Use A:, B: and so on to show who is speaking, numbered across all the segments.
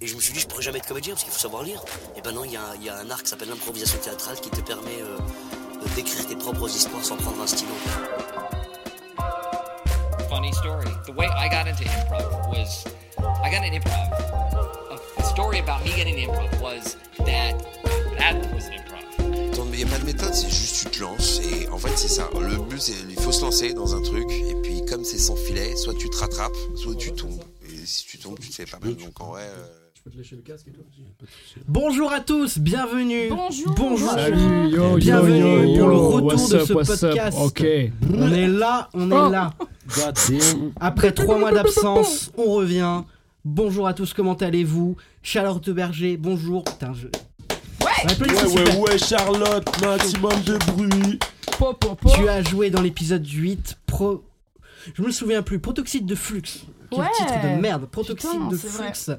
A: Et je me suis dit, je pourrais jamais être comédien parce qu'il faut savoir lire. Et ben non, il y a, il y a un art qui s'appelle l'improvisation théâtrale qui te permet euh, d'écrire tes propres histoires sans prendre un stylo.
B: Funny story. The way I got into improv was I got an improv. The story about me getting into improv was that that was an improv.
C: Il n'y a pas de méthode, c'est juste tu te lances et en fait c'est ça. Le but c'est il faut se lancer dans un truc et puis comme c'est sans filet, soit tu te rattrapes, soit tu tombes. Et si tu tombes, tu te fais pas mal. Donc en vrai. euh,
D: Je peux te lécher le casque et tout
E: Bonjour à tous, bienvenue.
F: Bonjour.
E: Bonjour.
G: Salut, Ah yo,
E: Bienvenue
G: yo, yo,
E: pour le
G: yo,
E: retour
G: what's
E: de
G: up,
E: ce
G: what's up,
E: podcast.
G: Ok.
E: On est là, on est là.
D: God damn.
E: Après trois mois d'absence, on revient. Bonjour à tous, comment allez-vous Charlotte Berger, bonjour. Putain, je. On applaudit,
G: Ouais,
E: s'il
G: ouais,
E: te plaît.
G: ouais, Charlotte, maximum de bruit.
F: Po, po, po.
E: Tu as joué dans l'épisode 8, pro. Je me souviens plus, Protoxyde de Flux. Quel
F: Ouais.
E: titre de merde, Protoxyde
F: Putain,
E: de
F: c'est vrai.
E: Flux.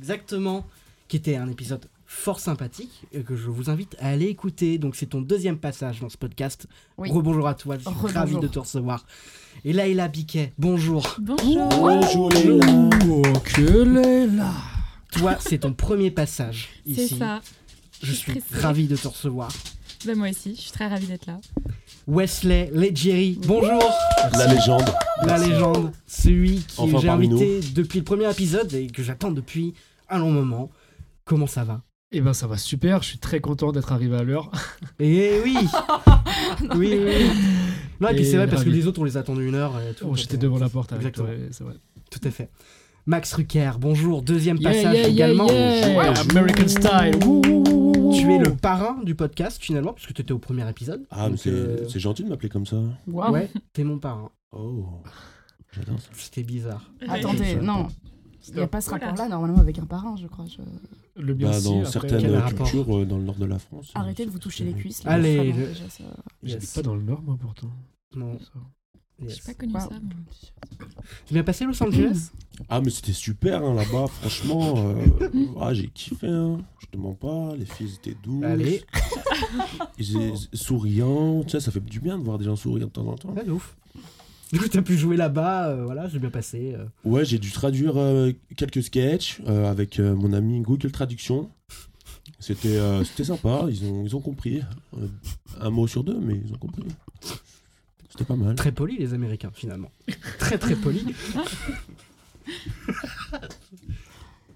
E: Exactement, qui était un épisode fort sympathique et que je vous invite à aller écouter. Donc c'est ton deuxième passage dans ce podcast.
F: Oui.
E: Rebonjour à toi, je suis
F: Rebonjour.
E: ravi de te recevoir. Et Laïla Biquet, bonjour.
F: Bonjour.
G: Bonjour les là. Oh, que les là.
E: Toi, c'est ton premier passage
H: C'est
E: ici.
H: ça.
E: Je suis
H: stressée.
E: ravi de te recevoir.
H: Ben moi aussi, je suis très ravie d'être là.
E: Wesley Legeri, bonjour.
G: La légende.
E: La légende, celui que
G: Enfin,
E: j'ai
G: parmi
E: invité depuis le premier épisode et que j'attends depuis un long moment. Comment ça va
G: Eh ben ça va super, je suis très content d'être arrivé à l'heure.
E: Eh oui Oui, oui, oui. Non, et puis
G: Et
E: c'est vrai, parce que
G: ravi.
E: les autres, on les attendait une heure. et tout,
G: Oh,
E: quand
G: J'étais
E: on-
G: devant la porte avec
E: Exactement.
G: toi, ouais, c'est vrai.
E: Tout à fait. Max Rucker, bonjour, deuxième
G: Yeah,
E: passage
G: yeah, yeah,
E: également.
G: yeah.
E: Bonjour.
G: American style. Wouh, wouh, wouh, wouh,
E: Tu es le
G: wouh.
E: parrain du podcast finalement, puisque tu étais au premier épisode.
I: Ah, mais
E: Donc,
I: c'est
E: euh,
I: c'est gentil de m'appeler comme ça.
F: Waouh.
E: Ouais, t'es mon parrain.
I: Oh, j'adore ça.
E: C'était bizarre.
F: Attendez,
G: Ouais.
F: non. Il n'y a pas ce rapport-là normalement avec un parrain, je crois. Je-
G: Le bien
I: Bah,
G: si,
I: dans
G: après,
I: certaines
E: quel
I: euh,
E: rapport
I: cultures euh, dans le nord de la France. euh,
F: Arrêtez de vous toucher les cuisses. Là,
E: Allez,
F: vraiment,
E: le-
F: déjà, ça-
G: J'habite
E: Yes.
G: pas dans le nord, moi, pourtant.
E: Non,
G: Ça.
H: J'ai
E: yes.
H: pas connu
F: Waouh.
H: ça. moi.
E: Tu viens passer Los Angeles
I: Ah, mais c'était super hein, là-bas, franchement. euh, ah, j'ai kiffé, hein. je te mens pas. Les filles étaient douces,
E: Allez,
I: ils étaient souriantes. Tu sais, ça fait du bien de voir des gens sourire de temps en temps.
E: ouais, de ouf. Du coup, t'as pu jouer là-bas, euh, voilà, j'ai bien passé. euh.
I: Ouais, j'ai dû traduire euh, quelques sketchs euh, avec euh, mon ami Google Traduction. C'était euh, c'était sympa, ils ont, ils ont compris. Euh, un mot sur deux, mais ils ont compris. C'était pas mal.
E: Très poli les Américains finalement. très très poli.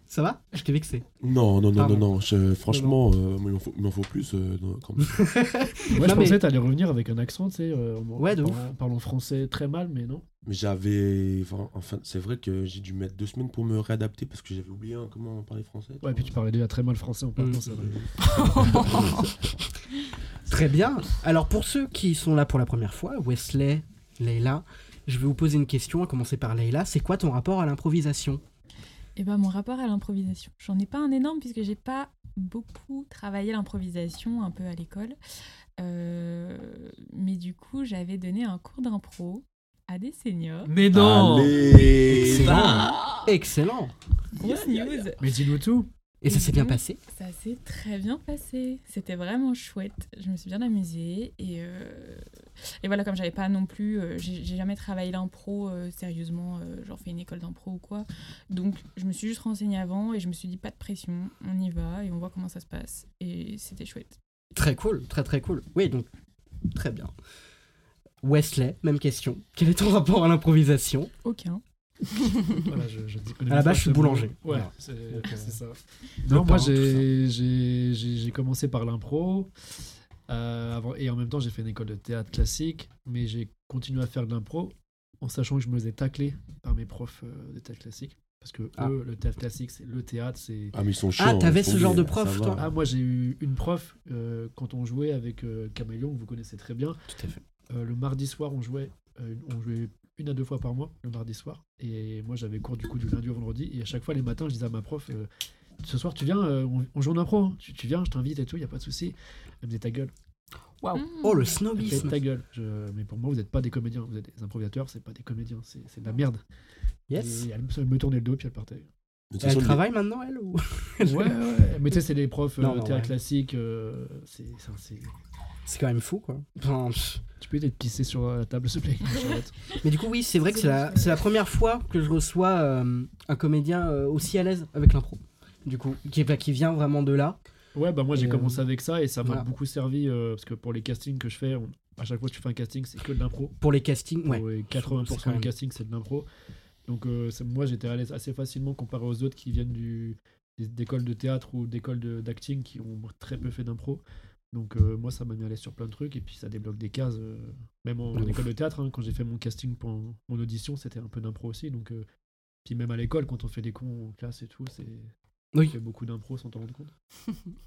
E: Ça va Je t'ai vexé.
I: Non, non, non,
E: Pardon.
I: non, non. je- franchement, euh, moi, il m'en faut, il m'en faut plus. euh, dans- quand même.
G: Ouais, je
E: Non, mais-
G: pensais t'allais revenir avec un accent, tu sais. euh, en-
E: Ouais, de
G: en
E: ouf.
G: parlant- Parlant français très mal, mais non.
I: Mais j'avais. Enfin, enfin, c'est vrai que j'ai dû mettre deux semaines pour me réadapter parce que j'avais oublié hein, comment parler français.
G: Ouais, puis tu parlais déjà très mal français en parlant,
E: Mm.
G: c'est vrai.
E: Très bien. Alors pour ceux qui sont là pour la première fois, Wesley, Leila, je vais vous poser une question, à commencer par Leila. C'est quoi ton rapport à l'improvisation
H: Et ben mon rapport à l'improvisation, j'en ai pas un énorme puisque j'ai pas beaucoup travaillé l'improvisation un peu à l'école. Euh, mais du coup, j'avais donné un cours d'impro à des seniors.
G: Mais
I: Allez
E: Excellent. Excellent.
H: Grosse news.
G: Mais dis-nous tout
E: Et ça s'est bien passé
H: Ça s'est très bien passé. C'était vraiment chouette. Je me suis bien amusée. Et, euh, et voilà, comme j'avais pas non plus. euh, J'ai j'ai jamais travaillé l'impro euh, sérieusement, euh, genre fait une école d'impro ou quoi. Donc je me suis juste renseignée avant et je me suis dit pas de pression, on y va et on voit comment ça se passe. Et c'était chouette.
E: Très cool, très très cool. Oui, donc très bien. Wesley, même question. Quel est ton rapport à l'improvisation
H: Aucun.
G: voilà, je, je dis-
E: la base, je suis boulanger.
G: Ouais,
E: Voilà.
G: c'est
E: Donc, euh,
G: c'est ça.
E: parent,
G: Non, moi,
E: tout
G: j'ai- j'ai j'ai- j'ai commencé par l'impro. euh, avant- et en même temps, j'ai fait une école de théâtre classique. Mais j'ai continué à faire de l'impro en sachant que je me faisais tacler par mes profs euh, de théâtre classique. Parce que
E: Ah.
G: eux, le théâtre classique, c'est le théâtre, c'est
I: Ah, mais ils sont chiants.
E: t'avais
I: ils sont
E: ce genre
I: bien,
E: de prof,
I: ça va.
E: toi
G: Ah, moi j'ai eu une prof euh, quand on jouait avec euh, Caméléon, que vous connaissez très bien.
E: Tout à fait.
G: Euh, le mardi soir, on jouait, euh, on jouait une à deux fois par mois, le mardi soir. Et moi j'avais cours du coup du lundi au vendredi. Et à chaque fois, les matins, je disais à ma prof euh, Ce soir, tu viens, euh, on, on joue en impro. hein. Tu, tu viens, je t'invite et tout, il n'y a pas de souci. Elle me disait ta gueule. Ah,
F: Waouh.
H: Mmh.
E: Oh le
G: Elle me disait
E: snobisme.
G: ta gueule. Je- mais pour moi, vous n'êtes pas des comédiens, vous êtes des improvisateurs, c'est pas des comédiens, c'est c'est de la merde.
E: Yes.
G: Et elle, me- elle me tournait le dos, puis elle partait.
I: De toute
E: Elle
I: façon, les-
E: travaille maintenant elle ou
G: Ouais, ouais. Mais tu sais, c'est des profs euh,
E: Non, non,
G: théâtre
E: ouais.
G: classique. euh, c'est ça, c'est-
E: C'est quand même fou quoi. Enfin, pff.
G: Tu peux éviter de pisser sur la table, s'il te plaît, Charlotte.
E: Mais du coup, oui, c'est vrai que c'est la, c'est la première fois que je reçois euh, un comédien euh, aussi à l'aise avec l'impro. du coup, qui, bah, qui vient vraiment de là.
G: Ouais, bah moi j'ai
E: Et, euh,
G: commencé avec ça et ça m'a
E: voilà.
G: beaucoup servi euh, parce que pour les castings que je fais, on- à chaque fois que tu fais un casting, c'est que de l'impro.
E: Pour les castings, ouais.
G: Pour les
E: C'est quand
G: 80%
E: même-
G: du casting, c'est de l'impro. Donc euh, c'est- moi j'étais à l'aise assez facilement comparé aux autres qui viennent du, des- d'écoles de théâtre ou d'écoles de- d'acting qui ont très peu fait d'impro. Donc euh, moi ça m'a mis à l'aise sur plein de trucs et puis ça débloque des cases. euh, même en,
E: De
G: en
E: ouf.
G: école de théâtre, hein, quand j'ai fait mon casting pour un- mon audition, c'était un peu d'impro aussi. Donc, euh, puis même à l'école, quand on fait des cons en classe et tout, c'est on
E: Oui.
G: fait beaucoup d'impro sans t'en rendre compte.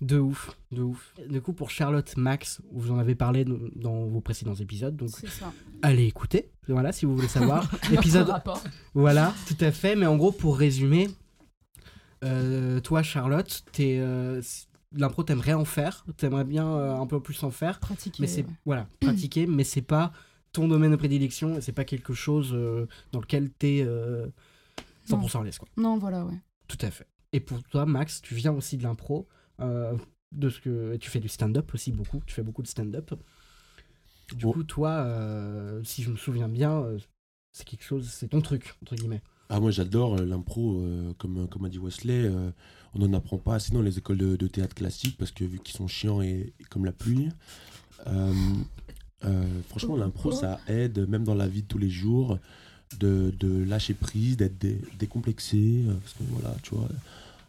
E: De ouf, de ouf. Du coup, pour Charlotte Max, vous en avez parlé dans- dans vos précédents épisodes, donc
F: C'est ça.
E: allez écouter, voilà, si vous voulez savoir.
F: Épisode.
E: Épisode, voilà, tout à fait. Mais en gros, pour résumer, euh, toi, Charlotte, t'es euh, s- l'impro, t'aimerais en faire, t'aimerais bien euh, un peu plus en faire,
F: Pratiqué.
E: mais c'est voilà, pratiquer, mais c'est pas ton domaine de prédilection, et c'est pas quelque chose euh, dans lequel t'es euh, 100% à l'aise, quoi.
F: Non, voilà, ouais.
E: Tout à fait. Et pour toi, Max, tu viens aussi de l'impro, euh, de ce que tu fais du stand-up aussi beaucoup. Tu fais beaucoup de stand-up. Du
I: Bon.
E: coup, toi, euh, si je me souviens bien, euh, c'est quelque chose, c'est ton truc entre guillemets.
I: Ah moi j'adore euh, l'impro, euh, comme, comme a dit Wesley, euh, on n'en apprend pas assez dans les écoles de, de théâtre classique parce que vu qu'ils sont chiants et, et comme la pluie, euh, euh, franchement l'impro ça aide même dans la vie de tous les jours de, de lâcher prise, d'être dé- décomplexé, euh, parce que voilà, tu vois,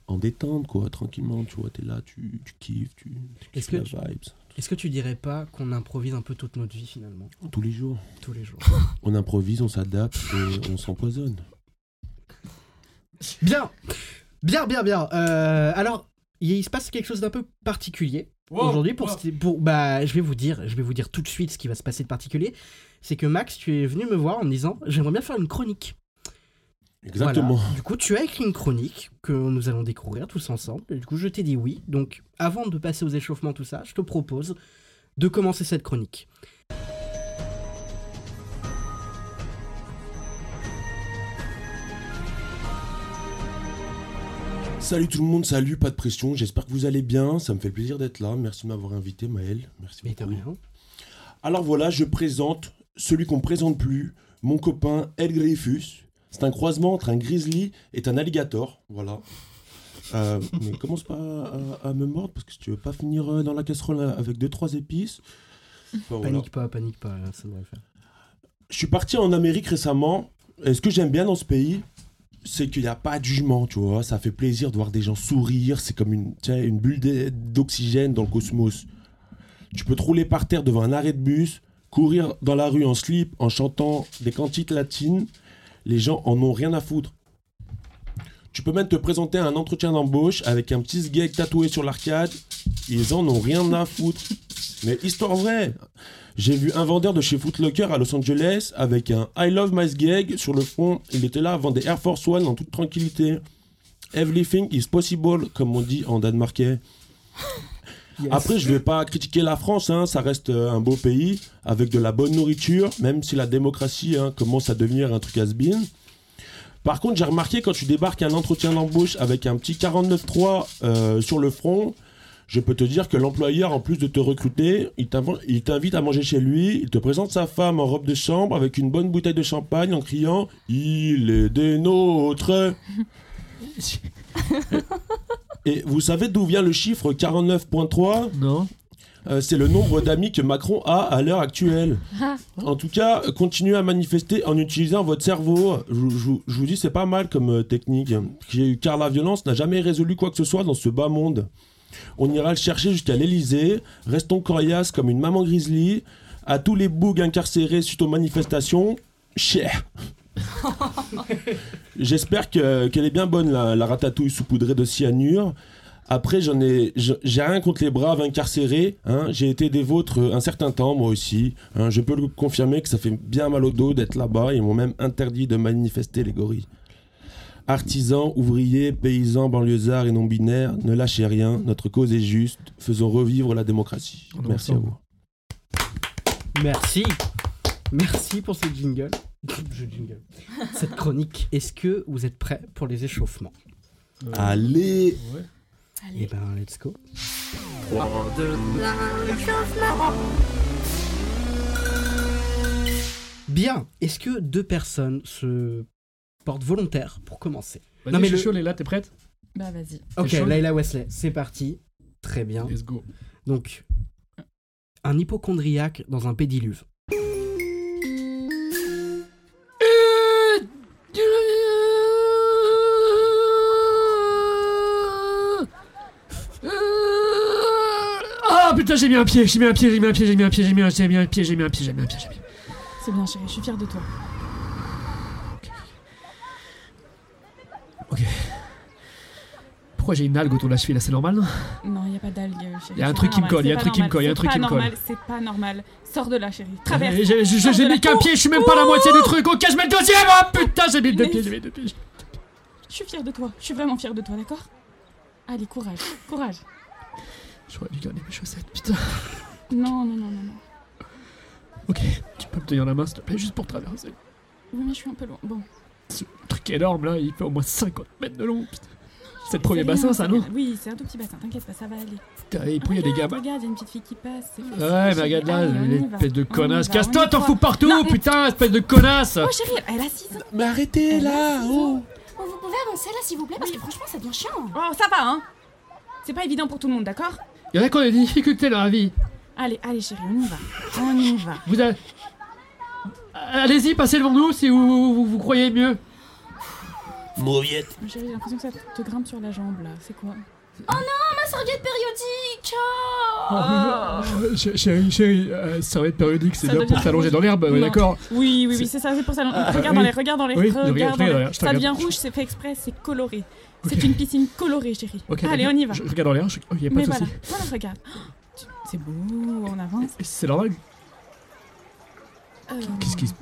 I: en détente quoi, tranquillement, tu vois, t'es là, tu, tu kiffes, tu, tu
E: Est-ce
I: kiffes
E: que
I: la
E: tu-
I: vibes,
E: Est-ce que tu dirais pas qu'on improvise un peu toute notre vie finalement,
I: tous les jours.
E: tous les jours
I: On improvise, on s'adapte et on s'empoisonne.
E: Bien, bien, bien, bien. Euh, alors, il il se passe quelque chose d'un peu particulier aujourd'hui pour, ce- pour bah je vais vous dire je vais vous dire tout de suite ce qui va se passer de particulier c'est que Max tu es venu me voir en me disant j'aimerais bien faire une chronique
I: Exactement.
E: Voilà. Du coup, tu as écrit une chronique que nous allons découvrir tous ensemble. Et du coup, je t'ai dit oui. Donc, avant de passer aux échauffements, tout ça, je te propose de commencer cette chronique.
I: Salut tout le monde, salut, pas de pression, j'espère que vous allez bien, ça me fait plaisir d'être là, merci de m'avoir invité Maël, merci
E: Mais de
I: beaucoup.
E: rien.
I: Alors voilà, je présente celui qu'on ne présente plus, mon copain El Griffus. C'est un croisement entre un grizzly et un alligator, voilà. Euh, mais commence pas à, à me mordre parce que si tu veux pas finir euh, dans la casserole avec deux trois épices. Enfin, voilà.
E: Panique pas, panique pas, là, ça devrait le faire.
I: Je suis parti en Amérique récemment. Et ce que j'aime bien dans ce pays, c'est qu'il n'y a pas de jugement, tu vois. Ça fait plaisir de voir des gens sourire. C'est comme une, tu sais, une bulle d'e- d'oxygène dans le cosmos. Tu peux te rouler par terre devant un arrêt de bus, courir dans la rue en slip, en chantant des cantiques latines. Les gens en ont rien à foutre. Tu peux même te présenter à un entretien d'embauche avec un petit sgeg tatoué sur l'arcade. Ils en ont rien à foutre. Mais histoire vraie, j'ai vu un vendeur de chez Footlocker à Los Angeles avec un I love my gag sur le front. Il était là avant des Air Force One en toute tranquillité. Everything is possible, comme on dit en danemarkais. Après, je vais pas critiquer la France, hein, ça reste euh, un beau pays avec de la bonne nourriture, même si la démocratie hein, commence à devenir un truc has-been. Par contre, j'ai remarqué quand tu débarques à un entretien d'embauche avec un petit 49.3 euh, sur le front, je peux te dire que l'employeur, en plus de te recruter, il t'inv- il t'invite à manger chez lui, il te présente sa femme en robe de chambre avec une bonne bouteille de champagne en criant Il est des nôtres Et vous savez d'où vient le chiffre 49.3
G: Non
I: Euh, C'est le nombre d'amis que Macron a à l'heure actuelle.
H: Ah.
I: En tout cas, euh, continuez à manifester en utilisant votre cerveau. Je, je- je vous dis, c'est pas mal comme euh, technique. J'ai eu- Car la violence n'a jamais résolu quoi que ce soit dans ce bas monde. On ira le chercher jusqu'à l'Elysée. Restons coriaces comme une maman grizzly. À tous les bougs incarcérés suite aux manifestations, cher. J'espère que- qu'elle est bien bonne la, la ratatouille saupoudrée de cyanure. Après, j'en ai, je- j'ai rien contre les braves incarcérés. hein. J'ai été des vôtres euh, un certain temps, moi aussi. hein. Je peux le confirmer que ça fait bien mal au dos d'être là-bas. Ils m'ont même interdit de manifester les gorilles. Artisans, ouvriers, paysans, banlieusards et non-binaires, ne lâchez rien. Notre cause est juste. Faisons revivre la démocratie.
G: On est
I: Merci à
G: ensemble.
I: vous.
E: Merci. Merci pour ce jingle. Je jingle. Cette chronique. Est-ce que vous êtes prêts pour les échauffements
G: Euh,
I: Allez
G: ouais.
E: Eh ben, let's go. Bien. Est-ce que deux personnes se portent volontaires pour commencer
G: Vas-y,
E: Non, mais
G: je suis
E: le-
G: chaud, Léla, t'es prête
H: Bah vas-y.
E: Ok,
G: T'es chaud
E: Laila Wesley, c'est parti. Très bien.
G: Let's go.
E: Donc, un hypochondriaque dans un pédiluve.
G: Ah putain, j'ai mis un pied, j'ai mis un pied, j'ai mis un pied, j'ai mis un pied, j'ai mis un pied, j'ai mis un pied, j'ai mis un pied, j'ai mis un pied, j'ai mis un pied.
H: C'est bien chérie, je suis fière de toi.
G: Pourquoi j'ai une algue autour de la cheville là, c'est normal non
H: Non, il y a pas d'algue, chérie.
G: Il y a un
H: c'est
G: truc
H: pas
G: qui me
H: normal,
G: colle, il
H: c'est
G: y a un
H: pas
G: truc qui me colle, il y a un
H: normal,
G: truc qui me
H: c'est pas
G: colle. Eh,
H: normal, C'est pas normal. Sors de là, chérie. Traverse.
G: J'ai j'ai-
H: Sors
G: j'ai
H: de
G: mis
H: là.
G: qu'un
H: Ouh,
G: pied, je suis même pas à la moitié du truc, ok, je mets le deuxième, ah putain, j'ai mis le deux pieds, j'ai mis le deux pieds.
H: Je suis fière de toi. Je suis vraiment fière de toi, d'accord Allez, courage, courage.
G: J'aurais dû garder mes chaussettes, putain.
H: Non, non, non, non, non.
G: Ok, tu peux me tenir la main s'il te plaît, juste pour traverser.
H: Oui, mais je suis un peu loin. Bon.
G: Ce truc énorme là, il fait au moins 50 mètres de long, putain. C'est le premier
H: C'est
G: bassin
H: rien,
G: ça,
H: hein, c'est
G: non
H: rien. Oui, c'est un tout petit bassin. T'inquiète pas, ça va aller.
G: Putain, Et puis il y a des gamins.
H: Regarde, il y a une petite fille qui passe. c'est facile,
G: Ouais, mais
H: chérie.
G: regarde là,
H: Allez, on y
G: les
H: va,
G: espèce de
H: on y
G: connasse.
H: va, on y
G: Casse-toi, t'en
H: croit.
G: fous partout,
H: Non, mais-
G: putain, espèce de connasse.
H: Oh chérie, elle a 6 ans.
I: Mais arrêtez
H: Elle a
I: là
H: six ans.
I: oh.
F: Bon, vous pouvez avancer là, s'il vous plaît, parce que franchement, ça devient chiant.
H: Oh, ça va, hein C'est pas évident pour tout le monde, d'accord
G: Il y en a qui ont des difficultés dans la vie.
H: Allez, allez chérie, on y va. On y va.
G: Vous avez- Allez-y, passez devant nous si vous, vous, vous- vous croyez mieux.
A: Mauviette.
H: Mais Chérie, j'ai l'impression que ça te grimpe sur la jambe, là. C'est quoi
F: Ma serviette périodique Ah,
G: Chérie, Euh, chérie, chérie, euh, serviette périodique,
H: Ça bien pour devient- s'allonger dans
G: l'herbe,
H: Non. d'accord Oui, oui, oui, c'est ça, c'est pour ça. regarde dans les, regarde dans les,
G: Ah, Oui, je
H: regarde
G: regarde,
H: dans les-
G: regarde, je te
H: Ça
G: regarde.
H: devient rouge, c'est fait exprès, c'est coloré.
G: Ok.
H: C'est une piscine colorée, chérie.
G: Ok,
H: allez, on y va.
G: Je, je regarde dans l'air, je... oh, y a pas
H: Mais
G: de
H: voilà,
G: souci.
H: voilà, regarde. Tu- C'est beau, on avance.
G: C'est normal.
H: Euh,
G: Qu'est-ce qui se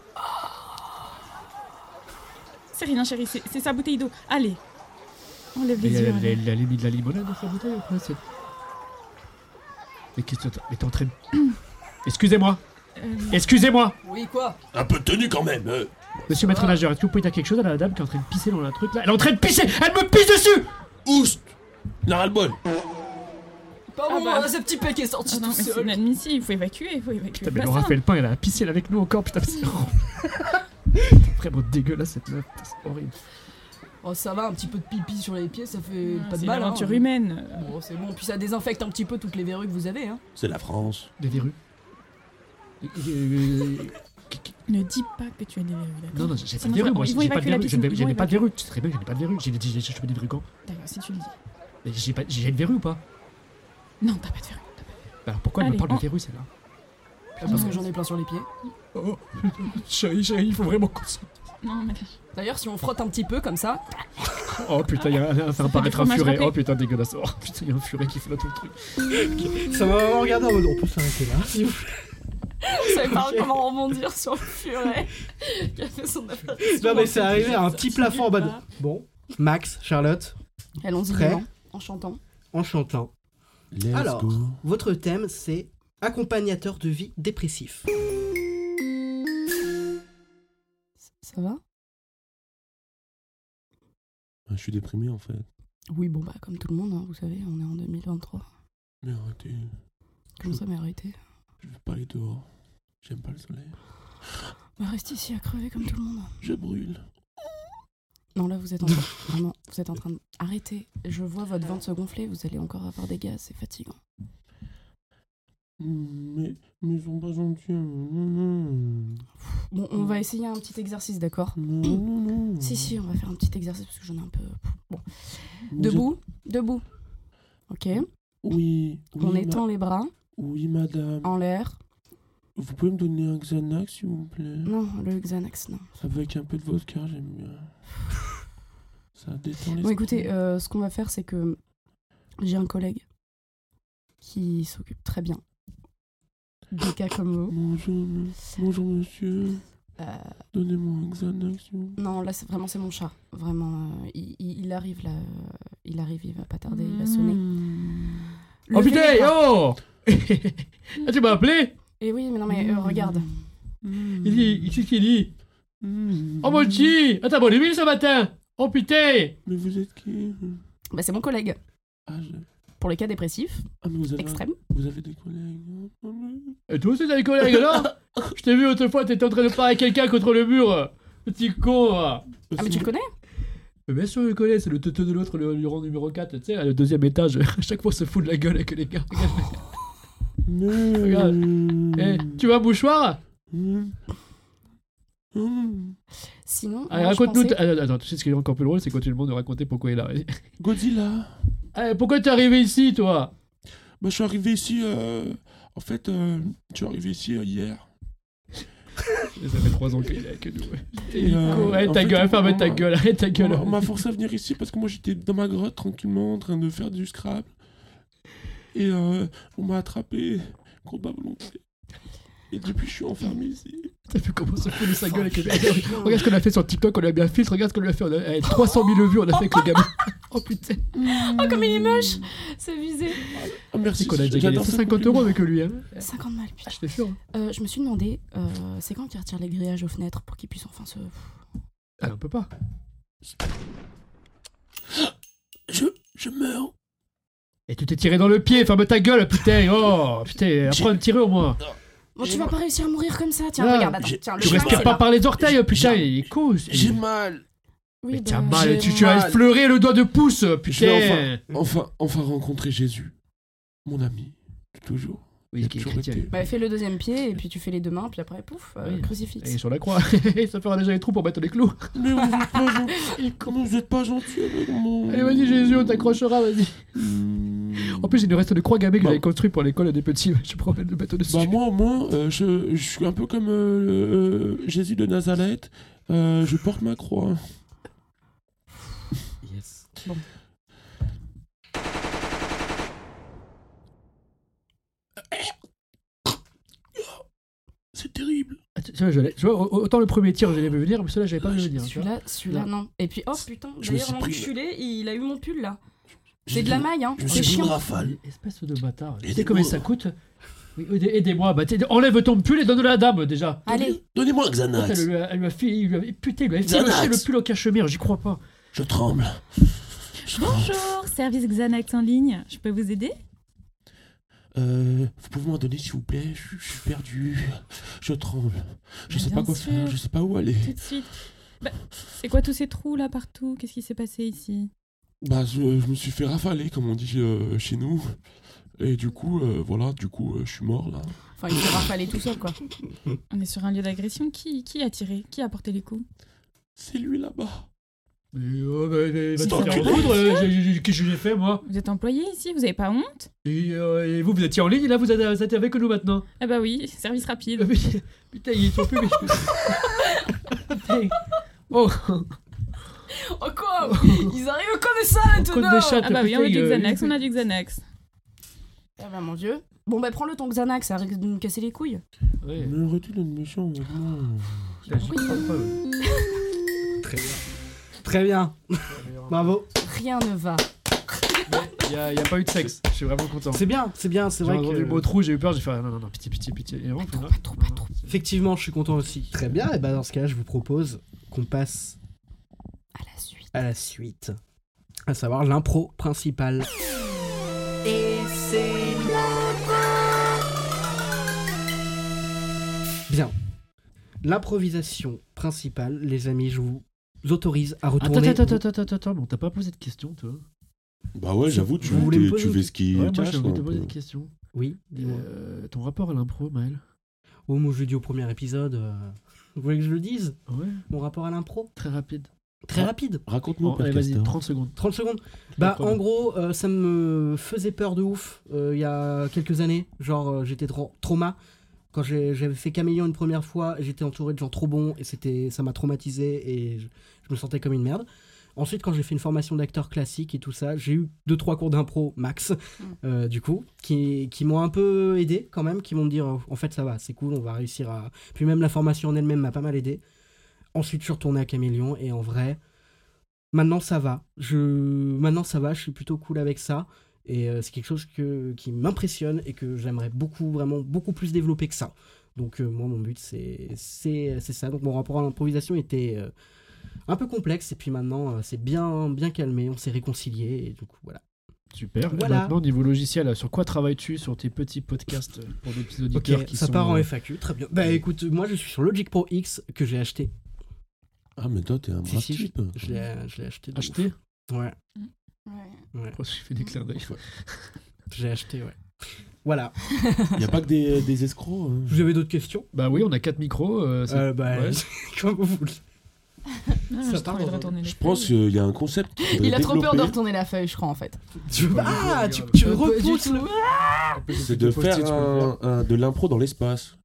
H: C'est rien, chérie, c'est c'est sa bouteille d'eau. Allez, on lève les
G: Mais
H: yeux.
G: elle,
H: allez.
G: elle, elle a mis de la limonade dans sa bouteille après c'est- Mais qu'est-ce que t'as- Mais t'es en train de. Excusez-moi
H: Euh,
G: Excusez-moi
J: Oui, quoi
I: Un peu de tenue quand même euh.
G: Monsieur
H: Oh.
G: maître nageur, est-ce que vous pouvez dire quelque chose à la dame qui est en train de pisser dans un truc là Elle est en train de pisser Elle me pisse dessus
I: Oust La ras-le-bol
J: Pardon,
H: Ah bah.
J: euh, ce petit pec est sorti
H: Ah non,
J: tout
H: mais c'est
J: seul.
H: inadmissible, il faut évacuer, il faut évacuer. Bah, hein.
G: Putain, mais
H: le
G: Laura
H: bassin.
G: fait le pain, elle a pissé avec nous encore, putain, mais c'est vraiment dégueulasse cette meuf, putain, c'est horrible.
J: Oh, ça va, un petit peu de pipi sur les pieds, ça fait
H: Ah,
J: pas de
H: C'est
J: mal. hein.
H: l'aventure humaine.
J: Bon, c'est bon, puis ça désinfecte un petit peu toutes les verrues que vous avez. Hein.
I: C'est la France.
G: Les verrues. Euh,
H: Ne dis pas que tu as des verrues, d'accord
G: Non, non, j'ai pas de
H: Sinon,
G: verrues,
H: ils
G: moi, j'ai
H: vont
G: j'ai pas de
H: évacuer la
G: verrues, je
H: piscine,
G: n'ai-
H: ils
G: je
H: vont
G: n'ai pas de
H: évacuer.
G: verrues, tu sais très bien que je n'ai pas de verrues, j'ai j'ai- j'ai chopé des verrues quand
H: D'accord, si tu le dis.
G: Mais J'ai pas- j'ai une verrue ou pas
H: Non, t'as pas de verrues. t'as pas
G: Bah alors pourquoi elle me
H: Allez,
G: parle
H: on-
G: de verrues celle-là
E: Ah,
J: Parce que j'en ai plein sur les pieds.
G: Oh, chérie, chérie, il faut vraiment qu'on se-
H: de- Non, mais.
J: D'ailleurs, si on frotte un petit peu comme ça,
G: Oh putain, il y a un, ça va
H: fait
G: paraître
H: du
G: un
H: fromage
G: furet.
H: râpé.
G: Oh putain, dégueulasse. Oh putain, il y a un furet qui flotte le truc.
E: Ça m'a vraiment regardé en mode on peut s'arrêter là. s'il vous plaît.
J: vous savez pas comment rebondir sur le furet qui a fait son apparition.
E: Non mais c'est arrivé à un petit plafond en bas de...
G: Ah.
E: Bon, Max, Charlotte,
F: Allons-y,
E: Prêt
F: dedans, en chantant.
E: en chantant.
I: Let's
E: Alors.
I: go.
E: Votre thème c'est accompagnateur de vie dépressif.
G: Oh,
F: Ça va
I: Ah, Je suis déprimé en fait.
F: Oui, bon, bah, comme tout le monde, hein, vous savez, on est en 2023.
I: Mais arrêtez,
F: Comment ça, mais arrêtez
I: je veux pas aller dehors. J'aime pas le soleil.
F: Bah, reste ici à crever comme tout le monde.
I: Je brûle.
F: Non, là, vous êtes en train. Vraiment, vous êtes en train de. Arrêtez. Je vois votre ventre se gonfler, vous allez encore avoir des gaz, c'est fatigant.
I: Mais, mais ils sont pas gentils. Non, non.
F: Bon, on va essayer un petit exercice, d'accord
I: Non, non, non.
F: Si, si, on va faire un petit exercice parce que j'en ai un peu. Bon.
I: Vous êtes-
F: Debout Debout. Ok.
I: Oui. oui
F: on
I: ma-
F: étend les bras
I: Oui, madame.
F: en l'air.
I: Vous pouvez me donner un Xanax, s'il vous plaît
F: Non, le Xanax, non.
I: Avec un peu de vodka, j'aime bien. Ça détend les.
F: Bon, écoutez, euh, ce qu'on va faire, c'est que j'ai un collègue qui s'occupe très bien des cas comme vous.
I: Bonjour, me- bonjour monsieur.
F: Euh,
I: Donnez-moi un Xanax, s'il vous plaît.
F: non, là, c'est vraiment, c'est mon chat. Vraiment, euh, il, il- il arrive là. euh, Il arrive, il va pas tarder, il va sonner.
G: Mm.
H: Hmm.
G: Oh putain,
F: Levez-les bras.
G: yo Ah, tu m'as appelé
F: Et oui, mais non, mais euh,
G: Mm.
F: regarde.
H: Hmm.
G: Il dit, qu'est-ce qu'il dit
I: Mm.
G: Oh mon dieu Ah, t'as bon huile ce matin Oh putain
I: Mais vous êtes qui
F: Bah, c'est mon collègue.
I: ah, je-
F: Pour les cas dépressifs,
I: ah, mais vous avez,
F: extrêmes.
I: vous avez des collègues. hein Ah, mais-
G: Et toi aussi, t'as des collègues là Je t'ai vu autrefois, t'étais en train de parler à quelqu'un contre le mur. Petit con, va.
F: Ah, mais tu le connais
G: Mais bien sûr, je connais, c'est le teuté de l'autre, le, le rang numéro 4, tu sais, à le deuxième étage. À chaque fois, on se fout de la gueule avec les gars. Regarde, Regarde. Eh, tu veux un mouchoir
I: Hmm.
J: Sinon,
G: Allez,
J: moi, je
G: Ah, raconte-nous.
J: pensais-
G: ta- Attends, attends, tu sais ce qui est encore plus drôle, c'est quand tu demandes de raconter pourquoi il est arrivé.
I: Godzilla.
G: Allez, pourquoi t'es arrivé ici, toi
I: Bah, je suis arrivé ici. euh, En fait, euh, je suis arrivé ici euh, hier.
G: Et Ça fait 3 ans qu'il est avec nous. ouais. T'es
I: Et, euh,
G: con. Arrête
I: en
G: ta
I: fait,
G: gueule,
I: on-
G: ferme
I: on-
G: ta gueule, arrête ta gueule.
I: On m'a forcé à venir ici parce que moi j'étais dans ma grotte tranquillement en train de faire du scrap. Et euh, on m'a attrapé contre ma volonté. Et depuis je suis enfermé ici.
G: T'as vu comment on se fout de sa gueule avec les gars Regarde ce qu'on a fait sur TikTok, on a bien filtre, regarde ce qu'on lui a fait. On a... eh, 300 000 vues, on a fait avec le gamin. oh putain.
J: Oh,
G: Ah,
J: comme il est moche C'est abusé
I: Ah, merci.
G: C'est qu'on a déjà gagné
I: j'adore ce
G: 150 euros avec lui. Hein.
J: 50 mal, putain.
G: Ah, je te jure.
J: Euh, je me suis demandé, euh, c'est quand qu'ils retirent les grillages aux fenêtres pour qu'ils puissent enfin se.
G: Ah, on peut pas.
I: Je, je meurs.
G: Mmh. Et tu t'es tiré dans le pied, ferme ta gueule, putain. Oh, putain, apprends à me tirer au moins.
J: Bon, tu
I: J'ai
J: vas
I: mal.
J: pas réussir à mourir comme ça, tiens,
G: Ah,
J: regarde, attends,
I: j'ai-
J: tiens, le
G: Tu
I: Je
J: chemin,
G: respires
I: respire
J: c'est
G: pas
J: là.
G: par les orteils,
I: J'ai-
G: putain,
I: j'ai-
G: il est con. c'est-
I: J'ai mal.
J: Oui,
G: Mais
J: bah,
G: tiens, mal,
I: j'ai
G: tu, tu as
I: mal.
G: effleuré le doigt de pouce,
I: Je vais
G: putain.
I: Enfin, enfin rencontrer Jésus, mon ami, de toujours.
G: Oui,
I: Il a
G: qui est
I: toujours
G: chrétien.
I: été.
J: Bah, fais le deuxième pied et puis tu fais les deux mains, puis après, pouf, euh,
G: Oui.
J: crucifix.
G: Et sur la croix, ça fera déjà les trous pour mettre les clous.
I: Mais vous êtes pas gentil. Comment vous êtes pas gentil avec mon.
G: Allez, vas-y, Jésus, on t'accrochera, vas-y.
I: Hmm.
G: En plus, il nous reste le croix gammée que
I: Bah.
G: j'avais construit pour l'école des petits. Je promène le bateau dessus.
I: Bah moi au moins, euh, je, je suis un peu comme euh, euh, Jésus de Nazareth, Euh, je porte ma croix.
D: Yes.
I: C'est terrible.
G: Ah, tu- tu vois, je l'ai- tu vois, au- autant le premier tir, je l'ai vu venir, mais celui-là, j'avais pas
I: Ouais,
G: vu
I: je-
G: venir. tu vois.
J: Celui-là, celui-là, non. Et puis, oh putain,
I: Je me
J: d'ailleurs,
I: suis pris,
J: l'enculé, il a eu mon pull là.
I: J'ai
J: C'est de la maille, hein,
I: Je me suis
J: c'est
I: pris une
J: chiant.
I: rafale.
G: Espèce de bâtard. Tu sais
I: Aidez-moi.
G: combien ça coûte Oui, aidez- Aidez-moi, bah, t'es- enlève ton pull et donne-le à la dame déjà.
J: Allez,
I: Donnez-moi un
G: Putain, elle
I: Xanax.
G: lui a- elle lui a fait, il lui a- putain, il lui a fait
I: Xanax.
G: le pull au cachemire, j'y crois pas.
I: Je tremble. Je tremble.
H: Bonjour, service Xanax en ligne. Je peux vous aider
I: Euh, vous pouvez m'en donner s'il vous plaît, je, je suis perdu. Je tremble. Je
H: Mais
I: sais pas
H: bien
I: quoi
H: sûr.
I: faire, je sais pas où aller.
H: Tout de suite. Bah, c'est quoi tous ces trous là partout Qu'est-ce qui s'est passé ici
I: Bah je, je me suis fait rafaler comme on dit euh, chez nous. Et du coup, euh, voilà, du coup, euh, je suis mort là.
J: enfin, il s'est rafalé tout seul quoi.
H: On est sur un lieu d'agression. Qui, qui a tiré Qui a porté les coups
I: C'est lui là-bas.
G: Mais oh, bah, mais, va
I: C'est
G: te
I: un
G: faire
I: enculé.
G: foutre, euh, j'ai- j'ai- j'ai- qu'est-ce que j'ai fait moi
H: Vous êtes employé ici Vous avez pas honte
G: et, euh, et vous, vous étiez en ligne, et là, vous êtes, vous êtes avec nous maintenant. Ah,
H: Ah bah oui, service rapide.
G: Putain, il est sur public. Putain. Oh,
J: Oh quoi Ils arrivent comme ça là, tout
G: comme des chattes.
H: Ah bah oui, on a du
G: putain, euh,
H: Xanax, on a du Xanax.
J: Ah bah mon dieu. Bon, bah, prends-le ton Xanax, ça risque de nous casser les couilles.
G: Ouais.
I: Mais arrêtez d'être méchant avec moi.
G: Putain, j'y crois pas, ouais.
E: Très bien. Bravo.
J: Rien ne va.
G: Il n'y a, y a pas eu de sexe. Je suis vraiment content.
E: C'est bien, c'est bien, c'est
G: J'ai
E: vrai
G: entendu le mot
E: que.
G: trou, j'ai eu peur, j'ai fait ah, non, non, non, pitié, pitié, pitié. Et vraiment,
J: trop,
G: non,
J: pas trop,
G: non,
J: pas
G: non,
J: trop.
G: c'est-
E: Effectivement, je suis content aussi. Très bien. Et bah dans ce cas-là, je vous propose qu'on passe
J: À la suite.
E: à la suite, à savoir l'impro principale. Bien. L'improvisation principale, les amis, je vous autorise à
G: Attends,
E: retourner.
G: attends, attends, attends, attends, attends, mais on t'a pas posé de question, toi.
I: Bah ouais, j'avoue, tu,
G: Vous
E: voulez me
I: t'es-
E: poser
I: tu
E: une
I: fais ce qui
G: Ouais, moi,
I: cache.
G: j'ai envie de te
I: un
G: poser
I: peu.
G: une question.
E: Oui, hein, dis-moi.
G: Euh, ton rapport à l'impro, Maël
E: Oh, moi, je l'ai dit au premier épisode. euh, Vous voulez que je le dise
G: Ouais,
E: Mon rapport à l'impro
G: très rapide.
E: Très
I: Ah.
E: rapide.
I: Raconte-nous,
G: Bon, Oh, allez,
I: Père
G: vas-y,
I: Castor.
G: 30 secondes.
E: 30 secondes.
G: Je te
E: Bah,
G: promets.
E: en gros, euh, ça me faisait peur de ouf euh, il y a quelques années. Genre, euh, j'étais tra- trauma. Quand j'ai- j'avais fait Caméléon une première fois, j'étais entouré de gens trop bons et c'était, ça m'a traumatisé et je, je me sentais comme une merde. Ensuite, quand j'ai fait une formation d'acteur classique et tout ça, j'ai eu deux trois cours d'impro max, euh, du coup, qui, qui m'ont un peu aidé quand même, qui m'ont dit euh, en fait ça va, c'est cool, on va réussir à. Puis même la formation en elle-même m'a pas mal aidé. Ensuite, je suis retourné à Caméléon et en vrai, maintenant ça va. Je maintenant ça va, je suis plutôt cool avec ça et euh, c'est quelque chose que, qui m'impressionne et que j'aimerais beaucoup vraiment beaucoup plus développer que ça. Donc euh, moi mon but c'est c'est c'est ça. Donc mon rapport à l'improvisation était euh, un peu complexe et puis maintenant euh, c'est bien bien calmé, on s'est réconcilié et du coup voilà.
G: Super. Et
E: Voilà.
G: Maintenant, niveau logiciel, là, sur quoi travailles-tu sur tes petits podcasts euh, pour des petits
E: Ok,
G: auditeurs qui
E: ça
G: sont,
E: part en
G: euh,
E: FAQ, très bien. Bah écoute, moi je suis sur Logic Pro X que j'ai acheté
I: Ah, mais toi, t'es un
E: Si,
I: brave
E: si, je,
I: type.
E: je l'ai je l'ai acheté. de ouf.
G: Acheté
E: Ouais,
J: Ouais.
E: ouais.
G: Pourquoi tu fais des clins d'œil
E: J'ai acheté, ouais. Voilà.
I: Il n'y a pas que des, des escrocs. hein.
E: Vous avez d'autres questions
G: Bah oui, on a quatre micros. euh, c'est-
E: Euh, bah,
G: Ouais.
E: Comme vous voulez.
H: Non,
E: Ça part
H: j'ai trop envie de
E: dans-
H: retourner les
I: Je pense
H: feuilles.
I: qu'il y a un concept. qu'il faudrait
J: Il a trop peur de
I: développer.
J: retourner la feuille, je crois, en fait.
E: Tu
G: pas du
E: ah,
G: tout,
E: tu, tu
G: regarde. Euh, pas du
E: repousses le.
I: C'est de faire un- un- de l'impro dans l'espace.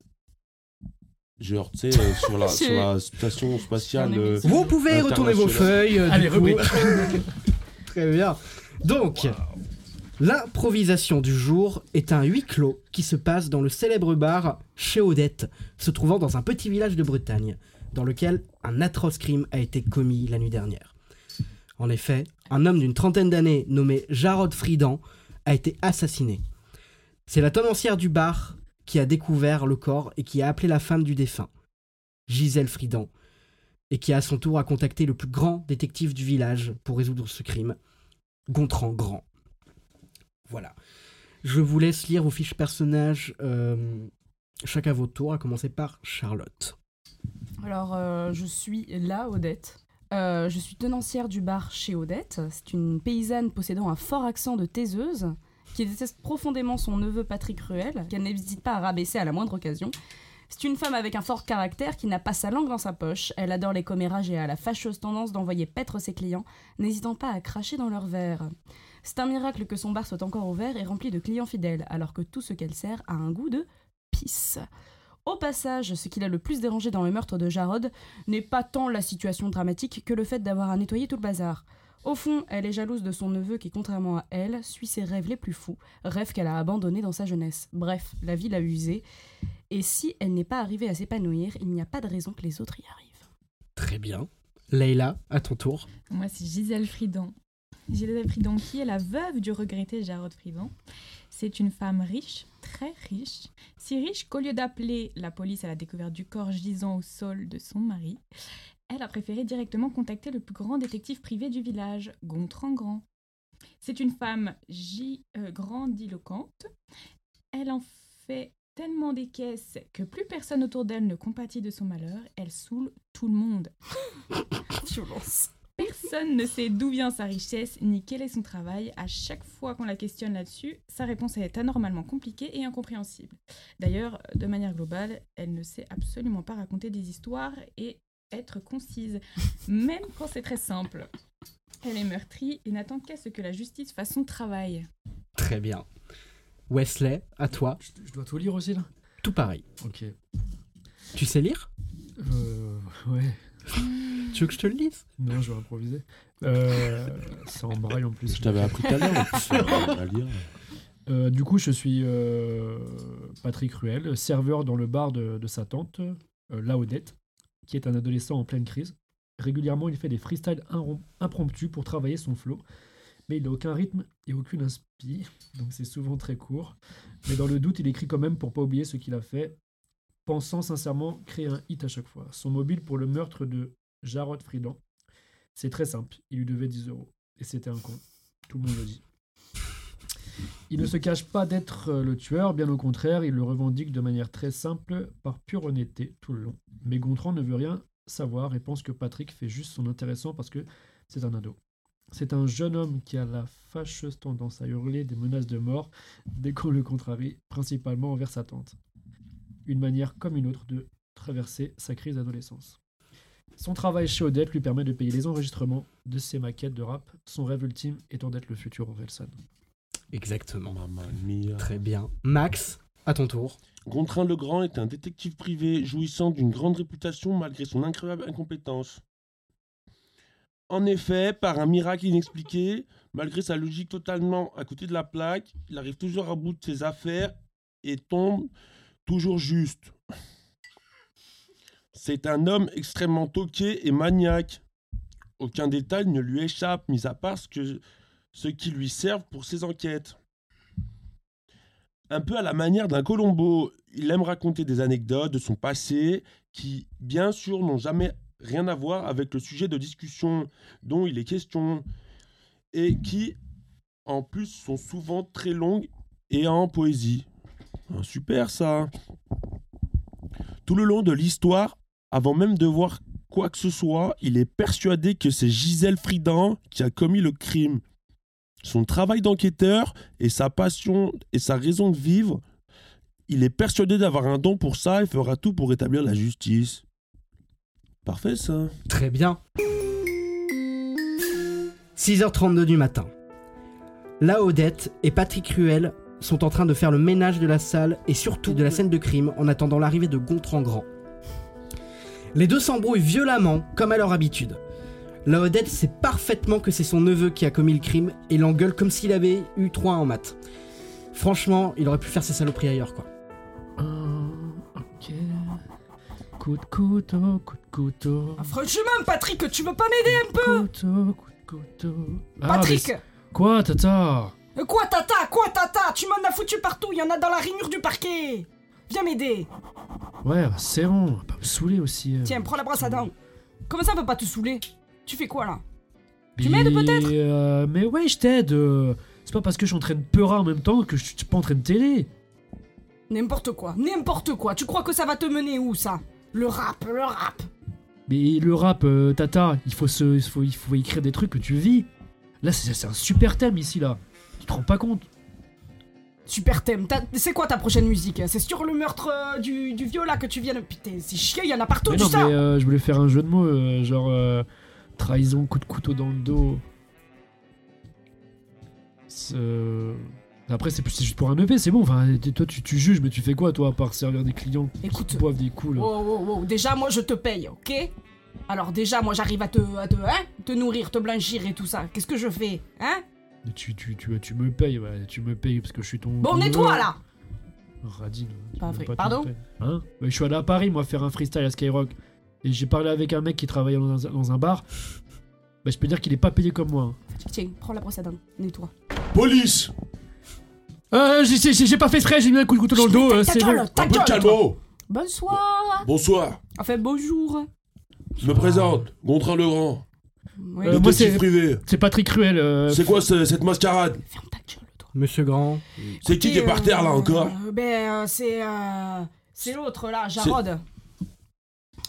I: Genre, tu sais, euh, sur, la, sur la station spatiale.
H: On est
I: euh,
H: mis-
E: Vous pouvez retourner vos feuilles. euh, du
G: Allez,
E: coup.
G: rubrique.
E: Très bien. Donc, l'improvisation du jour est un huis clos qui se passe dans le célèbre bar chez Odette, se trouvant dans un petit village de Bretagne, dans lequel un atroce crime a été commis la nuit dernière. En effet, un homme d'une trentaine d'années nommé Jarod Friedan a été assassiné. C'est la tenancière du bar qui a découvert le corps et qui a appelé la femme du défunt, Gisèle Friedan, et qui à son tour a contacté le plus grand détective du village pour résoudre ce crime, Gontran Grand. Voilà. Je vous laisse lire vos fiches personnages euh, chacun à votre tour, à commencer par Charlotte.
J: Alors, euh, je suis là, Odette. Euh, je suis tenancière du bar chez Odette. C'est une paysanne possédant un fort accent de taiseuse qui déteste profondément son neveu Patrick Ruel, qu'elle n'hésite pas à rabaisser à la moindre occasion. C'est une femme avec un fort caractère qui n'a pas sa langue dans sa poche. Elle adore les commérages et a la fâcheuse tendance d'envoyer paître ses clients, n'hésitant pas à cracher dans leur verre. C'est un miracle que son bar soit encore ouvert et rempli de clients fidèles, alors que tout ce qu'elle sert a un goût de pisse. Au passage, ce qui l'a le plus dérangé dans le meurtre de Jarod n'est pas tant la situation dramatique que le fait d'avoir à nettoyer tout le bazar. Au fond, elle est jalouse de son neveu qui, contrairement à elle, suit ses rêves les plus fous, rêves qu'elle a abandonnés dans sa jeunesse. Bref, la vie l'a usée, et si elle n'est pas arrivée à s'épanouir, il n'y a pas de raison que les autres y arrivent.
E: Très bien. Leïla, à ton tour.
H: Moi, c'est Gisèle Fridan. Gisèle Fridan, qui est la veuve du regretté Jarod Fridan. C'est une femme riche, très riche, si riche qu'au lieu d'appeler la police à la découverte du corps gisant au sol de son mari, elle a préféré directement contacter le plus grand détective privé du village, Gontran Grand. C'est une femme gi- euh, grandiloquente. Elle en fait tellement des caisses que plus personne autour d'elle ne compatit de son malheur. Elle saoule tout le monde.
J: Violence.
H: Personne ne sait d'où vient sa richesse ni quel est son travail. À chaque fois qu'on la questionne là-dessus, sa réponse est anormalement compliquée et incompréhensible. D'ailleurs, de manière globale, elle ne sait absolument pas raconter des histoires et être concise, même quand c'est très simple. Elle est meurtrie et n'attend qu'à ce que la justice fasse son travail.
E: Très bien. Wesley, à toi.
G: Je, je dois tout lire aussi là
E: Tout pareil.
G: Ok.
E: Tu sais lire
G: Euh, ouais.
E: Tu veux que je te le lise
G: Non, je vais improviser. Euh, c'est en braille en plus.
I: Je t'avais appris tout à l'heure en plus, euh, à lire.
G: Euh, du coup, je suis euh, Patrick Ruel, serveur dans le bar de, de sa tante, euh, la Odette, qui est un adolescent en pleine crise. Régulièrement, il fait des freestyles inrom- impromptus pour travailler son flow, mais il n'a aucun rythme et aucune inspi, donc c'est souvent très court. Mais dans le doute, il écrit quand même pour pas oublier ce qu'il a fait, pensant sincèrement créer un hit à chaque fois. Son mobile pour le meurtre de Jarod Friedan, c'est très simple, il lui devait 10 euros, et c'était un con. Tout le monde le dit. Il ne se cache pas d'être euh, le tueur, bien au contraire, il le revendique de manière très simple, par pure honnêteté, tout le long. Mais Gontran ne veut rien savoir et pense que Patrick fait juste son intéressant parce que c'est un ado. C'est un jeune homme qui a la fâcheuse tendance à hurler des menaces de mort dès qu'on le contrarie, principalement envers sa tante. Une manière comme une autre de traverser sa crise d'adolescence. Son travail chez Odette lui permet de payer les enregistrements de ses maquettes de rap, son rêve ultime étant d'être le futur Orelsan.
E: Exactement.
I: Mamma mia.
E: Très bien. Max, à ton tour.
I: Gontran le Grand est un détective privé jouissant d'une grande réputation malgré son incroyable incompétence. En effet, par un miracle inexpliqué, malgré sa logique totalement à côté de la plaque, il arrive toujours à bout de ses affaires et tombe toujours juste. C'est un homme extrêmement toqué et maniaque. Aucun détail ne lui échappe, mis à part ce, que, ce qui lui servent pour ses enquêtes. Un peu à la manière d'un Colombo, il aime raconter des anecdotes de son passé qui, bien sûr, n'ont jamais rien à voir avec le sujet de discussion dont il est question et qui, en plus, sont souvent très longues et en poésie. Ah, super ça Tout le long de l'histoire, avant même de voir quoi que ce soit, il est persuadé que c'est Gisèle Fridin qui a commis le crime. Son travail d'enquêteur et sa passion et sa raison de vivre, il est persuadé d'avoir un don pour ça et fera tout pour rétablir la justice. Parfait ça.
E: Très bien. 6h32 du matin. Là, Odette et Patrick Ruel sont en train de faire le ménage de la salle et surtout de la scène de crime en attendant l'arrivée de Gontran Grand. Les deux s'embrouillent violemment, comme à leur habitude. La Odette sait parfaitement que c'est son neveu qui a commis le crime et l'engueule comme s'il avait eu 3 en maths. Franchement, il aurait pu faire ses saloperies ailleurs, quoi.
G: Ah, Oh, ok. Coup de couteau, coup de couteau.
J: Ah, Franchement, Patrick, tu veux pas m'aider un peu
G: Couteau, coup de couteau. Ah,
J: Patrick
G: mais c'est- Quoi, tata
J: Euh, Quoi, tata Quoi, tata Tu m'en as foutu partout, il y en a dans la rainure du parquet Viens m'aider
G: Ouais, bah, c'est rond, on va pas me saouler aussi. euh.
J: Tiens, prends la brosse à dents. Comment ça, on peut pas te saouler Tu fais quoi, là
G: Puis,
J: tu m'aides, peut-être
G: euh, Mais ouais, je t'aide. euh. C'est pas parce que je suis en train de peurer en même temps que je suis pas en train de télé.
J: N'importe quoi, n'importe quoi Tu crois que ça va te mener où, ça Le rap, le rap
G: Mais le rap, euh, tata, il faut, se, il, faut, il faut écrire des trucs que tu vis. Là, c'est c'est un super thème ici, là. Tu te rends pas compte
J: Super thème. T'as- C'est quoi ta prochaine musique C'est sur le meurtre euh, du, du vieux là que tu viens de. Putain, c'est chiant, il y en a partout,
G: Mais
J: tu
G: non,
J: sais
G: mais euh, je voulais faire un jeu de mots, euh, genre euh, trahison, coup de couteau dans le dos. C'est, euh, Après, c'est plus- c'est juste pour un EP, c'est bon. Enfin, t- toi, tu, tu juges, mais tu fais quoi, toi, à part servir des clients
J: Écoute.
G: qui boivent des coups là
J: Oh, oh, oh, déjà, moi je te paye, ok Alors, déjà, moi j'arrive à te. à te. hein Te nourrir, te blanchir et tout ça. Qu'est-ce que je fais Hein
G: Mais tu, tu, tu, tu me payes, ouais, tu me payes parce que je suis ton.
J: Bon,
G: ton
J: nettoie
G: voleur.
J: là
G: Radine. tu
J: Pas
G: m'as
J: vrai.
G: ton
J: Pardon
G: peine. Hein Mais Je suis allé à Paris, moi, faire un freestyle à Skyrock. Et j'ai parlé avec un mec qui travaillait dans un, dans un bar. Bah, je peux dire qu'il est pas payé comme moi. hein.
J: Tiens, prends la brosse à dents, nettoie.
I: Police
G: Euh, j'ai- j'ai j'ai pas fait exprès, j'ai mis un coup de couteau dans le dos. euh,
J: Ta
G: c'est
J: gueule,
G: vrai.
J: ta
I: Un peu de
J: gueule, toi.
I: calmo
J: Bonsoir
I: Bonsoir,
J: Enfin,
G: Euh,
J: bonjour
I: je me présente, Gontran Laurent,
J: Ouais,
G: Euh, moi,
I: détective
G: c'est-
I: privé.
G: C'est pas très cruel. euh,
I: C'est quoi ce- cette mascarade
J: ferme ta gueule, toi.
E: Monsieur Grand.
I: C'est qui qui est par terre là encore
J: Euh, Ben, euh, c'est. euh, c'est l'autre là, Jarod.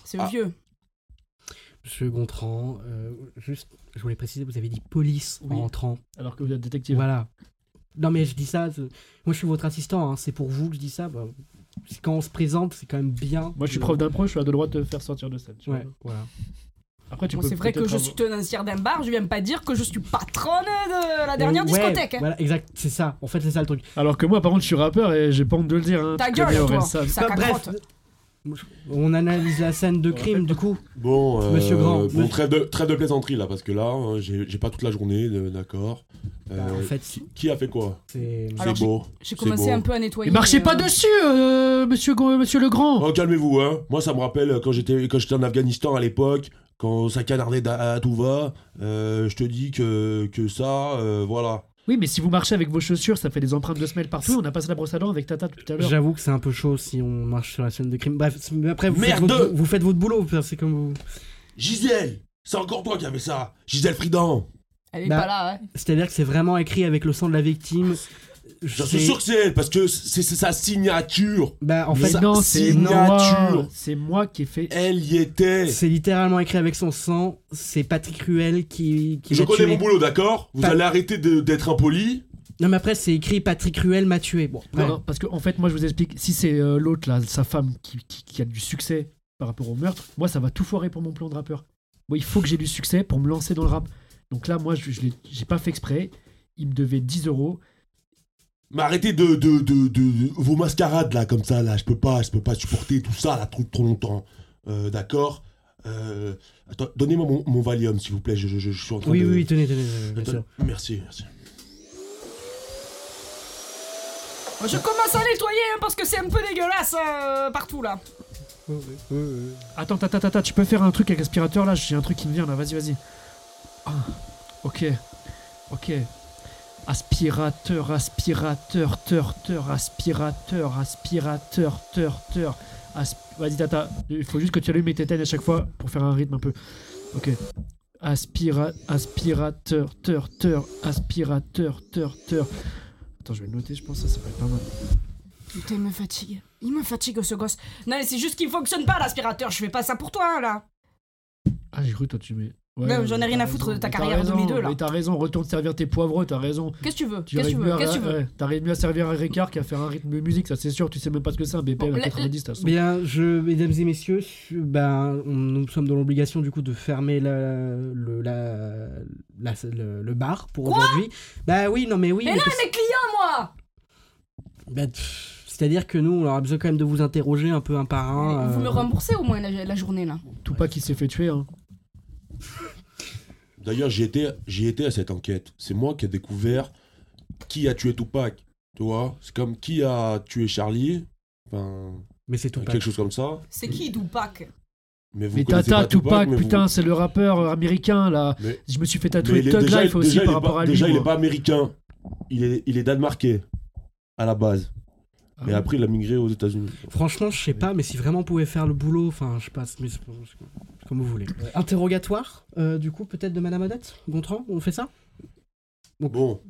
J: C'est le
I: Ah.
J: vieux.
E: Monsieur Gontran, euh, juste, je voulais préciser, vous avez dit police
G: Oui.
E: en entrant.
G: Alors que vous êtes détective.
E: Voilà. Non mais je dis ça, je- moi je suis votre assistant, hein, c'est pour vous que je dis ça. bah, c'est quand on se présente, c'est quand même bien.
G: Moi, je suis
E: de-
G: prof d'impro, je suis à deux droits de te faire sortir de scène. tu vois.
E: Ouais, voilà.
G: Après, tu
J: Moi,
G: peux.
J: c'est vrai que
G: peut-être
J: je
G: avoir-
J: suis tenancière d'un bar, je viens pas dire que je suis patronne de la dernière
E: Oh, Ouais,
J: discothèque. hein.
E: Voilà, exact, c'est ça. En fait, c'est ça le truc.
G: Alors que moi, par contre, je suis rappeur et j'ai pas honte de le dire. hein.
J: Ta
G: Tu
J: gueule,
G: connais Aurel
J: toi,
G: Sam.
J: sac
E: Bah,
J: à
E: bref,
J: crotte.
E: on analyse la scène de crime du coup.
I: Bon, euh,
E: Monsieur Grand,
I: bon,
E: monsieur-
I: Trêve, de, trêve de plaisanterie là, parce que là, hein, j'ai j'ai pas toute la journée, de- d'accord. Euh,
E: Bah, en fait,
I: Qui a fait quoi
E: c'est.
J: Alors,
I: C'est beau.
J: J'ai
I: C'est
J: commencé
I: beau.
J: un peu à nettoyer.
G: Mais marchez
J: euh,
G: pas dessus, euh, monsieur, Go- monsieur Legrand.
I: Oh, calmez-vous, hein. Moi, ça me rappelle euh, quand j'étais quand j'étais en Afghanistan à l'époque, quand ça canardait d'a- à tout va. euh, je te dis que, que ça, euh, voilà.
G: Oui, mais si vous marchez avec vos chaussures, ça fait des empreintes de semelles partout. On a passé la brosse à dents avec Tata tout à l'heure.
E: J'avoue que c'est un peu chaud si on marche sur la scène de crime. Bref, c'est- mais après, vous, faites
I: Merde
E: votre, vous faites votre boulot, c'est comme vous.
I: Gisèle C'est encore toi qui avait ça Gisèle Fridan
J: Elle est
E: Bah,
J: pas là, hein.
E: C'est-à-dire que c'est vraiment écrit avec le sang de la victime.
I: J'en
E: C'est-
I: suis sûr que c'est elle, parce que c'est c'est sa signature.
E: Bah, en
G: Mais
E: fait,
G: non, c'est
I: c'est
G: moi.
I: nature. Eh,
G: C'est moi qui ai fait.
I: Elle y était.
E: c'est littéralement écrit avec son sang. C'est Patrick Ruel qui, qui
I: Je
E: l'a
I: connais
E: tué.
I: mon boulot, d'accord Vous
E: Pas-
I: allez arrêter de- d'être impoli.
E: Non, mais après, c'est écrit Patrick Ruel m'a tué. Bon,
G: Non,
E: ouais.
G: non, parce que en fait, moi, je vous explique. Si c'est euh, l'autre là, sa femme qui, qui- qui a du succès par rapport au meurtre, moi, ça va tout foirer pour mon plan de rappeur. Moi, il faut que j'ai du succès pour me lancer dans le rap. Donc là, moi, je, je l'ai- j'ai pas fait exprès. Il me devait 10 euros.
I: Mais arrêtez de, de, de, de- de- vos mascarades là comme ça là, je peux pas, je peux pas supporter tout ça là trop, trop longtemps. Euh, D'accord. Euh, attends, donnez-moi mon, mon Valium s'il vous plaît, je, je- je- je suis en train
E: Oui,
I: de.
E: oui, oui, tenez, tenez. tenez, bien
I: Attends,
E: sûr.
I: merci, merci.
J: Moi, Je commence à nettoyer hein, parce que c'est un peu dégueulasse euh, partout là.
G: Attends, tata, tata, tu peux faire un truc avec l'aspirateur là J'ai un truc qui me vient là, vas-y, vas-y. Ah, ok, ok. Aspirateur, aspirateur, teur, teur, aspirateur, aspirateur, teur, teur. Asp- Vas-y, tata, il faut juste que tu allumes et t'éteignes à chaque fois pour faire un rythme un peu. Ok. Aspira... Aspirateur, teur, teur, aspirateur, teur, teur. Attends, je vais le noter, je pense, ça, ça va être pas mal.
J: Putain, il me fatigue. Il me fatigue ce gosse. Non, mais c'est juste qu'il fonctionne pas l'aspirateur. Je fais pas ça pour toi hein, là.
G: Ah, j'ai cru, toi, tu mets. Ouais,
J: Non,
G: ouais,
J: j'en ai
G: mais
J: rien
G: t'as
J: à foutre de
G: raison.
J: ta
G: Mais t'as
J: carrière en
G: raison,
J: 2002, là.
G: Mais t'as raison, retourne servir tes poivreaux, t'as raison.
J: Qu'est-ce que tu veux
G: Tu
J: Qu'est-ce que
G: arrives
J: tu veux
G: mieux à-
J: Qu'est-ce que tu veux
G: ouais, T'arrives mieux à servir un Ricard qu'à faire un rythme de musique, ça c'est sûr, tu sais même pas ce que c'est un BPM
J: Bon,
G: à
J: la-
G: 90, t'as son.
E: Bien, je, mesdames et messieurs, su- ben, on- nous sommes dans l'obligation du coup de fermer la, le, la, la- le, le bar pour aujourd'hui. Bah oui, non mais oui.
J: Mais
E: mais
J: non,
E: parce-
J: mes clients, moi
E: bah, pff, C'est-à-dire que nous, on aura besoin quand même de vous interroger un peu un par un.
F: Vous
E: euh,
F: me remboursez au moins la, la journée là.
G: Tupac qui s'est fait tuer, hein.
I: D'ailleurs, j'y étais, j'y étais à cette enquête. C'est moi qui ai découvert qui a tué Tupac. Tu vois, c'est comme qui a tué Charlie. Enfin,
E: Mais c'est tout. pas.
I: quelque chose comme ça.
J: C'est qui Tupac
I: Mais vous
G: Mais
I: connaissez
G: Tata,
I: pas Tupac,
G: Tupac,
I: mais vous-
G: putain, c'est le rappeur euh, américain là.
I: Mais-
G: Je me suis fait
I: mais
G: tatouer
I: il est-
G: Thug
I: déjà,
G: Life aussi
I: déjà, il
G: par
I: est
G: rapport
I: pas-
G: à lui. hein.
I: déjà, il
G: moi.
I: est pas américain. Il est, il est danemarkais à la base.
G: Ah
I: mais
G: ouais.
I: après, il a migré aux États-Unis.
E: Franchement, je sais pas, mais si vraiment on pouvait faire le boulot, enfin, je sais pas, mais c'est- c'est comme vous voulez. Euh, interrogatoire, euh, du coup, peut-être de Madame Odette Gontran, on fait ça
I: Bon,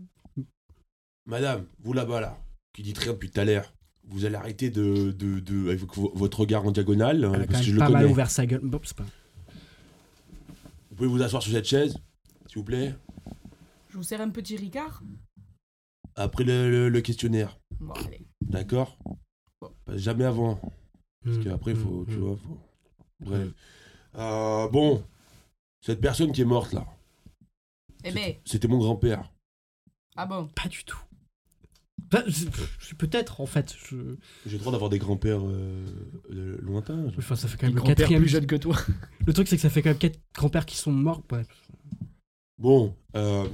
I: madame, vous là-bas, là, qui dites rien depuis tout à l'heure, vous allez arrêter de, de, de- avec vo- votre regard en diagonale, hein,
E: Elle a quand
I: parce que je
E: même
I: le
E: pas mal
I: connais.
E: ouvert sa gueule. Bon, c'est pas...
I: Vous pouvez vous asseoir sur cette chaise, s'il vous plaît,
J: Je vous sers un petit Ricard
I: après le, le- le questionnaire,
J: Bon, allez.
I: d'accord Pas- Jamais avant, parce qu'après,
E: Mm,
I: faut,
E: mm,
I: tu
E: mm.
I: vois, faut... Bref. Euh, bon, cette personne qui est morte, là,
J: Eh ben,
I: c'était mon grand-père.
J: ah bon
E: Pas du tout. Enfin, je- pff, je- Peut-être, en fait. Je...
I: J'ai le droit d'avoir des grands-pères euh, euh, lointains. genre.
E: Enfin, ça fait quand
G: Tes
E: même le
G: grands-pères
E: quatrième.
G: plus jeune que toi.
E: Le truc, c'est que ça fait quand même quatre grands-pères qui sont morts. Ouais.
I: Bon, euh,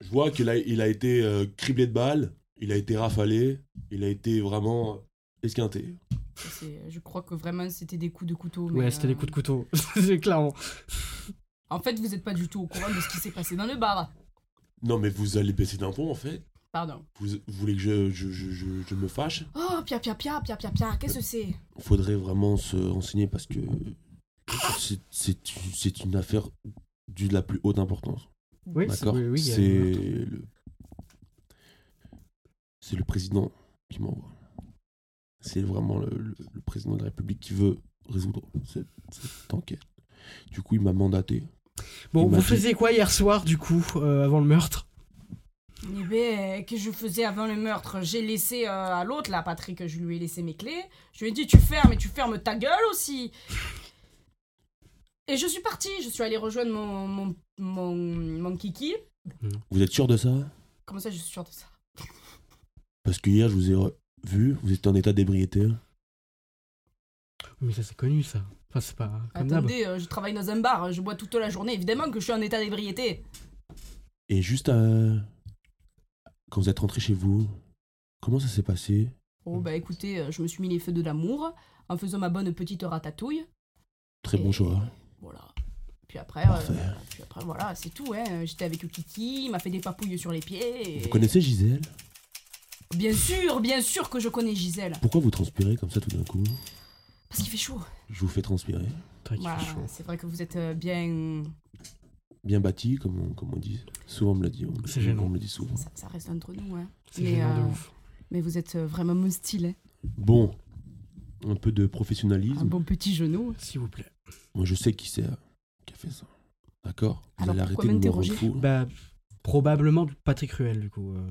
I: je vois qu'il a, il a été euh, criblé de balles, il a été rafalé, il a été vraiment esquinté.
J: Ça, c'est- Je crois que vraiment c'était des coups de couteau. mais,
E: Ouais, c'était des
J: euh,
E: coups de couteau. c'est clairement.
J: En fait, vous n'êtes pas du tout au courant de ce qui s'est passé dans le bar.
I: Non, mais vous allez baisser d'un pont en fait.
J: Pardon.
I: Vous, vous voulez que je, je, je, je- je me fâche
J: Oh, Pia Pia Pia Pia Pia Pia, qu'est-ce que c'est
I: Faudrait vraiment se renseigner parce que c'est- c'est c'est une affaire du- de la plus haute importance.
E: Oui, c'est-
I: D'accord
E: oui, oui, il y a-
I: C'est le... c'est le président qui m'envoie. C'est vraiment le, le- le président de la République qui veut résoudre cette, cette enquête. Du coup, il m'a mandaté.
E: Bon,
I: Il m'a
E: vous
I: dit-
E: faisiez quoi hier soir, du coup, euh, avant le meurtre
J: Eh ben, euh, que je faisais avant le meurtre J'ai laissé euh, à l'autre, là, Patrick, je lui ai laissé mes clés. Je lui ai dit, tu fermes et tu fermes ta gueule aussi. Et je suis partie, je suis allée rejoindre mon, mon, mon, mon kiki.
I: Vous êtes sûr de ça
J: Comment ça, je suis sûre de ça
I: Parce que hier, je vous ai re- vu, vous étiez en état d'ébriété.
E: Mais ça, c'est connu, ça. Enfin, c'est pas comme d'hab.
J: Attendez, euh, je travaille dans un bar, je bois toute la journée. Évidemment que je suis en état d'ébriété.
I: Et juste euh, quand vous êtes rentré chez vous, comment ça s'est passé
E: Mm.
J: Oh bah écoutez, euh, je me suis mis les feux de l'amour en faisant ma bonne petite ratatouille.
I: Très bon
J: Et-
I: choix.
J: Voilà. Puis après, euh,
I: Parfait.
J: puis après voilà, c'est tout. Hein. J'étais avec Kiki, il m'a fait des papouilles sur les pieds. et-
I: Vous connaissez Gisèle
J: Bien sûr, bien sûr que je connais Gisèle.
I: Pourquoi vous transpirez comme ça tout d'un coup
J: Parce qu'il fait chaud.
I: Je vous fais transpirer.
E: Putain, qu'il fait
J: Voilà,
E: chaud.
J: c'est vrai que vous êtes euh, bien...
I: bien bâti, comme on, comme on dit. Souvent, on me l'a dit. on-
E: C'est gênant.
I: On me le dit souvent.
J: Ça, ça reste entre nous, hein.
E: C'est
J: Mais,
E: gênant de
J: euh,
E: ouf.
J: Mais vous êtes euh, vraiment mon style, hein.
I: Bon, un peu de professionnalisme.
G: Ah
J: Un bon petit genou.
E: S'il vous plaît.
I: Moi, je sais qui c'est euh, qui a fait ça. D'accord Vous
J: Alors,
I: allez
J: pourquoi
I: arrêter de me rendre
J: m'interroger
I: fou. hein.
E: Bah, probablement Patrick Ruel, du coup. euh.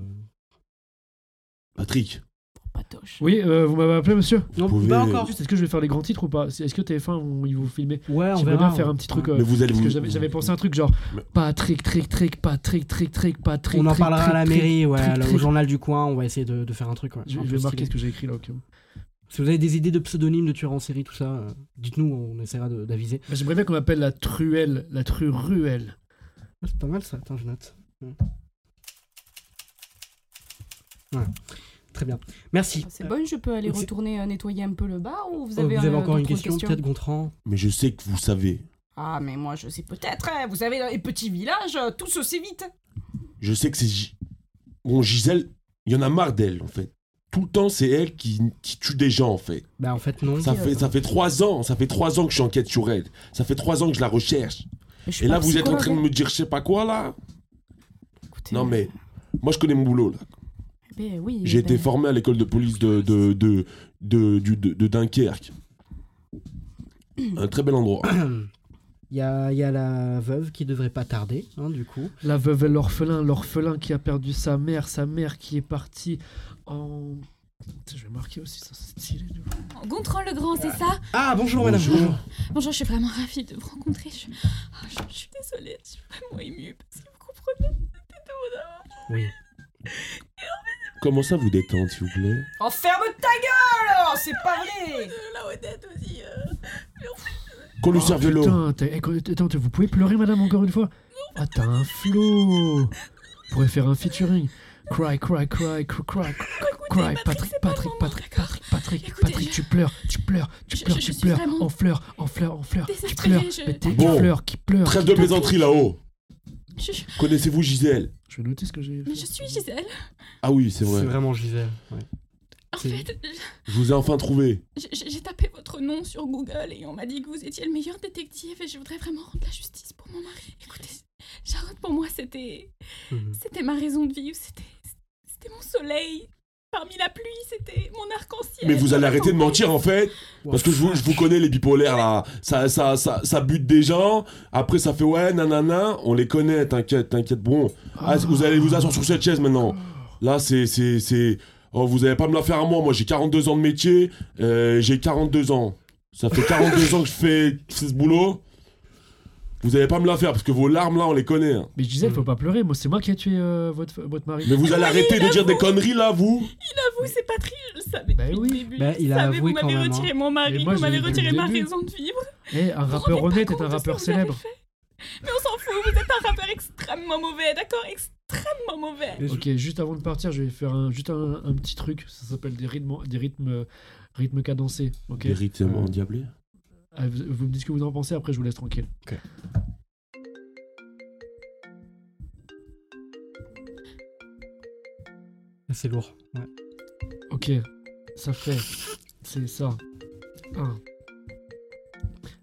I: Patrick,
J: Oh, Patoche.
G: Oui, euh, vous m'avez appelé, monsieur
E: Non,
I: pouvez-
E: pas encore.
G: Juste, est-ce que je vais faire les grands titres ou pas C'est- Est-ce que TF1, vont- ils vont filmer
E: Ouais, on
G: J'aimerais
E: verra. hein.
G: bien faire un petit truc. euh,
I: mais vous allez
G: Parce
I: vous.
G: que j'avais j'avais pensé à un truc genre
I: Mais-
G: Patrick, trick, trick, Patrick, trick, trick, Patrick.
E: On en
G: trick,
E: parlera à la
G: trick, trick.
E: mairie, ouais,
G: trick,
E: là, au
G: trick.
E: journal du coin, on va essayer de, de faire un truc. Ouais,
G: Je,
E: un
G: je
E: peu
G: vais
E: stylé.
G: marquer ce que j'ai écrit là. ok.
E: Si vous avez des idées de pseudonymes de tueurs en série, tout ça, euh, dites-nous, on essaiera de- d'aviser.
G: Bah, J'aimerais bien qu'on m'appelle la truelle, la truelle.
E: Ah, c'est pas mal ça, attends, je note. Ouais. Voilà. Très bien. Merci.
F: Ah, C'est
E: Euh,
F: bon, je peux aller
E: c'est-
F: retourner euh, nettoyer un peu le bar ou vous
E: euh,
F: avez,
E: vous avez
F: euh,
E: encore une
F: d'autres
E: question,
F: questions
E: peut-être Gontran
I: Mais je sais que vous savez.
J: Ah, mais moi, je sais peut-être, hein. Vous savez, dans les petits villages, euh, tout se sait vite.
I: Je sais que c'est. Gi- Bon, Gisèle, il y en a marre d'elle, en fait. Tout le temps, c'est elle qui, qui tue des gens, en fait.
E: Bah en fait non.
I: Ça
F: euh.
I: fait, ça fait trois ans, ça fait trois ans que je suis enquête sur elle. Ça fait trois ans que je la recherche.
F: Je suis
I: Et
F: pas
I: là, vous êtes
F: psychologue,
I: en
F: hein.
I: train de me dire, je sais pas quoi, là
F: écoutez.
I: Non, mais moi, je connais mon boulot, là.
F: Ben oui,
I: J'ai
F: ben,
I: été formé à l'école de police de, de, de, de, du- de- de Dunkerque. Un très bel endroit.
E: Il y a, il y a la veuve qui devrait pas tarder, hein, du coup.
G: La veuve et l'orphelin, l'orphelin qui a perdu sa mère, sa mère qui est partie en. Putain, je vais marquer aussi, ça c'est stylé. de ouf.
H: Gontran le Grand, c'est ça
E: Ah, bonjour, madame.
I: Bonjour.
E: Bonjour.
H: Bonjour, je suis vraiment ravie de vous rencontrer. Je, Ah, je- je suis désolée, je suis vraiment émue parce que vous comprenez.
E: Oui.
I: Comment ça vous détendre, s'il vous plaît
J: Oh, ferme ta gueule alors, c'est pas vrai
H: euh, La Odette aussi. euh,
I: Qu'on lui
G: Oh,
I: serve l'eau.
G: Putain, t'as- eh, quoi, attends, vous pouvez pleurer, madame, encore une fois Ah, t'as un flow pourrait faire un featuring. Cry, cry, cry, cry, cry, cry, Patrick,
H: c'est pas
G: Patrick,
H: vraiment-
G: Patrick, Patrick, Patrick,
H: Écoutez,
G: Patrick,
H: je-
G: tu pleures, tu pleures, tu
H: Je-
G: pleures,
H: je- je
G: tu
H: suis
G: pleures,
H: vraiment
G: en fleurs, en fleurs, en fleurs, tu
H: désastrée,
G: pleures,
H: je-
G: mais t'es qui
I: Bon.
G: pleure, qui pleure.
I: Trêve
G: qui
I: de
G: pleure.
I: plaisanterie là-haut.
H: je- je-
I: Connaissez-vous Gisèle
G: Je vais noter ce que j'ai.
H: mais je suis Gisèle.
I: Ah oui, c'est vrai.
E: vraiment Gisèle.
H: En
G: C'est-
H: fait,
I: Je vous ai enfin trouvé.
H: j- j- j'ai tapé votre nom sur Google et on m'a dit que vous étiez le meilleur détective et je voudrais vraiment rendre la justice pour mon mari. Écoutez, Jarod, pour moi, c'était
E: Mhm.
H: c'était ma raison de vivre, c'était c'était mon soleil. Parmi la pluie, c'était mon arc-en-ciel.
I: Mais vous allez arrêter de mentir en fait. Parce que je vous, je vous connais les bipolaires là. Ça, ça, ça, ça bute des gens. Après ça fait ouais, nanana. On les connaît, t'inquiète, t'inquiète. Bon, Ah, vous allez vous asseoir sur cette chaise maintenant. Là, c'est. c'est, c'est... Oh, vous allez pas me la faire à moi. Moi, j'ai 42 ans de métier. Euh, j'ai 42 ans. Ça fait 42 ans que je fais, que je fais ce boulot. Vous allez pas me la faire parce que vos larmes là, on les connaît. hein.
G: Mais Gisèle, faut pas pleurer, moi c'est moi qui ai tué euh, votre, votre mari.
I: Mais vous allez arrêter de dire des conneries là, vous
H: Vous, c'est pas triste, je le savais
G: Bah
H: depuis
G: oui.
H: le début.
E: Bah,
H: je
E: il a
H: savais,
E: avoué
H: vous
E: quand
H: m'avez
E: même,
H: retiré mon
G: hein. Mais
H: mari,
G: moi,
H: vous
G: je l'ai
H: m'avez
G: vu au
H: retiré ma
G: début.
H: raison de vivre.
G: Eh, un
H: Vous
G: rappeur
H: rendez pas
G: honnête est
H: compte
G: un
H: de ce
G: rappeur
H: que vous avez
G: célèbre.
H: fait Mais on s'en fout, vous êtes un rappeur extrêmement mauvais, d'accord Extrêmement mauvais.
G: Ok, juste avant de partir, je vais faire un, juste un, un petit truc. Ça s'appelle des rythmes, des rythmes, rythmes cadencés. Ok.
I: Véritablement endiablé.
G: Ah, vous, vous me dites ce que vous en pensez. Après, je vous laisse tranquille.
E: Ah, C'est lourd. Ouais.
G: Ok. Ça fait. C'est ça. 1.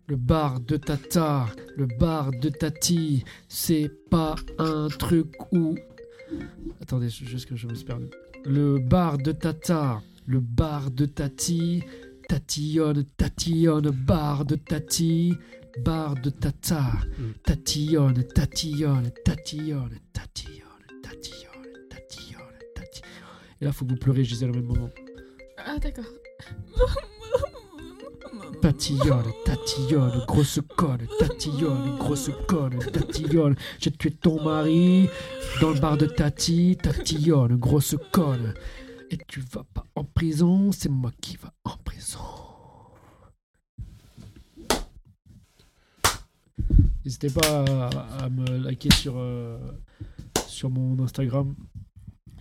G: Le bar de Tata, le bar de Tati, c'est pas un truc où. Attendez, je- juste que je me suis perdu. Le bar de Tata, le bar de Tati, tatillonne, tatillonne, bar de Tati, bar de Tata, tatillonne, tatillonne, tatillonne, tatillonne, tatillonne, tatillonne, tatillonne. Et là, faut que vous pleurez, Gisèle, au même moment.
H: Ah, d'accord.
G: Euh, Tatillonne, tatillonne, grosse conne, tatillonne, grosse conne, tatillonne. J'ai tué ton mari dans le bar de Tati, tatillonne, grosse conne. Et tu vas pas en prison, c'est moi qui va en prison. N'hésitez pas à, à me liker sur, euh, sur mon Instagram.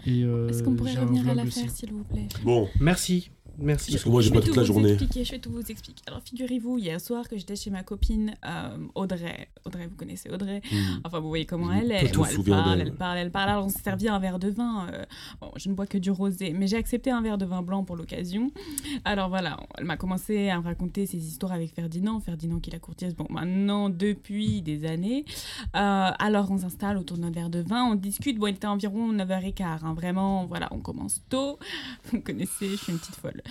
G: Et, euh,
H: Est-ce qu'on pourrait
G: j'ai un
H: revenir à
G: vlog
H: l'affaire,
G: aussi.
H: s'il vous plaît
I: Bon,
E: Merci. Merci.
I: parce que moi, Oh, j'ai
H: Je
I: pas
H: vais
I: toute
H: tout
I: la
H: vous
I: journée.
H: Expliquer, je vais tout vous expliquer. Alors, figurez-vous, hier soir que j'étais chez ma copine euh, Audrey. Audrey, vous connaissez Audrey.
I: Hmm.
H: Enfin, vous voyez comment
I: Je me
H: elle
I: peux
H: est.
I: tout
H: Bon,
I: me
H: elle,
I: souvenir
H: parle,
I: d'elle.
H: elle parle, elle parle. Alors, on s'est servi un verre de vin. euh, bon, je ne bois que du rosé, mais j'ai accepté un verre de vin blanc pour l'occasion. Alors voilà, elle m'a commencé à me raconter ses histoires avec Ferdinand. Ferdinand qui la courtise, bon, maintenant, depuis des années. Euh, alors, on s'installe autour d'un verre de vin, on discute. Bon, il était environ 9h15. hein, vraiment, voilà, on commence tôt. Vous connaissez, je suis une petite folle.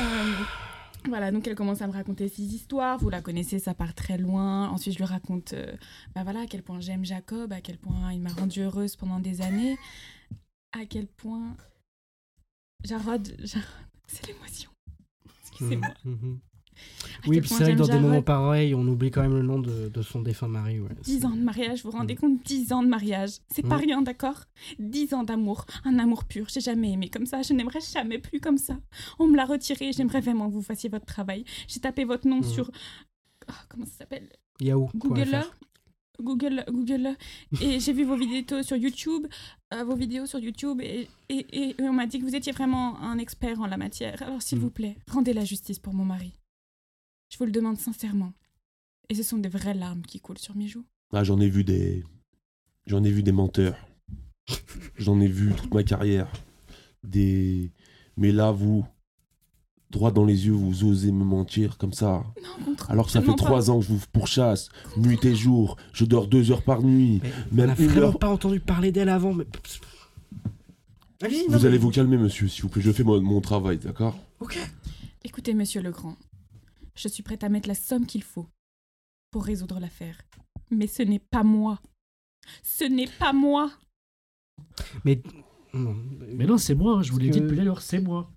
H: Euh, voilà, donc elle commence à me raconter ses histoires. Vous la connaissez, ça part très loin. Ensuite, je lui raconte euh, bah voilà, à quel point j'aime Jacob, à quel point il m'a rendue heureuse pendant des années, à quel point. Jarod, Jarod, c'est l'émotion. Excusez-moi.
E: Mhm.
H: À
E: Oui,
H: quel
E: puis
H: point
E: c'est vrai que
H: j'aime
E: dans des
H: Jarod.
E: moments pareils, on oublie quand même le nom de, de son défunt mari. Ouais.
H: 10 ans de mariage, vous vous rendez
E: Mm.
H: compte 10 ans de mariage. C'est pas
E: Mm.
H: rien, d'accord 10 ans d'amour, un amour pur. J'ai jamais aimé comme ça, je n'aimerais jamais plus comme ça. On me l'a retiré, j'aimerais vraiment que vous fassiez votre travail. J'ai tapé votre nom
E: Mm.
H: sur. Ah, comment ça s'appelle
E: Yahoo.
H: Google Google, Google, et j'ai vu vos vidéos sur YouTube, euh, vos vidéos sur YouTube, et, et- et on m'a dit que vous étiez vraiment un expert en la matière. Alors s'il
E: Mm.
H: vous plaît, rendez la justice pour mon mari. Je vous le demande sincèrement. Et ce sont des vraies larmes qui coulent sur mes joues.
I: Ah, j'en ai vu des. J'en ai vu des menteurs. J'en ai vu toute ma carrière. Des. Mais là, vous, droit dans les yeux, vous osez me mentir comme ça.
H: Non, contre.
I: Alors que ça
H: je
I: fait
H: mens pas.
I: trois ans que je vous pourchasse, nuit et jour. Je dors deux heures par nuit,
E: On n'a
I: même une
E: vraiment
I: heure.
E: pas entendu parler d'elle avant. Mais... Allez, non,
I: Vous
E: mais-
I: allez vous calmer, monsieur, s'il vous plaît. Je fais mon, mon travail, d'accord
E: Ok.
H: Écoutez, monsieur Legrand, je suis prête à mettre la somme qu'il faut pour résoudre l'affaire. Mais ce n'est pas moi. Ce n'est pas moi.
G: Mais non, c'est moi, hein, je vous l'ai
E: Parce
G: dit
E: que-
G: depuis l'heure, c'est moi.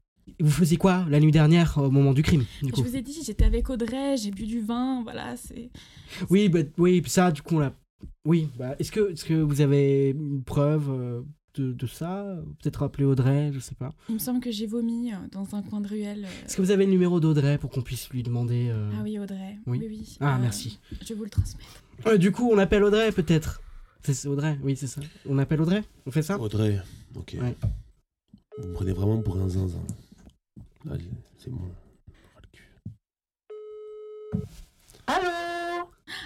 E: Vous faisiez quoi la nuit dernière au moment du crime du
H: Je
E: coup
H: vous ai dit, j'étais avec Audrey, j'ai bu du vin, voilà, c'est...
E: Oui, bah, oui, puis ça, du coup, là. Oui, bah, est-ce que, est-ce que vous avez une preuve euh, de, de ça Peut-être appeler Audrey, je sais pas.
H: Il me semble que j'ai vomi euh, dans un coin de ruelle. euh.
E: Est-ce que vous avez le numéro d'Audrey pour qu'on puisse lui demander euh,
H: Ah oui, Audrey.
E: Oui.
H: Oui, oui.
E: Ah,
H: Euh,
E: merci.
H: Je vais vous le transmettre.
E: Euh, du coup, on appelle Audrey, peut-être C'est c'est Audrey, oui, c'est ça. On appelle Audrey On fait ça
I: Audrey, ok.
E: Ouais.
I: Vous me prenez vraiment pour un zinzin. Allez, c'est bon.
K: Allô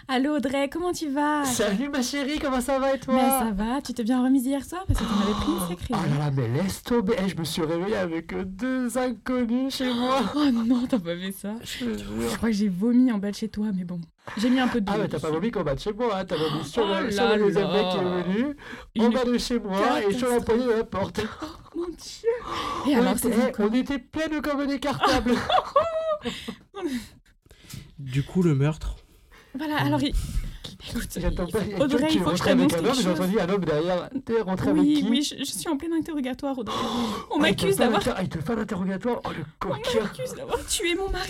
H: Allô, Audrey, comment tu vas
K: Salut ma chérie, comment ça va et toi
H: Ah, Mais ça va, tu t'es bien remise hier soir parce que t'en avais pris une sacrée.
K: Ah là là, mais laisse tomber. Eh, je me suis réveillée avec deux inconnus chez moi.
H: Oh non, t'as pas fait ça.
K: ah, Je te
H: Je
K: jure.
H: crois que j'ai vomi en bas de chez toi, mais bon. J'ai mis un peu de
K: Ah,
H: douleur
K: mais t'as pas
H: dessus.
K: vomi qu'on bat de chez moi, hein. t'as vomi sur,
H: Oh
K: le,
H: là
K: sur le deuxième
H: là.
K: mec qui est venu,
H: Une-
K: en bas de chez moi et sur la
H: Catastrophe.
K: poignée de la porte.
H: Mon dieu Et
K: on,
H: alors,
K: était,
H: c'est
K: eh, on était pleines comme des cartables.
E: Du coup, le meurtre.
H: Voilà, alors... il- Écoute,
K: J'attends pas.
H: il faut- Audrey,
K: Tu es
H: il faut que je
K: rentrée avec
H: t'annonce
K: un homme,
H: quelque
K: j'ai
H: chose.
K: entendu un homme derrière. T'es rentré avec
H: Oui,
K: qui
H: oui, je, je suis en plein interrogatoire, Audrey. On
K: Ah, il te
H: m'accuse
K: fait
H: d'avoir...
K: l'inter- ah, il te fait l'interrogatoire. Oh, le
H: On
K: coquin.
H: m'accuse d'avoir tué mon mari.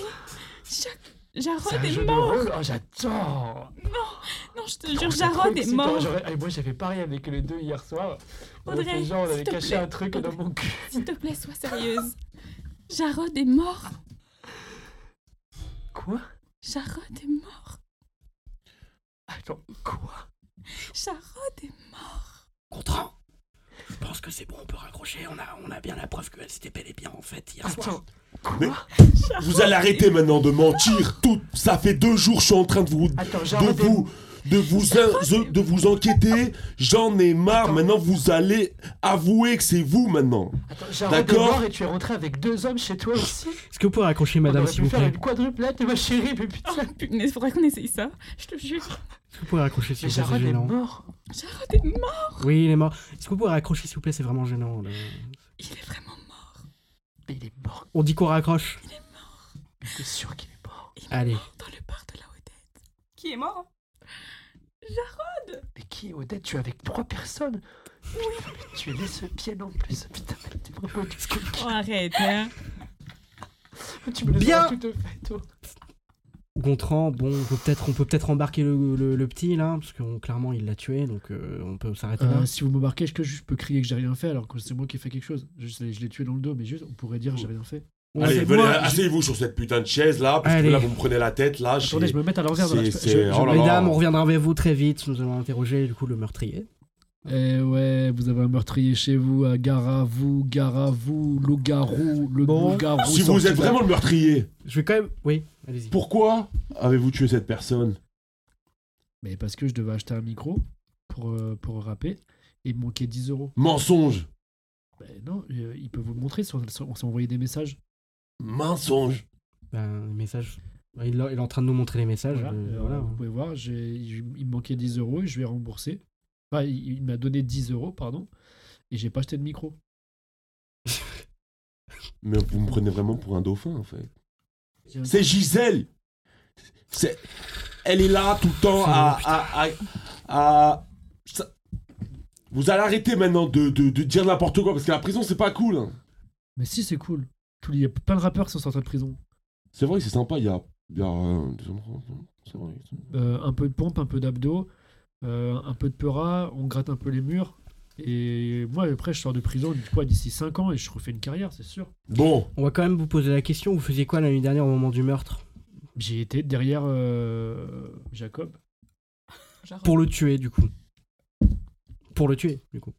H: Ja-
K: C'est
H: Jarod
K: un
H: est
K: jeu de
H: mort.
K: rôle. Oh, j'adore.
H: Non, je te
K: Oh,
H: jure,
K: c'est trop
H: Jarod est
K: excitant.
H: mort.
K: J'aurais- Ah, moi j'avais parié avec les deux hier soir. On
H: Audrey,
K: était genre on
H: s'il
K: avait
H: te
K: caché
H: plaît.
K: un truc dans mon cul.
H: S'il te plaît, sois sérieuse. Jarod est mort.
K: Quoi
H: Jarod est mort.
K: Attends, quoi
H: Jarod est mort.
E: Contrat Je pense que c'est bon, on peut raccrocher. On a, on a bien la preuve que c'était bel et bien en fait
K: Ah,
E: hier soir.
K: Attends,
I: Vous allez arrêter maintenant de mentir. Tout, ça fait deux jours que je suis en train de vous,
K: attends,
I: de
K: Jarod est-
I: vous, de vous, euh, de vous enquêter. J'en ai marre. Maintenant, vous allez avouer que c'est vous maintenant.
K: attends, Jarod est
I: D'accord.
K: mort et tu es rentré avec deux hommes chez toi aussi.
E: Est-ce que vous pouvez raccrocher,
K: on
E: madame,
K: aurait
E: s'il
K: pu
E: vous
K: faire
E: plaît
K: une quadruplette, ma chérie, mais putain.
H: Oh, punaise, faudrait qu'on essaye ça. Je te jure.
E: Est-ce que vous pouvez raccrocher, s'il
K: Mais
E: vous plaît C'est
K: Jarod est
E: gênant.
K: mort.
H: Jarod est mort.
E: Oui, il est mort. Est-ce que vous pouvez raccrocher, s'il vous plaît C'est vraiment gênant. là.
H: Il est vraiment mort.
K: Mais il est mort.
E: On dit qu'on raccroche.
K: J'étais sûr qu'il est mort.
H: Il est
E: Allez.
H: mort dans le bar de la Haute-Aide.
J: Qui est mort
K: Mais qui est Odette Tu es avec trois personnes. Putain, mais tu es lesbienne en plus. Putain, mais t'es vraiment du
H: Oh, arrête, hein.
K: Tu me
E: Bien.
K: laisses tout te fait, toi.
E: Gontran, bon, on peut peut-être on peut peut embarquer le, le- le petit là, parce que on- clairement il l'a tué, donc euh, on peut s'arrêter là.
G: Euh, si vous m'embarquez, est-ce que je peux crier que j'ai rien fait alors que c'est moi qui ai fait quelque chose Je, sais- je l'ai tué dans le dos, mais juste, on pourrait dire j'ai rien fait.
E: On
I: allez,
E: sait-
I: venez,
E: moi,
I: asseyez-vous sur cette putain de chaise là, parce
E: Allez.
I: que là, vous me prenez la tête là. j'ai-
G: Attendez, je me mets à l'envers. dans la-
I: c'est-
G: je- je-
I: c'est-
G: je-
I: oh là là.
E: Mesdames, on reviendra avec vous très vite. Nous allons interroger du coup le meurtrier.
G: Eh ouais, vous avez un meurtrier chez vous, à Garavou, Garavou, le garou, le
E: Bon.
G: loup-garou
I: Si
G: sorti
I: vous êtes
G: de-
I: vraiment le meurtrier,
E: Je vais quand même. Oui, allez-y.
I: pourquoi avez-vous tué cette personne
G: Mais parce que je devais acheter un micro pour, euh, pour rapper et il me manquait 10 euros.
I: Mensonge.
G: Ben non, euh, il peut vous le montrer, sur- sur- on s'est envoyé des messages.
I: Mensonge.
E: Ben, les messages. Ouais, Il, est- il est en train de nous montrer les messages.
G: Voilà,
E: euh,
G: euh,
E: voilà.
I: hein.
G: Vous pouvez voir, j'ai- j'ai- il me manquait 10 euros et je lui ai remboursé. Enfin, il, il m'a donné 10 euros, pardon, et j'ai pas acheté de micro.
I: Mais vous me prenez vraiment pour un dauphin en fait. C'est Gisèle. C'est... Elle est là tout le temps à... à- à- à- Ça- Vous allez arrêter maintenant de, de- de dire n'importe quoi parce que la prison c'est pas cool. hein.
G: Mais si, c'est cool. Tous les- Il y a plein de rappeurs qui sont sortis de prison.
I: C'est vrai que c'est sympa, il y a... il y a, euh, des endroits, c'est vrai.
G: Euh, un peu de pompe, un peu d'abdos, euh, un peu de peura, on gratte un peu les murs. Et moi, après, je sors de prison du coup, d'ici 5 ans et je refais une carrière, c'est sûr.
I: Bon,
E: On va quand même vous poser la question. Vous faisiez quoi la nuit dernière au moment du meurtre
G: J'ai été derrière euh, Jacob.
H: Jarod.
E: pour le tuer du coup Pour le tuer du coup.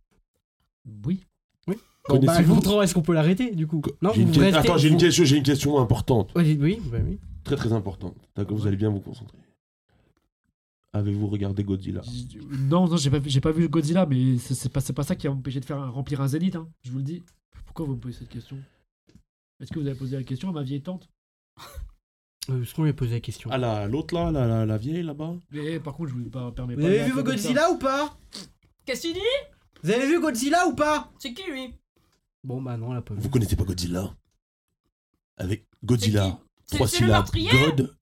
G: Oui.
E: Bon, bah,
I: Connaissez-vous-
E: Gontran, est-ce qu'on peut l'arrêter du coup Non,
I: j'ai une
E: vous
I: que-
E: restez-
I: attends, j'ai une
E: vous-
I: question, j'ai une question importante,
E: Oui, oui, bah oui.
I: très très importante. D'accord, vous allez bien vous concentrer. Avez-vous regardé Godzilla
G: J- Non, non, j'ai pas, j'ai pas vu Godzilla, mais c'est- c'est pas, c'est pas ça qui a empêché de faire un- remplir un zénith, hein, je vous le dis. Pourquoi vous me posez cette question Est-ce que vous avez posé la question à ma vieille tante
E: Euh, Est-ce qu'on lui a posé la question
I: Ah là, l'autre là, la, la, la vieille là-bas
G: Mais par contre, je vous pas permets
E: Vous
G: pas de
E: avez
G: la
E: vu
G: faire
E: vos
G: comme ça.
E: Godzilla ou pas
J: Qu'est-ce que tu dis
E: Vous avez vu Godzilla ou pas
J: C'est qui lui
E: Bon bah non, on l'a pas vu.
I: Vous connaissez pas Godzilla Avec
J: C'est qui
I: Godzilla,
J: C'est-
I: trois
J: c'est le
I: syllabes.
J: meurtrier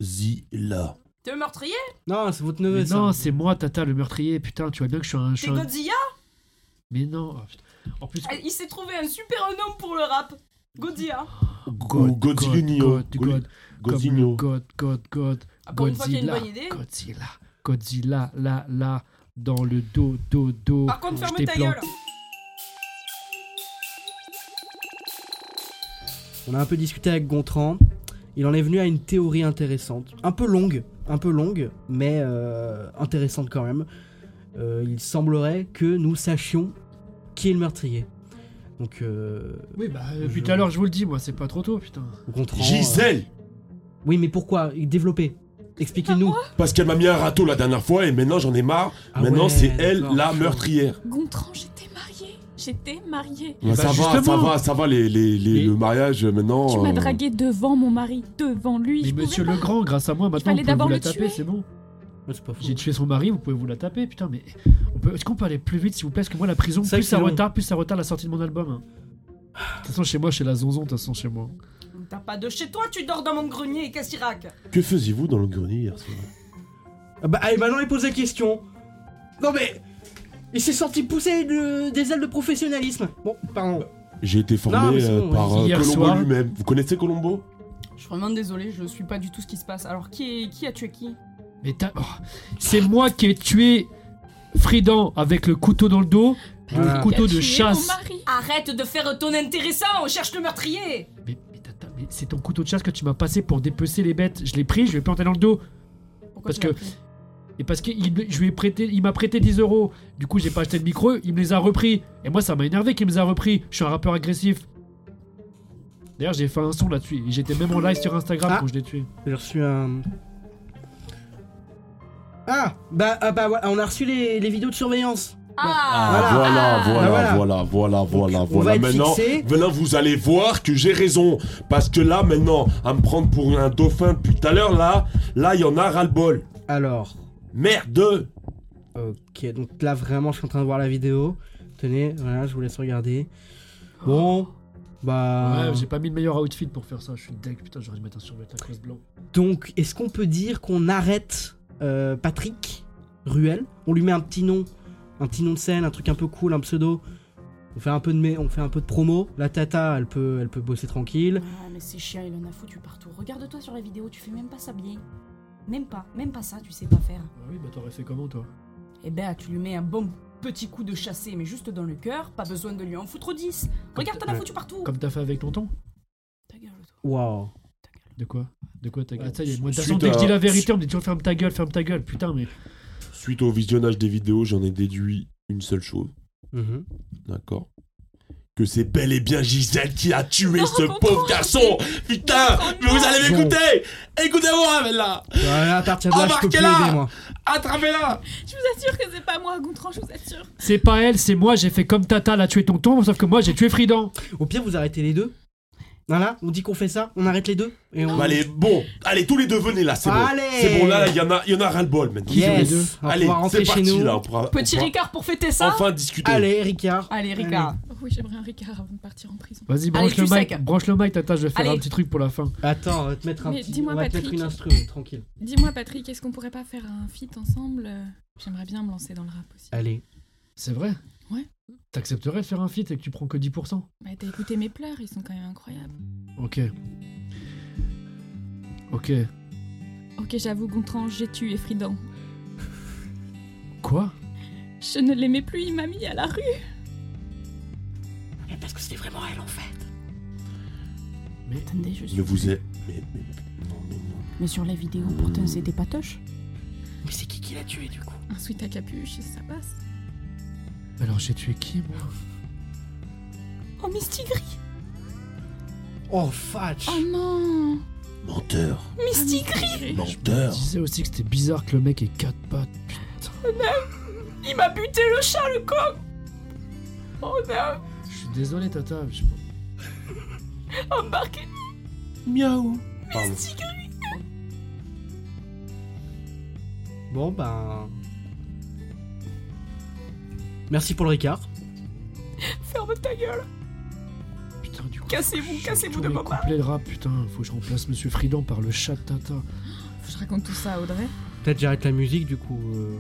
I: Godzilla.
J: T'es le meurtrier
E: Non, c'est votre
G: Mais
E: neveu, ça.
G: non, c'est moi, Tata, le meurtrier. Putain, tu vois bien que je suis un. je suis
J: T'es
G: un-
J: Godzilla
G: Mais non. oh, putain. en plus,
J: Il s'est trouvé un super nom pour le rap. Godzilla.
I: Go- Godzilla.
G: God, God, God, comme le
I: Godzilla.
G: God, God, God,
J: Encore Ah, une fois qu'il y a une
G: Godzilla,
J: bonne idée.
G: Godzilla, Godzilla, là, là, dans le dos, dos, dos.
J: Par contre,
G: je
J: ferme
G: t'ai
J: ta
G: planté.
J: gueule.
E: On a un peu discuté avec Gontran. Il en est venu à une théorie intéressante. Un peu longue, un peu longue, mais euh, intéressante quand même. Euh, il semblerait que nous sachions qui est le meurtrier. Donc, euh,
G: Oui, bah,
E: Je-
G: depuis tout à l'heure, je vous le dis, moi, c'est pas trop tôt, putain.
E: Gontran. euh,
I: Gisèle
E: Oui, mais pourquoi Développez. Expliquez-nous.
I: Parce qu'elle m'a mis un râteau la dernière fois et maintenant j'en ai marre.
E: Ah
I: maintenant
E: ouais,
I: c'est elle
E: d'accord.
I: la meurtrière.
H: Gontran, j'étais mariée. J'étais mariée.
I: Bah, ça,
G: bah,
I: va, ça
G: justement.
I: va, ça va, les, les- les-
G: Mais-
I: le mariage euh, maintenant.
H: Tu m'as
I: euh,
H: draguée devant mon mari, devant lui.
G: Oh. Mais
H: Je pouvais
G: monsieur
H: pas.
G: Legrand, grâce à moi, maintenant,
H: fallait
G: vous pouvez
H: d'abord
G: vous la
H: le
G: taper,
H: tuer.
G: c'est bon.
E: Ouais, c'est pas faux.
G: J'ai tué son mari, vous pouvez vous la taper, putain, mais. on peut- Est-ce qu'on peut aller plus vite, s'il vous plaît Parce que moi, la prison,
E: C'est vrai
G: plus
E: que
G: ça
E: c'est long.
G: retarde, plus ça retarde la sortie de mon album. hein. De toute façon, chez moi, chez la zonzon, de toute façon, chez moi.
J: T'as pas de chez toi, tu dors dans mon grenier, Cassirac.
I: Que faisiez-vous dans le grenier hier soir
E: Ah Bah, allez, maintenant il pose la question. Non, mais. Il s'est sorti pousser de- des ailes de professionnalisme. Bon, pardon.
I: J'ai été
E: Non, mais
I: formé
E: c'est
I: euh,
E: bon,
I: par euh,
G: hier
I: Colombo
G: soir.
I: lui-même. Vous connaissez Colombo
J: Je suis vraiment désolée, je suis pas du tout ce qui se passe. Alors, qui, est- qui a tué qui
G: Mais t'as- oh, c'est moi qui ai tué Fridan avec le couteau dans le dos, le
E: Voilà.
H: Il a
G: couteau de
H: tué Mon
G: chasse.
H: mari.
J: Arrête de faire ton intéressant, on cherche le meurtrier.
G: Mais, mais t'as- t'as- mais c'est ton couteau de chasse que tu m'as passé pour dépecer les bêtes. Je l'ai pris, je l'ai planté dans le dos.
J: Pourquoi
G: Parce
J: tu l'as
G: que-
J: pris
G: Et parce qu'il me- je lui ai prêté, il m'a prêté 10 euros. Du coup, j'ai pas acheté de micro, il me les a repris. Et moi, ça m'a énervé qu'il me les a repris. Je suis un rappeur agressif. D'ailleurs, j'ai fait un son là-dessus. Et J'étais même en live sur Instagram
E: Ah.
G: quand je l'ai tué.
E: J'ai reçu un. Ah bah, ah, bah voilà, on a reçu les, les vidéos de surveillance.
J: Ah,
E: Ah,
I: voilà, voilà, voilà, voilà, voilà,
E: on
I: voilà.
E: va être
I: Maintenant,
E: fixé.
I: maintenant, vous allez voir que j'ai raison. Parce que là, maintenant, à me prendre pour un dauphin depuis tout à l'heure, là, là, il y en a ras-le-bol.
E: Alors,
I: Merde
E: ok, donc là vraiment je suis en train de voir la vidéo. Tenez, voilà, je vous laisse regarder. Bon, bah.
G: Ouais, j'ai pas mis le meilleur outfit pour faire ça. Je suis deg, putain, j'aurais dû mettre un survêt à classe blanc.
E: donc, est-ce qu'on peut dire qu'on arrête euh, Patrick Ruel On lui met un petit nom, un petit nom de scène, un truc un peu cool, un pseudo. On fait un peu de, mé- on fait un peu de promo. La tata, elle peut, elle peut bosser tranquille.
J: Ah, mais c'est chiant, il en a foutu partout. Regarde-toi sur la vidéo, tu fais même pas ça bien. Même pas, même pas ça, tu sais pas faire.
G: Ah oui, bah t'aurais fait comment toi
J: Eh ben, tu lui mets un bon petit coup de chassé, mais juste dans le cœur, pas besoin de lui en foutre 10. Regarde, t'en as
E: Ouais.
J: foutu partout.
G: Comme t'as fait avec tonton
J: Ta gueule, toi.
E: Waouh.
G: De quoi De quoi ta gueule Ah,
I: Ouais,
G: Ça y est, moi, de toute
I: suite
G: façon, dès que je
I: à-
G: dis la vérité, on me dit toujours ferme ta gueule, ferme ta gueule, putain, mais.
I: Suite au visionnage des vidéos, j'en ai déduit une seule chose.
E: Mhm.
I: D'accord. Que c'est bel et bien Gisèle qui a tué
H: Non,
I: ce
H: Gontran,
I: pauvre garçon Putain
H: Gontran,
I: Mais vous allez
E: Oh non.
I: m'écouter Écoutez-moi, maintenant
E: Voilà, à partir de
G: Ah,
E: là, je peux plus
I: Embarquez-la
E: aider moi.
I: Attrapez-la
H: Je vous assure que c'est pas moi, Gontran, je vous assure.
G: C'est pas elle, c'est moi, j'ai fait comme Tata, elle a tué tonton, sauf que moi, j'ai tué Fridan.
E: Au pire, vous arrêtez les deux. Voilà, on dit qu'on fait ça, on arrête les deux. Et on...
I: Bah, Allez, bon Allez, tous les deux, venez là, c'est bon
E: Allez
I: C'est bon, là, il y en a, il y en a ras-le-bol maintenant.
G: Qui sont les deux
E: Yes On va
I: Allez,
E: pouvoir rentrer
I: c'est
E: chez
I: parti
E: nous.
I: là, on pourra, on
J: Petit
I: pourra
J: Ricard pour fêter ça.
I: enfin discuter.
E: Allez, Ricard.
J: Allez, Ricard.
H: Oh oui, j'aimerais un Ricard avant de partir en prison.
G: Vas-y,
J: Allez,
G: branche le
J: tu
G: mic,
J: sec.
G: branche le mic, Tata, je vais faire
J: Allez.
G: un petit truc pour la fin.
E: Attends, on va te mettre un
H: Mais
E: petit.
H: dis-moi,
E: On va te mettre
H: Patrick.
E: une instru, tranquille.
H: Dis-moi, Patrick, est-ce qu'on pourrait pas faire un feat ensemble Euh, J'aimerais bien me lancer dans le rap aussi.
E: Allez.
G: C'est vrai
H: Ouais.
G: T'accepterais de faire un feat et que tu prends que 10%
H: Bah, t'as écouté mes pleurs, ils sont quand même incroyables.
G: Ok. Ok.
H: Ok, j'avoue, Gontran, j'ai tué Fridan.
G: Quoi
H: Je ne l'aimais plus, il m'a mis à la rue.
A: Mais parce que c'était vraiment elle en fait.
J: Attendez, je
I: Ne
J: suis.
I: vous êtes. Mais, mais- non, mais non.
J: Mais sur la vidéo, pourtant, c'est des patoches.
A: Mais c'est qui qui l'a tué du coup
H: Un sweat à capuche, ça passe.
G: Alors j'ai tué qui moi
J: Oh, Misty Gris
E: Oh, Fatch
H: Oh non
I: Menteur,
J: Misty Gris
H: Gris
G: Je
I: menteur.
G: disais aussi que c'était bizarre que le mec ait 4 pattes.
J: Il m'a
F: Ah,
J: buté le chat, le con Oh non
G: Je suis désolé Tata, mais je sais pas.
J: Embarqué
I: Miaou. Pardon.
E: Bon, ben. Merci pour le Ricard.
J: Ferme ta gueule
G: Putain du coup.
J: Cassez-vous,
G: faut que je
J: cassez-vous
G: change tous
J: de
G: mes
J: papa.
G: couplets de rap, putain, faut que je remplace Monsieur Fridan par le chat de Tata.
H: je raconte tout ça à Audrey.
E: Peut-être j'arrête la musique du coup. euh.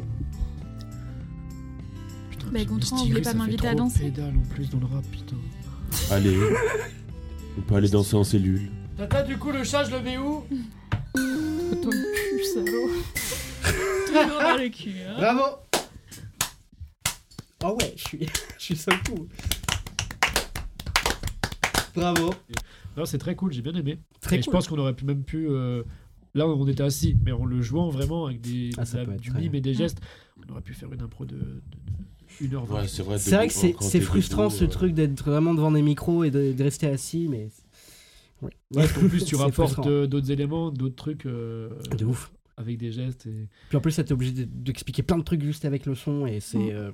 H: Bah, Gontran, vous voulez
G: Styrus,
H: pas
G: ça fait
H: m'inviter à
G: trop
H: danser
G: pédale en plus dans le rap, putain.
I: Allez, on peut aller danser en cellule.
L: Tata, du coup, le chat, je le mets où
H: Ton cul, salaud. Toujours dans le cul. hein.
E: Bravo Oh ouais, je suis, je suis seul coup. Bravo.
G: Non, c'est très cool, j'ai bien aimé.
E: Très
G: Et
E: cool.
G: je pense qu'on aurait pu même pu. euh, Là, on était assis, mais en le jouant vraiment avec des,
E: Ah, ça
G: de la-
E: peut être
G: du
E: très
G: mime
E: bien.
G: et des gestes, on aurait pu faire une impro de, de, 1h20.
I: Ouais, c'est vrai.
E: C'est vrai que
I: debout,
E: c'est
I: quand
E: c'est
I: t'es
E: frustrant
I: debout,
E: ce
I: euh,
E: truc d'être vraiment devant des micros et de, de rester assis, mais. Ouais.
G: Ouais, en plus, tu
E: C'est
G: rapportes
E: frustrant.
G: euh, d'autres éléments, d'autres trucs. euh,
E: De ouf.
G: Avec des gestes. Et...
E: Puis en plus, ça t'es obligé de- d'expliquer plein de trucs juste avec le son et c'est. euh, euh,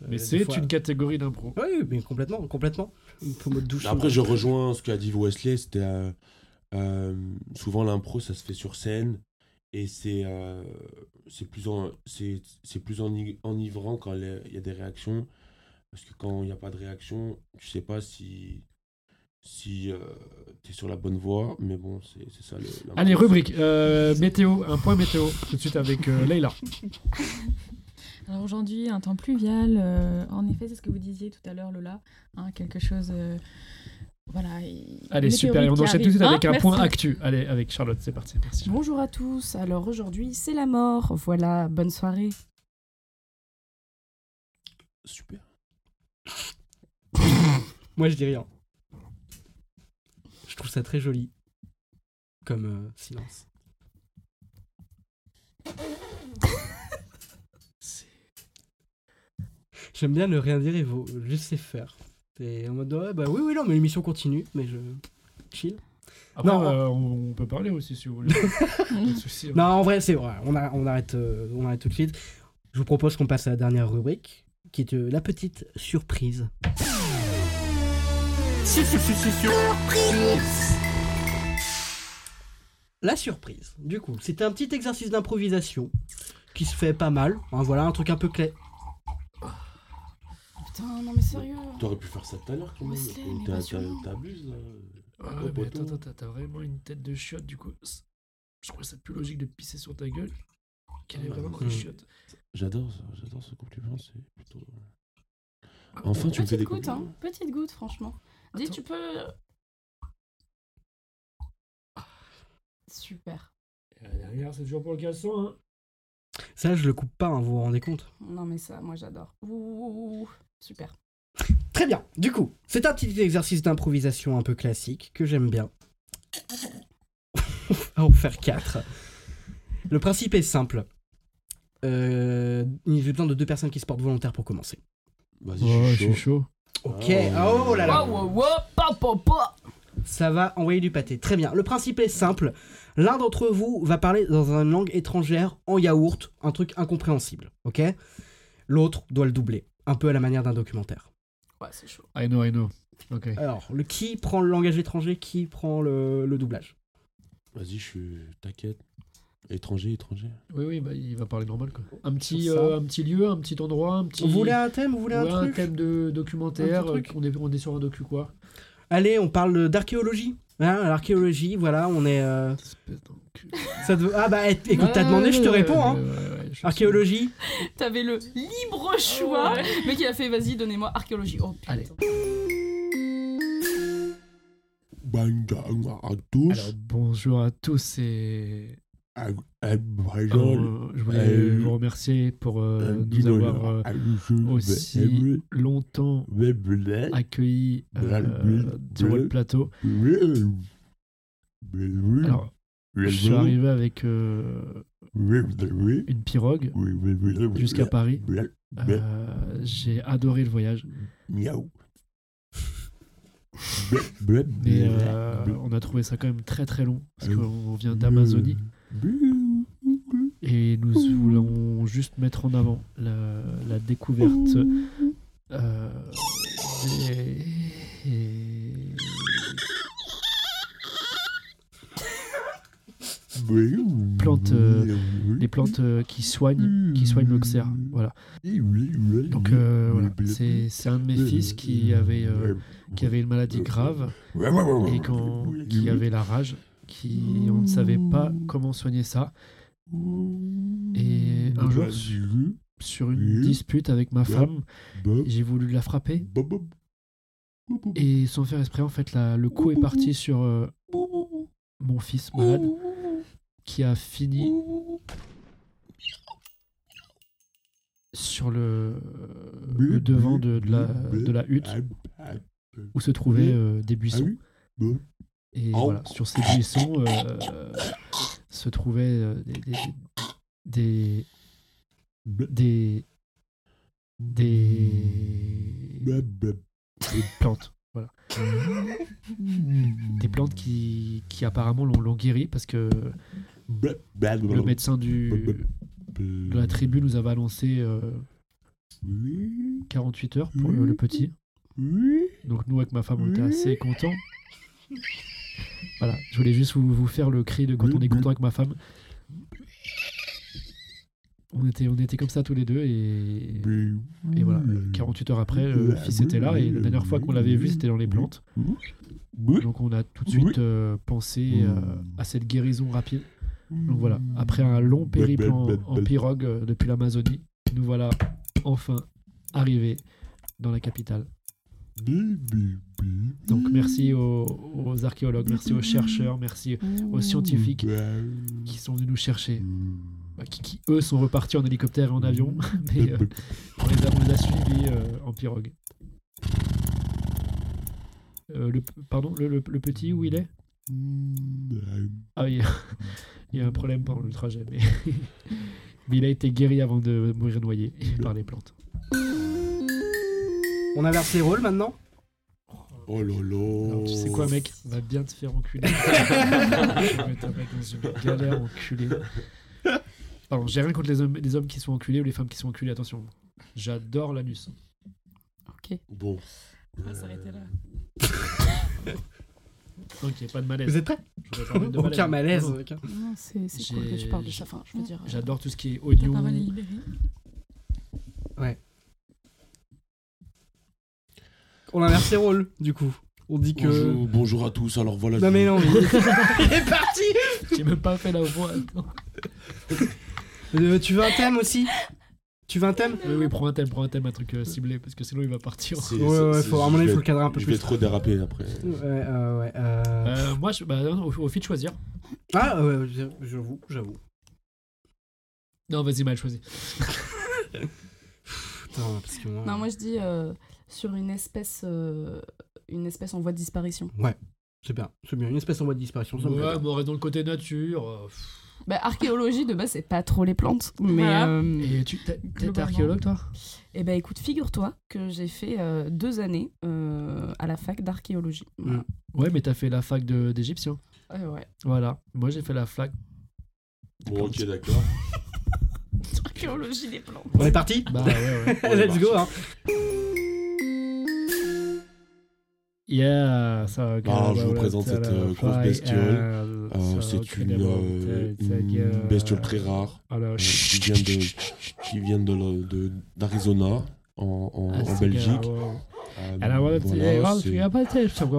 G: Mm. Mais
E: des
G: c'est
E: fois-
G: une catégorie d'impro.
E: Oui, mais complètement, complètement. Pour mode douche.
I: Après, je rejoins ce qu'a dit Wesley. C'était euh, euh, souvent l'impro, ça se fait sur scène et c'est euh, c'est plus en- c'est c'est plus eni- enivrant quand les- il y a des réactions parce que quand il n'y a pas de réaction, tu sais pas si si tu es sur la bonne voie. Mais bon, c'est c'est ça. le- l'impro.
G: Allez, rubrique. euh, météo, un point météo, tout de suite avec euh, Leïla.
H: Alors aujourd'hui, un temps pluvial. euh, en effet, c'est ce que vous disiez tout à l'heure, Lola. hein, quelque chose. euh, voilà. et-
G: Allez, super. Et on
H: météorite qui
G: enchaîne tout de suite
H: arrive.
G: avec
H: Hein,
G: un point
H: merci.
G: actu. Allez, avec Charlotte, c'est parti. Merci.
F: Bonjour à tous, alors aujourd'hui c'est la mort, voilà, bonne soirée.
I: Super.
E: Moi, je dis rien. Je trouve ça très joli. Comme euh, silence. C'est- J'aime bien le rien dire et vous, je sais faire. T'es en mode ouais, bah oui, oui, non, mais l'émission continue, mais je. chill.
G: Après,
E: Non.
G: euh, on, on peut parler aussi si vous voulez. Pas de souci. hein.
E: Non, en vrai, c'est vrai, on, a- on arrête, euh, on arrête tout de suite. Je vous propose qu'on passe à la dernière rubrique, qui est euh, la petite surprise. La surprise, du coup, c'est un petit exercice d'improvisation qui se fait pas mal. hein, voilà, un truc un peu clé.
F: Putain, non mais sérieux.
I: T'aurais pu faire ça tout à l'heure quand même.
F: Wesley,
I: T'as-
F: mais
I: t'as-
F: passionnant.
I: T'abuses là.
G: Ouais,
I: Oh,
G: Ah, mais
I: poteau.
G: attends, attends, t'as vraiment une tête de chiotte du coup. C'est- Je trouve ça plus logique de pisser sur ta gueule qu'elle est vraiment dans les
I: Mm.
G: chiottes.
I: J'adore ça, j'adore ce compliment, c'est plutôt.
G: Ah,
I: Enfin, tu me fais
J: Bah,
F: Petite
I: des
F: goutte,
I: compliments.
F: hein, petite goutte, franchement. Dis, tu peux. Super.
G: Et la dernière, c'est toujours pour le caleçon. Hein.
E: Ça, je le coupe pas, hein, vous vous rendez compte
F: Non mais ça, moi j'adore. Ouh, super.
E: Très bien, du coup, c'est un petit exercice d'improvisation un peu classique que j'aime bien. On va en faire quatre. Le principe est simple. Euh, il y a besoin de deux personnes qui se portent volontaires pour commencer.
I: Vas-y, je suis chaud.
E: Ok, oh là là.
J: Wow, wow, wow, pa, pa, pa.
E: Ça va envoyer du pâté. Très bien. Le principe est simple. L'un d'entre vous va parler dans une langue étrangère en yaourt, un truc incompréhensible. Ok L'autre doit le doubler, un peu à la manière d'un documentaire.
J: Ouais, c'est chaud.
G: I know, I know. Ok.
E: Alors, le qui prend le langage étranger, qui prend le, le doublage
I: Vas-y, je suis. T'inquiète. Étranger, étranger.
G: Oui, oui, bah, il va parler normal quoi. Un petit,
E: ça.
G: euh, un petit lieu, un petit endroit, un petit.
E: Vous voulez un thème Vous voulez
G: Ouais,
E: un truc
G: thème de documentaire.
E: Un petit truc.
G: euh, On, est, on est sur un docu quoi.
E: Allez, on parle d'archéologie. Hein, l'archéologie, voilà, on est. euh,
G: Espèce d'un cul.
E: ça te- Ah bah, écoute, t'as demandé, je te réponds. Hein.
G: Ouais, ouais, ouais, je suis-
E: Archéologie.
F: T'avais le libre choix, mais qui a fait vas-y, donnez-moi archéologie. Oh putain.
G: Allez.
I: Bonjour à tous.
G: Alors, bonjour à tous et
I: Euh, Bonjour.
G: euh, je voulais
I: Euh,
G: vous remercier pour euh,
I: Euh,
G: nous avoir euh,
I: euh,
G: aussi
I: euh,
G: longtemps
I: euh,
G: accueillis euh, sur votre plateau.
I: euh,
G: Alors, je suis arrivé avec euh, une pirogue jusqu'à Paris. Euh, J'ai adoré le voyage,
I: Miaou.
G: mais euh, on a trouvé ça quand même très très long parce qu'on vient d'Amazonie et nous voulons juste mettre en avant la, la découverte euh, et- et- plantes, euh, des plantes euh, qui soignent qui soignent l'auxerre. Voilà. Donc euh, voilà, c'est c'est un de mes fils euh,
I: Oh.
G: qui avait euh, qui avait une maladie grave et quand, qui avait la rage qui on ne savait pas comment soigner ça. Et un jour,
I: Vas-y.
G: sur une dispute avec ma femme, j'ai voulu la frapper. Et sans faire exprès, en fait, la- le coup est parti sur euh, mon fils malade, qui a fini sur le, euh, le devant de, de la, de la hutte où se trouvaient euh, des buissons. Et voilà, sur ces buissons euh, se trouvaient euh, des, des, des, des, des- des plantes. Voilà. des plantes qui, qui apparemment l'ont l'ont guéri parce que le médecin du, de la tribu nous avait annoncé euh, 48 heures pour euh, le, le petit. Donc nous, avec ma femme, on était assez contents. Voilà, je voulais juste vous, vous faire le cri de quand on est content avec ma femme. On était, on était comme ça tous les deux et, et voilà. 48 heures après, le fils était là et la dernière fois qu'on l'avait vu, c'était dans les plantes. Donc on a tout de suite euh, pensé euh, à cette guérison rapide. Donc voilà,
I: Mmh.
G: après un long périple en, en pirogue euh, depuis l'Amazonie, nous voilà enfin arrivés dans la capitale. Donc merci aux, aux archéologues, merci aux chercheurs, merci
H: Mmh.
G: aux scientifiques qui sont venus nous chercher, Bah, qui, qui, eux sont repartis en hélicoptère et en avion, mais euh, on les a, on les a suivis euh, en pirogue. Euh, le, pardon, le, le- le petit, où il est Ah oui, il y a un problème pendant le trajet, mais, mais il a été guéri avant de mourir noyé par les plantes.
E: On inverse les rôles maintenant
I: Oh là là.
G: Tu sais quoi, mec On va bien te faire enculer. Je vais te mettre dans une galère enculée. Pardon, j'ai rien contre les hommes, les hommes qui sont enculés ou les femmes qui sont enculées, attention. J'adore l'anus.
F: Ok.
I: Bon.
H: On va Ah, s'arrêter là.
G: Ok, pas de malaise.
E: Vous êtes prêts
G: Je voudrais
I: Ah
G: pas mettre de
E: Aucun malaise.
G: Non, non.
E: aucun-
F: Non, c'est c'est cool que tu parles de ça. Enfin, je veux dire. euh,
G: J'adore tout ce qui est
H: La
G: oignon.
H: parole est libérée.
E: Ouais. On inverse les rôles, du coup. On dit que.
I: Bonjour, bonjour à tous. Alors voilà.
E: Non,
I: je-
E: mais non, mais- il est parti
G: J'ai même pas fait la voix. attends.
E: Euh, Tu veux un thème aussi Tu veux un thème
G: Oui, oui, prends un thème, prends un thème, un truc euh, ciblé, parce que sinon il va partir.
I: C'est-
E: Ouais, ouais,
I: c'est-
E: faut- à
I: je
E: mon avis,
I: vais-
E: faut le cadrer un peu
I: Je
E: plus.
I: vais trop Hein déraper après.
E: Ouais, euh, ouais. euh,
G: Euh, moi, je, bah, non, au, au fil de choisir.
E: Ah, ouais, je- j'avoue, j'avoue.
G: Non, vas-y, mal choisi.
E: Putain, parce que moi.
F: Non, moi je dis euh, sur une espèce, euh, une espèce en voie de disparition.
E: Ouais, c'est bien, c'est bien. Une espèce en voie de disparition, ça me plaît.
G: Ouais, bon, dans le côté nature. euh, pff.
F: Bah, archéologie de base, c'est pas trop les plantes. Mais.
H: Voilà.
F: euh,
G: Et tu t'es- t'es t'es
H: Globalement.
G: archéologue, toi
F: Eh ben écoute, figure-toi que j'ai fait euh, deux années euh, à la fac d'archéologie. Voilà.
E: Mm.
G: Ouais, mais t'as fait la fac de- d'égyptien.
J: Euh,
F: Ouais, ouais.
G: Voilà. Moi, j'ai fait la fac.
I: Bon, ok, d'accord.
F: Archéologie des plantes.
E: On est parti
G: Bah ouais, ouais.
E: Let's go, hein.
G: Yeah, ça. bah
I: Alors, Ah, je vous présente cette, euh, grosse bestiole. Euh, c'est une, euh, une bestiole très rare euh,
G: Alors,
I: qui vient de qui vient de le- de- d'Arizona en, en-
G: Ah,
I: en Belgique. Euh,
G: eh,
I: voilà, c'est-
G: Ah,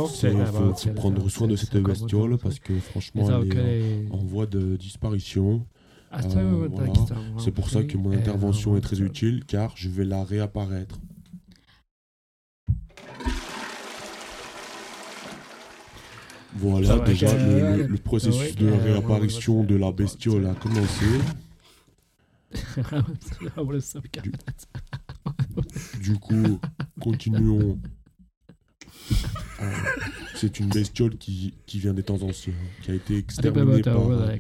I: c'est-
G: bah,
I: faut, faut prendre soin de cette bestiole parce que franchement, elle est en en voie de disparition. Euh, voilà.
G: Ah,
I: C'est pour ça que mon
G: eh,
I: intervention est très utile car je vais la réapparaître. Voilà,
G: Ça va,
I: déjà
G: euh,
I: le, le-
G: ouais,
I: le processus
G: ouais,
I: de
G: euh,
I: réapparition de la bestiole a commencé. Ah, Du coup, continuons. Euh, C'est une bestiole qui, qui vient des temps anciens, qui a été exterminée par, euh,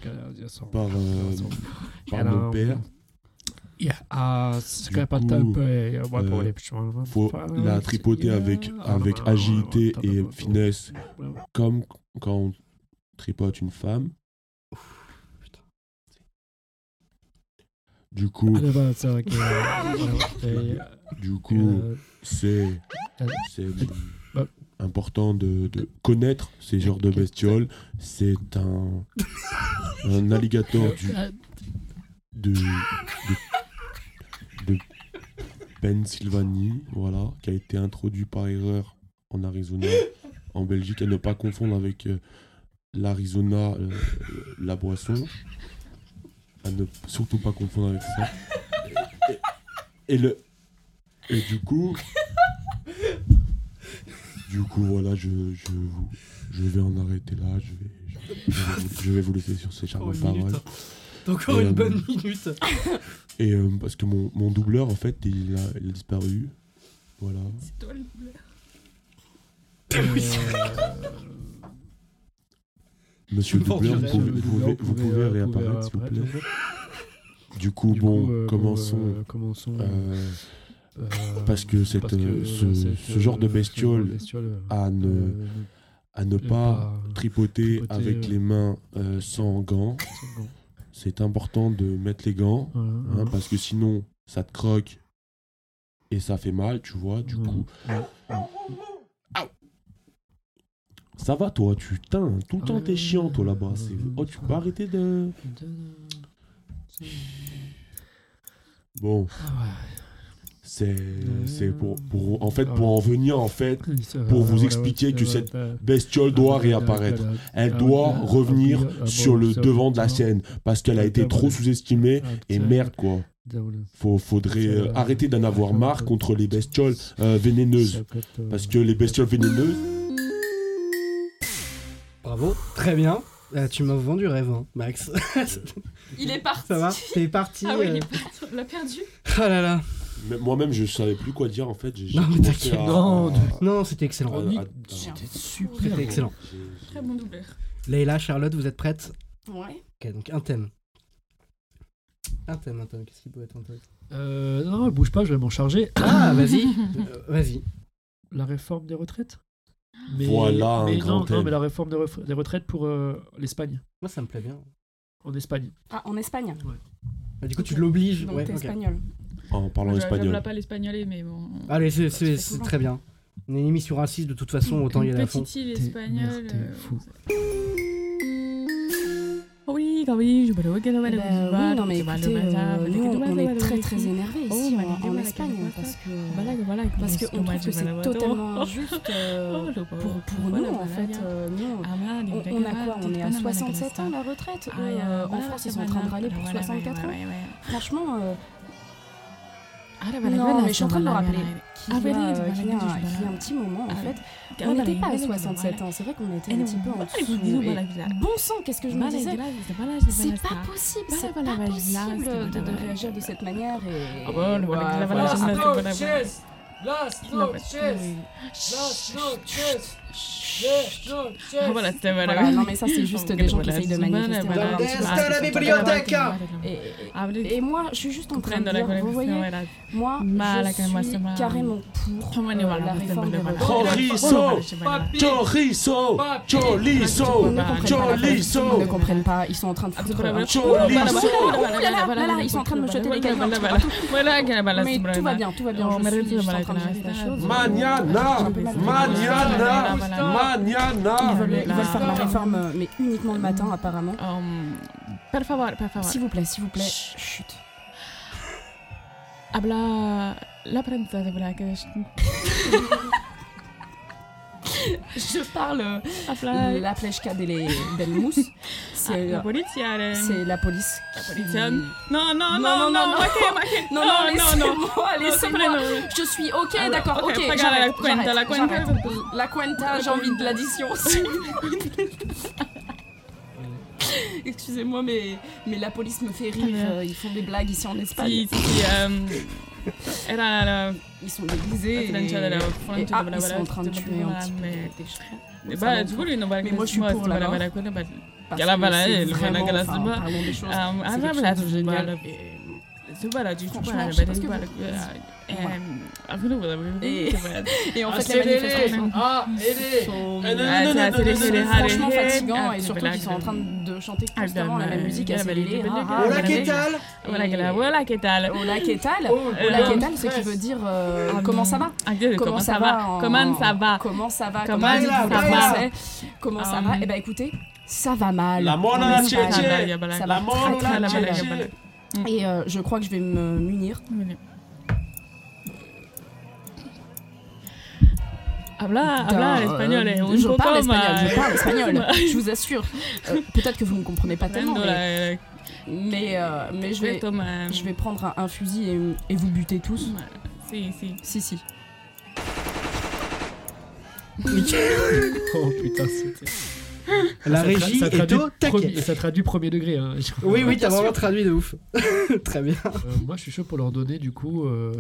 I: par, euh, par nos pères. Du coup, euh, faut la tripoter avec, avec agilité et finesse, comme quand on tripote une femme. Du coup, euh, du coup, c'est c'est
G: Bah.
I: important de, de connaître ces genres de bestioles. C'est un, un alligator du, de, de- de Pennsylvanie, voilà, qui a été introduit par erreur en Arizona, en Belgique, à ne pas confondre avec euh, l'Arizona, euh, la boisson. À ne surtout pas confondre avec ça. Et, et le. Et du coup. Du coup, voilà, je, je, vous- je vais en arrêter là. Je vais, je, je vais, vous, je vais vous laisser sur ces charmantes
E: Oh, une minute,
I: paroles.
E: hein. Encore
G: euh,
E: une bonne minute.
I: Et euh, parce que mon, mon doubleur, en fait, il a, il a disparu. Voilà.
H: Toi, le bleu.
I: Monsieur
G: Tu me
I: Doubleur, vous
G: mentirais,
I: pouvez,
G: le
I: vous
G: doubleur,
I: pouvez- vous pouvez
G: euh,
I: réapparaître, s'il vous
G: apparaître,
I: plaît. Du coup,
G: Du
I: bon,
G: coup, euh,
I: commençons.
G: bon, euh, commençons,
I: Euh,
G: euh,
I: parce que, cette,
G: parce que,
I: euh, ce,
G: cette,
I: ce genre de
G: euh, ce genre
I: bestiole
G: de bestiole, euh,
I: à ne,
G: euh,
I: à ne
G: ne
I: pas,
G: pas
I: tripoter,
G: tripoter,
I: avec
G: euh,
I: les mains euh, sans gants.
G: gants.
I: C'est important de mettre les gants
G: Voilà,
I: hein,
G: voilà.
I: parce que sinon ça te croque et ça fait mal, tu vois. Du coup, ça va toi, tu teins tout le temps t'es chiant toi là-bas. c'est- Oh, tu peux arrêter de. Bon.
G: Ah
I: C'est c'est pour, pour en fait pour en venir en fait pour vous expliquer que cette bestiole
G: Ah,
I: doit réapparaître. Elle doit revenir sur le devant de la scène
G: Ah,
I: parce qu'elle a été trop sous-estimée et merde quoi. Faut, faudrait euh, arrêter d'en avoir marre contre les bestioles euh, vénéneuses
G: euh,
I: parce que les bestioles vénéneuses
E: Bravo, très bien. Euh, tu m'as vendu rêve, hein, Max.
H: Il est parti.
E: Ça va T'es parti.
H: Ah ouais, il
E: euh.
H: est parti. On l'a perdu.
E: Oh là là.
I: Mais Moi-même, je savais plus quoi dire en fait. J'ai j'ai
E: Non, mais
I: commencé
E: t'inquiète.
I: à-
E: Non,
I: à-
E: non, c'était excellent.
I: à- à-
E: Nick,
I: à-
E: c'était super C'était bon. excellent.
H: Très bon doubleur.
E: Leïla, Charlotte, vous êtes prêtes
H: Ouais.
E: Ok, donc un thème. Un thème, un thème. Qu'est-ce qui peut être un thème
G: Euh, non, non, bouge pas, je vais m'en charger.
E: Ah, vas-y. Euh, vas-y.
G: La réforme des retraites
I: Voilà un
G: mais
I: grand
G: non, non,
I: thème.
G: mais la réforme des, refra- des retraites pour euh, l'Espagne.
E: Moi, ça me plaît bien.
G: En Espagne.
F: Ah, en Espagne
E: Ah, du coup, tu l'obliges.
F: Donc
E: ouais,
F: t'es
E: ok.
F: espagnol.
I: En parlant
H: Je-
I: espagnol.
H: J'aime pas l'espagnolé, mais bon.
E: Allez, c'est- c'est
H: Ça se fait
E: c'est
H: souvent.
E: très bien. On est une émission raciste, de toute façon, autant y aller à fond.
H: Petite île espagnole. euh, Oh
J: Ah oui, ah oui, je vais le Bah, Oui, non mais écoutez, euh, nous on- on est très très énervés ici en- en Espagne parce que bah parce qu'on trouve que c'est totalement injuste euh, pour pour nous en fait. euh, nous,
H: Ah,
J: on, on a quoi On est à 67 ans la hein. retraite Eux, euh, En France ils sont en train de râler pour 64 ans. Franchement, euh,
H: Ah,
J: non, mais je suis en train de me rappeler qu'il y, a, euh, qu'il y a un- qu'il y a un petit
H: Ah,
J: moment, en fait. On n'était pas à 67 ans, c'est vrai qu'on était un petit peu en dessous. et Bon sang, qu'est-ce que je me disais C'est pas possible, c'est pas possible de, de réagir de cette manière. Et...
H: Ah bon, le voilà,
J: Ouais,
H: voilà,
J: voilà.
H: voilà,
J: Après,
H: voilà, voilà.
L: Yes! Last
H: Il l'a
L: note,
H: pas dit.
L: yes!
H: Oui.
L: Last note, yes! Yes, no,
H: Ah,
L: yes!
H: voilà, c'était voilà.
F: Voilà, non, mais ça, c'est juste des gens qui essayent de manifester.
H: Voilà,
F: Voilà,
H: voilà,
F: c'est
H: voilà.
F: pas-
H: Voilà, voilà.
F: Et, et moi, je suis juste en train de
H: Comprendo la
F: dire, vous voyez,
H: collaboration, voilà.
F: moi,
H: Mala,
F: je
H: calma,
F: suis
H: calma.
F: carrément pour euh, la réforme des retraites.
I: Chorizo Chorizo Chorizo Chorizo
F: Ils ne comprennent pas, ils sont en train de foutre un-
I: Chorizo.
F: Oh là là, oh là là, là là, Ils sont en train de me jeter des cailloux un petit peu partout. Mais tout va bien, tout va bien, je suis- je suis en train de gérer la chose.
I: Mañana Mañana Mañana
F: Ils veulent, ils veulent faire la réforme, euh, mais uniquement le matin, apparemment.
H: Por favor, por favor.
F: S'il vous plaît, s'il vous plaît. Ah Chut.
H: Habla la prensa de Blackfish.
F: Je parle euh,
H: Habla-
F: la plèche delle, del mousse. C'est euh,
H: La polizia, elle-
F: c'est Ah, la police.
H: La
F: qui-
H: polizia. Non, non,
F: Non, non,
H: non,
F: non,
H: non,
F: non.
H: ok, ok.
F: Non, non, laissez-moi, laissez-moi. Je suis ok,
H: Alors,
F: d'accord,
H: ok,
F: Ah ok.
H: pas grave,
F: j'arrête,
H: la cuenta,
F: j'arrête,
H: la cuenta.
F: j'arrête. La cuenta, j'ai envie de l'addition aussi. Excusez-moi, mais, mais la police me fait rire. euh, Ils font des blagues ici en Espagne.
H: Si, si, si, euh, era la-
F: Ils sont déguisés.
H: La
F: et-
H: Francia de la
F: et-
H: Francia
F: ah,
H: de la
F: ils sont en train de
H: Francia de
F: tuer
H: la
F: un petit peu.
H: Francia.
F: des gens.
H: Eh
F: Ça
H: ben,
F: va.
H: du coup, lui, non, voilà,
F: Mais moi, je suis
H: voilà,
F: pour
H: voilà,
F: là-bas.
H: voilà, voilà, voilà.
F: Parce
H: Voilà,
F: que
H: voilà,
F: c'est
H: elle, voilà,
F: vraiment,
H: voilà,
F: enfin,
H: voilà.
F: parlons des choses.
H: Euh,
F: C'est
H: ah,
F: quelque
H: voilà,
F: chose de
H: voilà,
F: génial.
H: voilà. C'est voilà, du coup,
F: Franchement,
H: voilà,
F: je sais pas ce que
H: voilà,
F: vous-
H: voilà. Euh,
F: Voilà.
H: ah, voilà, voilà, voilà,
F: Et-
H: voilà.
F: Et en
H: Ah,
F: fait,
H: c'est
F: les
H: les-
F: manifestations
L: Ah, aidez!
F: sont
H: Ah, non, non, non, non, non, non,
F: c'est
H: non,
F: franchement
H: non,
F: fatigants
H: non,
F: et
H: non,
F: surtout
H: non,
F: qu'ils sont
H: non,
F: en train de chanter constamment la
H: Alberna,
F: même musique à
H: Alberna,
F: Célé.
J: Ah,
H: Alberna,
F: Hola,
H: Alberna. Hola, que tal? Hola, que tal?
F: Hola, que tal Hola,
H: Hola,
F: que tal, ce qui veut dire euh,
H: Ah,
F: comment ça va
H: ah, comment ça va
F: en-
H: Comment ça va
F: Comment ça va
H: Comment
F: Comment on dit
H: ça
F: en
H: va
F: français Comment ça
H: Ah,
F: va Eh ben écoutez, ça va mal.
H: La mort
F: en
H: dans la
F: Espagne.
H: tchétchée.
F: Ça
H: La
F: va
H: mort
F: très,
H: dans
F: très
H: la
F: mal.
H: tchétchée.
F: Et euh, je crois que je vais me munir
H: Munir. Habla, habla
J: Putain,
H: espagnol,
J: euh,
H: eh, un
J: je
H: poco
J: parle espagnol,
H: más.
J: je parle espagnol, je vous assure. Euh, Peut-être que vous ne comprenez pas tellement,
H: Fernando,
J: mais, mais, euh, mais je, vais, je vais prendre un, un fusil et, et vous buter tous.
H: Si, si.
J: Si, si.
G: Oh putain, c'était.
E: La
G: Ça tra-
E: régie
G: ça
E: est
G: traduit
E: au taquet.
G: premier- et ça traduit premier degré. hein.
E: Oui, oui, t'as
G: Bien
E: vraiment
G: sûr.
E: traduit de ouf. Très bien.
G: Euh, moi, je suis chaud pour leur donner du coup euh,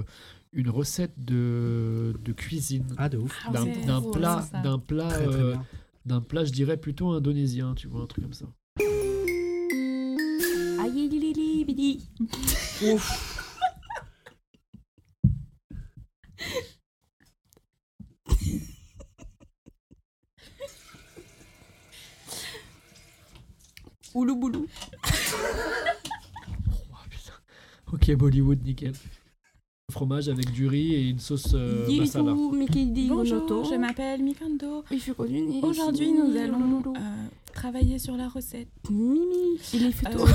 G: une recette de, de cuisine.
E: Ah, de ouf.
H: Ah,
G: D'un
H: c'est
G: d'un
H: drôle,
G: plat,
H: c'est ça.
G: d'un plat,
E: Très, très
G: euh,
E: bien.
G: d'un plat, je dirais plutôt indonésien, tu vois, un truc comme ça.
J: Aïe, li, li, li, bidi.
E: Ouf.
J: Oulou boulou.
G: Ok, Bollywood, nickel. Fromage avec du riz et une sauce euh, masala.
J: Yidou, Mikidi,
H: Bonjour,
J: Gonoto.
H: je m'appelle Mikando.
J: Il fut connu, ni-
H: Aujourd'hui,
J: ni-
H: nous
J: ni-
H: allons euh, travailler sur la recette
J: Mimi, il est photo.
H: euh,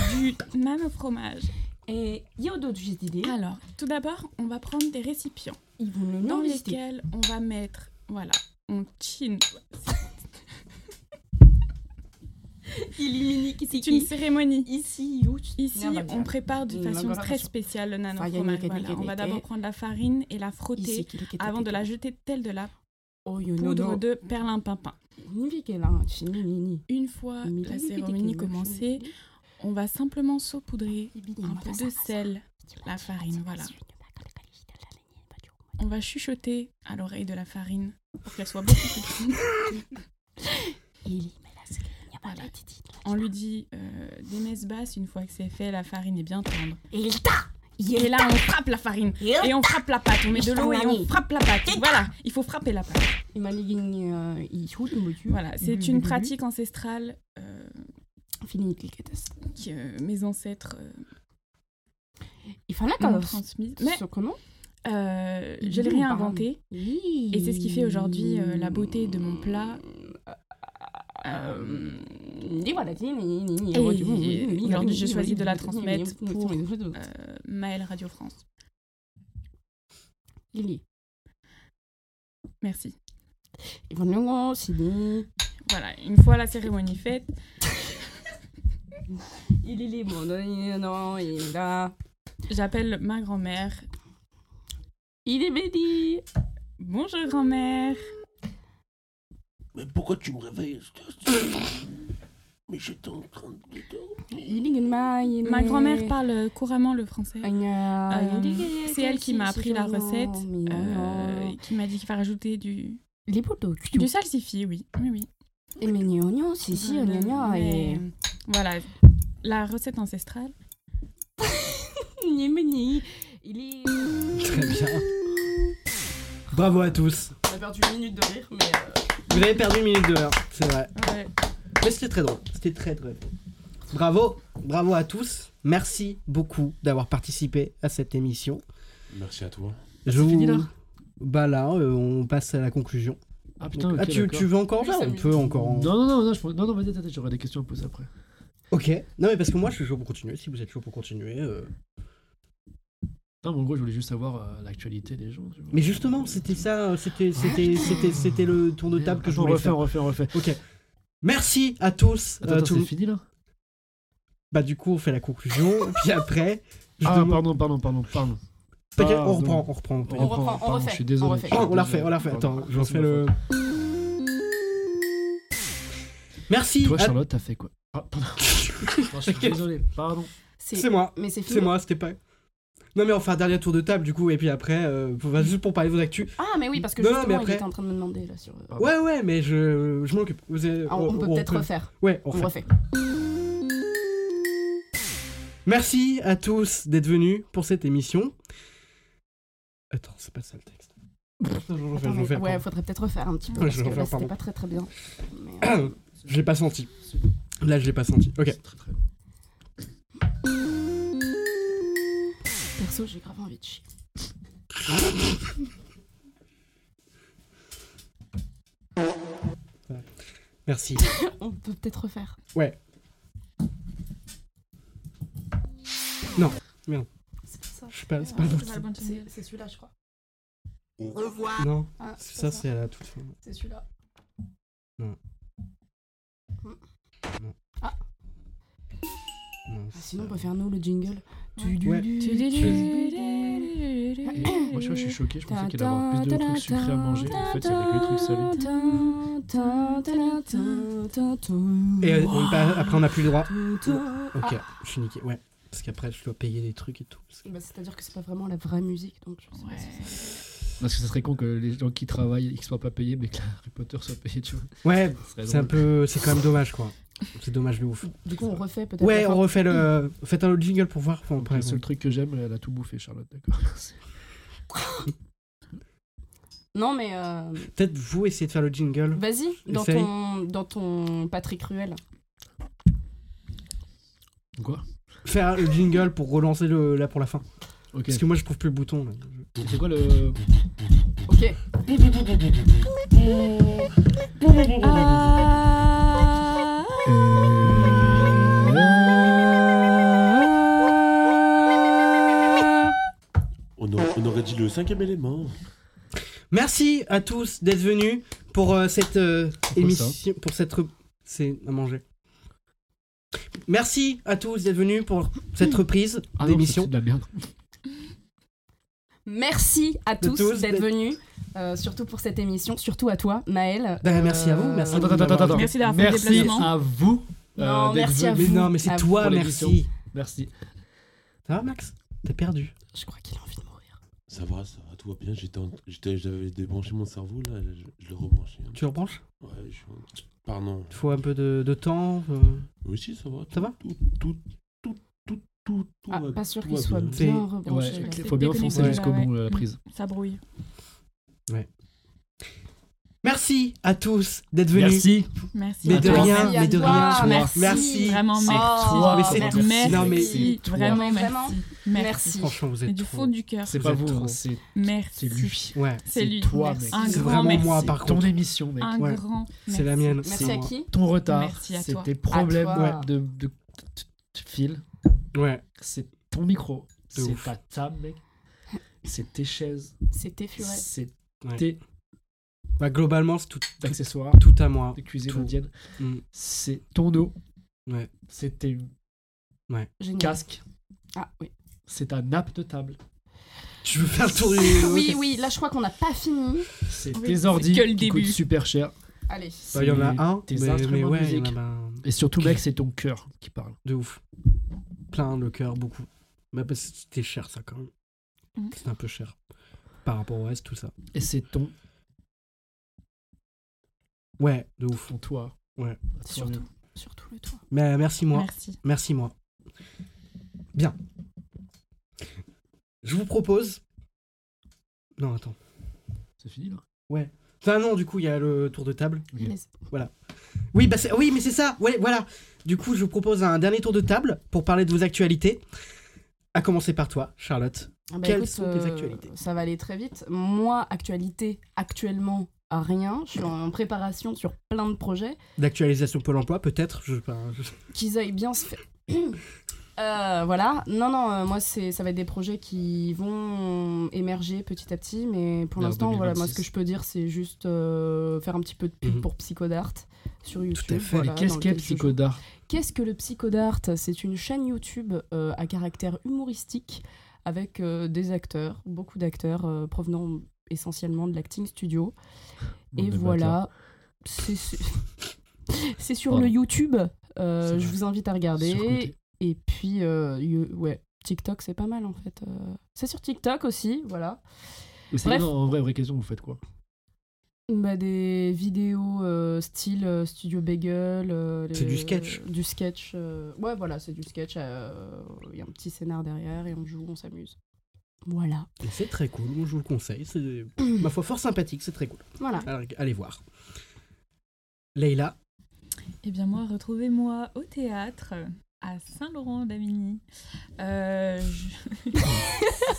H: du même fromage.
J: Et il y a d'autres idées.
H: Alors, tout d'abord, on va prendre des récipients
J: Ils vont le
H: dans
J: nom
H: lesquels on va mettre, voilà, on chine.
J: Illimini, qui c'est
H: C'est une
J: qui
H: cérémonie.
J: Ici, you.
H: Ici,
J: Non, bah, bien.
H: on prépare d'une
J: Non,
H: façon
J: bah, bah,
H: très
J: bah,
H: spéciale le nano
J: Enfin, il y a une
H: fromage.
J: mécanique,
H: Voilà, On va
J: et-
H: d'abord prendre la farine et la
J: Ici,
H: frotter
J: qui- qui- qui-
H: avant
J: qui-
H: de la jeter telle de la
J: Oh, you know,
H: poudre
J: no.
H: de perlimpinpin.
J: Ni qui est là, chi- ni- ni- ni.
H: Une fois
J: Ni-
H: la
J: ni- ni-
H: cérémonie
J: ni-
H: commencée, on va simplement saupoudrer
J: ni-
H: un
J: ni-
H: peu
J: ni-
H: de sel, la farine, voilà. On va chuchoter à l'oreille de la farine pour qu'elle soit beaucoup plus grande. Voilà. On lui dit euh, des messes basses une fois que c'est fait, la farine est bien tendre. Et là, on frappe la farine. Et on frappe la pâte. On met de l'eau et on frappe la pâte. Voilà, il faut frapper la pâte.
J: Il m'a ligné, euh, il shoot, il me tue.
H: Voilà, c'est
J: Blu,
H: une
J: blu, blu.
H: pratique ancestrale euh,
J: Fini, cliquez, test.
H: que euh, mes ancêtres euh,
J: Il fallait
H: m'ont
J: qu'on
H: transmise. Mais
J: sur comment
H: euh,
J: Il
H: je l'ai
J: dit ou pas, hein
H: réinventée. Et c'est ce qui fait aujourd'hui euh, la beauté de mon plat. Euh,
J: Et voilà, ni- ni- ni- ni-
H: Et
J: ni- ni- ni-
H: aujourd'hui, j'ai
J: ni-
H: choisi
J: ni-
H: de la
J: ni-
H: transmettre
J: ni- ni-
H: pour,
J: ni- ni-
H: euh, Maël Radio France.
J: Lily.
H: Merci.
J: Ils vont nous en- si- ni-
H: Voilà, une fois la cérémonie faite,
J: Il est libre, non, il- non, il est là.
H: j'appelle ma grand-mère.
J: Il est béni.
H: Bonjour grand-mère.
M: Mais pourquoi tu me réveilles Stas Mais j'étais en train de
J: Il est gnaille,
H: Ma
J: mais-
H: grand-mère parle couramment le français.
J: Gna-
H: Euh,
J: il est-
H: c'est elle qui m'a appris la
J: Non,
H: recette,
J: mais
H: euh,
J: non.
H: et qui m'a dit qu'il fallait rajouter du
J: Les poteaux, cuit.
H: du salsifis, oui, oui, oui.
J: Et mais gna- gna, si, si,
H: Euh,
J: gna- gna,
H: mais,
J: et-
H: Voilà, la recette ancestrale.
J: Ni- mais ni. Il est.
E: Très bien. Bravo à tous.
J: On a perdu une minute de rire, mais.
E: Vous avez perdu une minute de l'heure, c'est vrai.
H: Ouais.
E: Mais c'était très drôle. C'était très très drôle. Bravo, bravo à tous. Merci beaucoup d'avoir participé à cette émission.
I: Merci à toi.
E: Je
G: fini, là
E: Bah là, euh, on passe à la conclusion.
G: Ah putain,
E: Donc-
G: ok,
E: ah, tu,
G: d'accord.
E: tu veux encore faire On peut encore. en-
G: Non, non, non, non, je... non, non vas-y, attends, j'aurai des questions à poser après.
E: Ok. Non mais parce que moi je suis chaud pour continuer. Si vous êtes chaud pour continuer. euh.
G: Non, mais en gros, je voulais juste savoir euh, l'actualité des gens. tu vois.
E: Mais justement, c'était ça. euh, C'était c'était c'était c'était le tour de table que je
G: Attends,
E: voulais
G: refais,
E: faire.
G: refais, refais.
E: Ok. Merci à tous.
G: Attends,
E: euh,
G: attends,
E: tout-
G: c'est fini là
E: Bah du coup on fait la conclusion. puis après. je
G: Ah,
E: demande-
G: pardon, pardon, pardon, pardon.
E: T'inquiète, on
G: Pardon.
E: reprend, on reprend.
G: On reprend,
J: reprend, on
G: Oh, pardon,
J: refait,
G: Je suis
J: on
G: désolé.
J: refait.
G: je suis
E: Oh, on la refait,
G: désolé.
E: on la refait.
G: Pardon,
E: Attends, je
G: c'est
E: refais
G: ma
E: le.
G: faute.
E: Merci.
G: Toi,
E: à-
G: Charlotte, t'as fait quoi Ah, pardon. Non, Je suis désolé, pardon.
E: C'est moi.
J: Mais c'est
E: C'est
J: fini.
E: moi, c'était pas. Non mais on fait un dernier tour de table du coup et puis après euh, pour- enfin, juste pour parler de vos actus.
J: Ah, mais oui, parce que
E: Non, non,
J: justement,
E: mais
J: il
E: après-
J: était en train de me demander là sur. euh,
G: Ah bon.
E: Ouais ouais mais je je m'occupe. Vous avez-
J: Ah, on, peut peut-être refaire.
E: Ouais, Euh, on
J: On
E: refait.
J: refait.
E: Merci à tous d'être venus pour cette émission. Attends, c'est pas ça le texte. Attends, je vais refaire, je vais
J: Ouais,
E: refaire,
J: ouais,
E: pardon.
J: faudrait peut-être refaire un petit peu.
E: Ouais,
J: parce
E: je vais
J: que
E: refaire,
J: là,
E: pardon.
J: c'était pas très très bien. Mais, euh,
E: Je l'ai pas senti. Là, je l'ai pas senti. Ok.
G: C'est très, très-
J: perso, j'ai grave envie de chier.
E: Merci.
J: On peut peut-être refaire.
E: Ouais. Non, merde.
J: C'est pas ça.
E: Je suis pas, c'est pas le bon.
H: C'est pas le bon
J: C'est
H: jingle.
J: c'est celui-là, je crois. Au revoir.
E: Non,
J: Ah,
E: ça c'est à la toute fin.
J: C'est celui-là.
E: Non.
J: Ah,
E: Non,
J: Ah, sinon, préfère-nous le jingle. Tu du
E: Ouais.
J: du-
H: Tu du-
J: tu-
G: Moi, je, vois, je suis choqué, je pensais qu'il allait avoir plus de trucs sucrés à manger. En fait, il y avait que des trucs salés.
E: Et euh, on- bah, après, on n'a plus le droit.
J: Ah.
E: Ok, je suis niqué. Ouais, parce qu'après, je dois payer les trucs et tout.
J: Bah, C'est-à-dire que c'est pas vraiment la vraie musique, donc je sais pas si c'est-
G: Parce que ça serait con que les gens qui travaillent ils soient pas payés, mais que Harry Potter soit payé, tu vois.
E: Ouais,
G: Ça serait
E: c'est un
G: drôle.
E: peu. C'est quand même dommage, quoi. C'est dommage de ouf.
J: Du coup, on refait peut-être.
E: Ouais,
J: la
E: on
J: fin.
E: refait le. Faites un autre jingle pour voir. Enfin,
G: Le
E: après,
G: seul
E: bon.
G: truc que j'aime, elle a tout bouffé, Charlotte, d'accord.
J: Non, mais euh,
E: Peut-être vous essayez de faire le jingle.
J: vas-y, dans
E: Essaye.
J: ton, dans ton Patrick Ruel.
G: Quoi
E: Faire le jingle pour relancer le là pour la fin.
G: Ok.
E: Parce que moi, je trouve plus le bouton. Là.
G: C'est quoi le.
J: Ok. Euh,
I: On, aurait- on aurait dit le cinquième élément.
E: Merci à tous d'être venus pour euh, cette euh, émission, pour cette rep- c'est à manger. Merci à tous d'être venus pour cette reprise
G: Ah non,
E: d'émission.
G: c'est de la merde.
J: Merci à
E: De
J: tous,
E: tous,
J: d'être
E: de-
J: venus, euh, surtout pour cette émission, surtout à toi, Maël. Euh,
E: Bah, merci à vous, merci.
G: Attends, attends, attends, attends.
H: Merci d'avoir fait le
G: Merci
H: déplacement.
G: à vous.
J: Non,
G: Euh, d'être
J: merci à
G: venus
J: vous.
E: Mais non, mais c'est
J: À
E: toi,
G: pour
E: merci.
G: l'émission. Merci.
E: Ça va, Max T'es perdu.
J: Je crois qu'il a envie de mourir.
I: Ça va, ça va, tout va bien. J'étais en- j'étais- J'avais débranché mon cerveau, là, je, je l'ai rebranché. hein.
E: Tu rebranches
I: Ouais, je suis en- Pardon.
E: Il faut un peu de, de temps. euh,
I: Oui, si, ça va.
E: Ça va
I: Tout, tout, tout, tout, tout, tout
J: Ah,
I: va-
J: pas sûr
I: tout
J: qu'il
I: va
J: soit
I: bien.
E: C'est-
J: bien rebranché.
G: Ouais,
J: là.
G: faut bien foncer
H: déconnecté,
G: jusqu'au
H: là, ouais.
G: bout, euh, la prise.
H: Ça brouille.
E: Merci à tous d'être venus.
H: Merci.
E: Mais de
G: À toi.
E: rien,
J: Merci à
E: mais de
J: toi,
E: rien.
J: merci.
E: Merci.
H: Vraiment,
J: C'est
H: merci.
J: toi,
E: mais c'est-
H: merci.
E: merci. Non, mais
G: c'est toi.
H: Vraiment,
J: Vraiment,
H: merci. Merci.
J: Merci.
E: Franchement, vous
H: Mais
E: êtes
H: du
E: trop.
H: fond du cœur.
G: C'est
E: Vous
G: pas
E: êtes
G: vous,
E: trop.
G: hein, c'est c'est
H: Merci.
G: lui.
E: Ouais.
H: C'est lui.
G: toi,
J: Merci.
G: mec.
H: Un
E: C'est
H: grand
E: vraiment
H: merci.
E: moi, par
G: Ton
E: contre.
G: émission, mec.
H: Un
E: Ouais.
H: grand
E: C'est la mienne.
J: Merci
E: c'est
J: à
E: moi.
J: qui
G: Ton retard,
H: Merci à
G: c'est
H: toi.
G: tes
J: toi.
G: problèmes de, de, de- de fil.
E: Ouais.
G: C'est ton micro.
E: De
G: C'est
E: ouf.
G: ta table, mec. C'est tes chaises.
J: C'était Furet.
G: C'est
E: Ouais.
G: tes
E: Bah, globalement, c'est tout,
G: accessoires.
E: tout à moi.
G: Tes cuisines
E: Tout.
G: indiennes.
E: Mm.
G: C'est ton eau.
E: Ouais.
G: C'est tes
H: Mm.
J: Génial.
G: casques.
J: Ah oui.
G: C'est ta nappe de table.
E: Je veux faire le tour du.
J: Oui, oui, là je crois qu'on n'a pas fini.
G: C'est
H: Oui,
G: tes
H: c'est
G: ordi
H: que le
G: qui
H: début.
G: coûtent super cher.
J: Allez.
E: Bah, il y en a
G: C'est
E: un.
G: Tes
E: mais,
G: instruments
E: mais ouais,
G: de
E: il y en
G: musique.
E: a ben,
G: Et surtout, mec, c'est ton cœur qui parle.
E: de ouf. Plein le cœur, beaucoup. Mais parce que c'était cher, ça, quand même.
H: Mm.
E: C'était un peu cher. Par rapport au reste, tout ça.
G: Et c'est ton,
E: Ouais, de ouf.
G: ton toit.
E: Ouais.
G: À toi,
J: Surtout.
G: mec.
J: Surtout le toit.
E: Mais euh, merci, moi.
H: Merci.
E: Merci, moi. Bien. Je vous propose. Non, attends.
G: C'est fini là.
E: Enfin, non, du coup, il y a le tour de table.
G: Ok.
J: Il est-
E: Oui, bah c'est- oui, mais c'est ça. Ouais, voilà. Du coup, je vous propose un dernier tour de table pour parler de vos actualités. À commencer par toi, Charlotte.
J: Ah bah
E: Quelles
J: écoute,
E: sont tes
J: euh,
E: actualités
J: Ça va aller très vite. Moi, actualité, actuellement, à rien. Je suis en préparation sur plein de projets.
E: D'actualisation Pôle Emploi, peut-être. Je, sais pas, je-
J: Qu'ils aillent bien se faire. Euh, voilà, non, non, euh, moi c'est, ça va être des projets qui vont émerger petit à petit, mais pour
G: Vers
J: l'instant, voilà, moi ce
G: 2026.
J: que je peux dire, c'est juste euh, faire un petit peu de pub
E: Mhm.
J: pour Psychodart sur YouTube.
E: fait.
J: voilà,
G: Mais qu'est-ce
J: dans
G: qu'est
J: lequel je joue.
G: Psychodart
J: Qu'est-ce que le Psychodart C'est une chaîne YouTube euh, à caractère humoristique avec euh, des acteurs, beaucoup d'acteurs euh, provenant essentiellement de l'acting studio.
G: Bande
J: Et
G: de
J: voilà, c'est su- c'est sur
G: Pardon.
J: le YouTube. Euh,
G: C'est
J: je
G: vrai.
J: vous invite à
G: bâtards.
J: regarder.
G: Surcoté.
J: Et puis, euh, you- ouais, TikTok, c'est pas mal en fait. Euh, c'est sur TikTok aussi, voilà.
G: Mais c'est-
J: Bref.
G: non, en vrai, vraie question, vous faites quoi
J: Bah, des vidéos euh, style euh, Studio Bagel. euh,
E: C'est
J: les-
E: du sketch.
J: Du sketch. euh, Ouais, voilà, c'est du sketch. euh, Il y a un petit scénar derrière et on joue, on s'amuse. Voilà.
E: Et C'est très cool. Moi, je vous le conseille. C'est ma foi fort sympathique. C'est très cool.
J: Voilà.
E: Alors, allez voir. Leïla,
H: Eh bien moi, retrouvez-moi au théâtre à Saint-Laurent-d'Amini. Euh, je-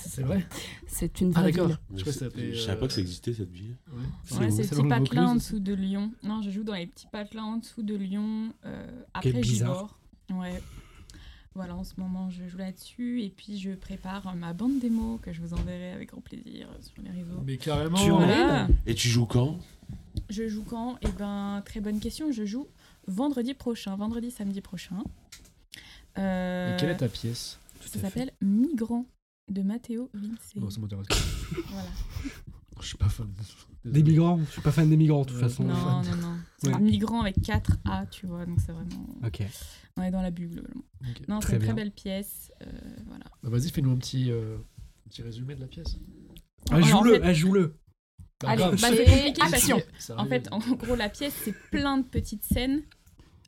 G: C'est vrai
J: C'est une
G: Ah,
J: vraie
G: d'accord.
J: ville.
G: Je crois que ça s'appelait,
I: Je savais pas que ça
G: euh,
I: existait cette vie.
H: Ouais,
G: Ouais. où
H: c'est le
G: dans
H: petit
G: le
H: patelin en
G: Vaucluse
H: dessous de Lyon. Non, je joue dans les petits patelins en dessous de Lyon. euh,
E: Quel
H: après
E: bizarre.
H: Gibor. Ouais. Voilà, en ce moment, je joue là-dessus. Et puis, je prépare ma bande démo que je vous enverrai avec grand plaisir sur les réseaux.
G: Mais carrément. euh,
I: Tu en
H: Voilà.
I: es Et tu joues quand
H: Je joue quand Eh ben, très bonne question. Je joue vendredi prochain, vendredi, samedi prochain. Euh,
G: Et quelle est ta pièce
H: Ça s'appelle Migrant de Matteo Vinci.
G: Non, ça m'intéresse.
H: Voilà.
G: Oh, Je suis pas fan.
E: Des migrants, je suis pas fan des migrants de toute
G: Ouais.
E: façon.
H: Euh, Non, non, non. C'est
E: Ouais.
H: Migrant avec 4 A, tu vois. Donc, c'est vraiment.
E: Ok.
H: On est dans la bulle, globalement.
G: Ok.
H: Non, c'est
G: Très
H: une très
G: bien.
H: belle pièce. euh, voilà.
G: Bah, Vas-y, fais-nous un petit, euh, un petit résumé de la pièce.
E: Ah, joue-le,
H: en fait-
E: ah, joue-le.
H: Allez,
G: Euh,
H: bah,
E: Grave.
H: c'est compliqué parce que,
E: action.
H: en fait, en gros, la pièce, c'est plein de petites scènes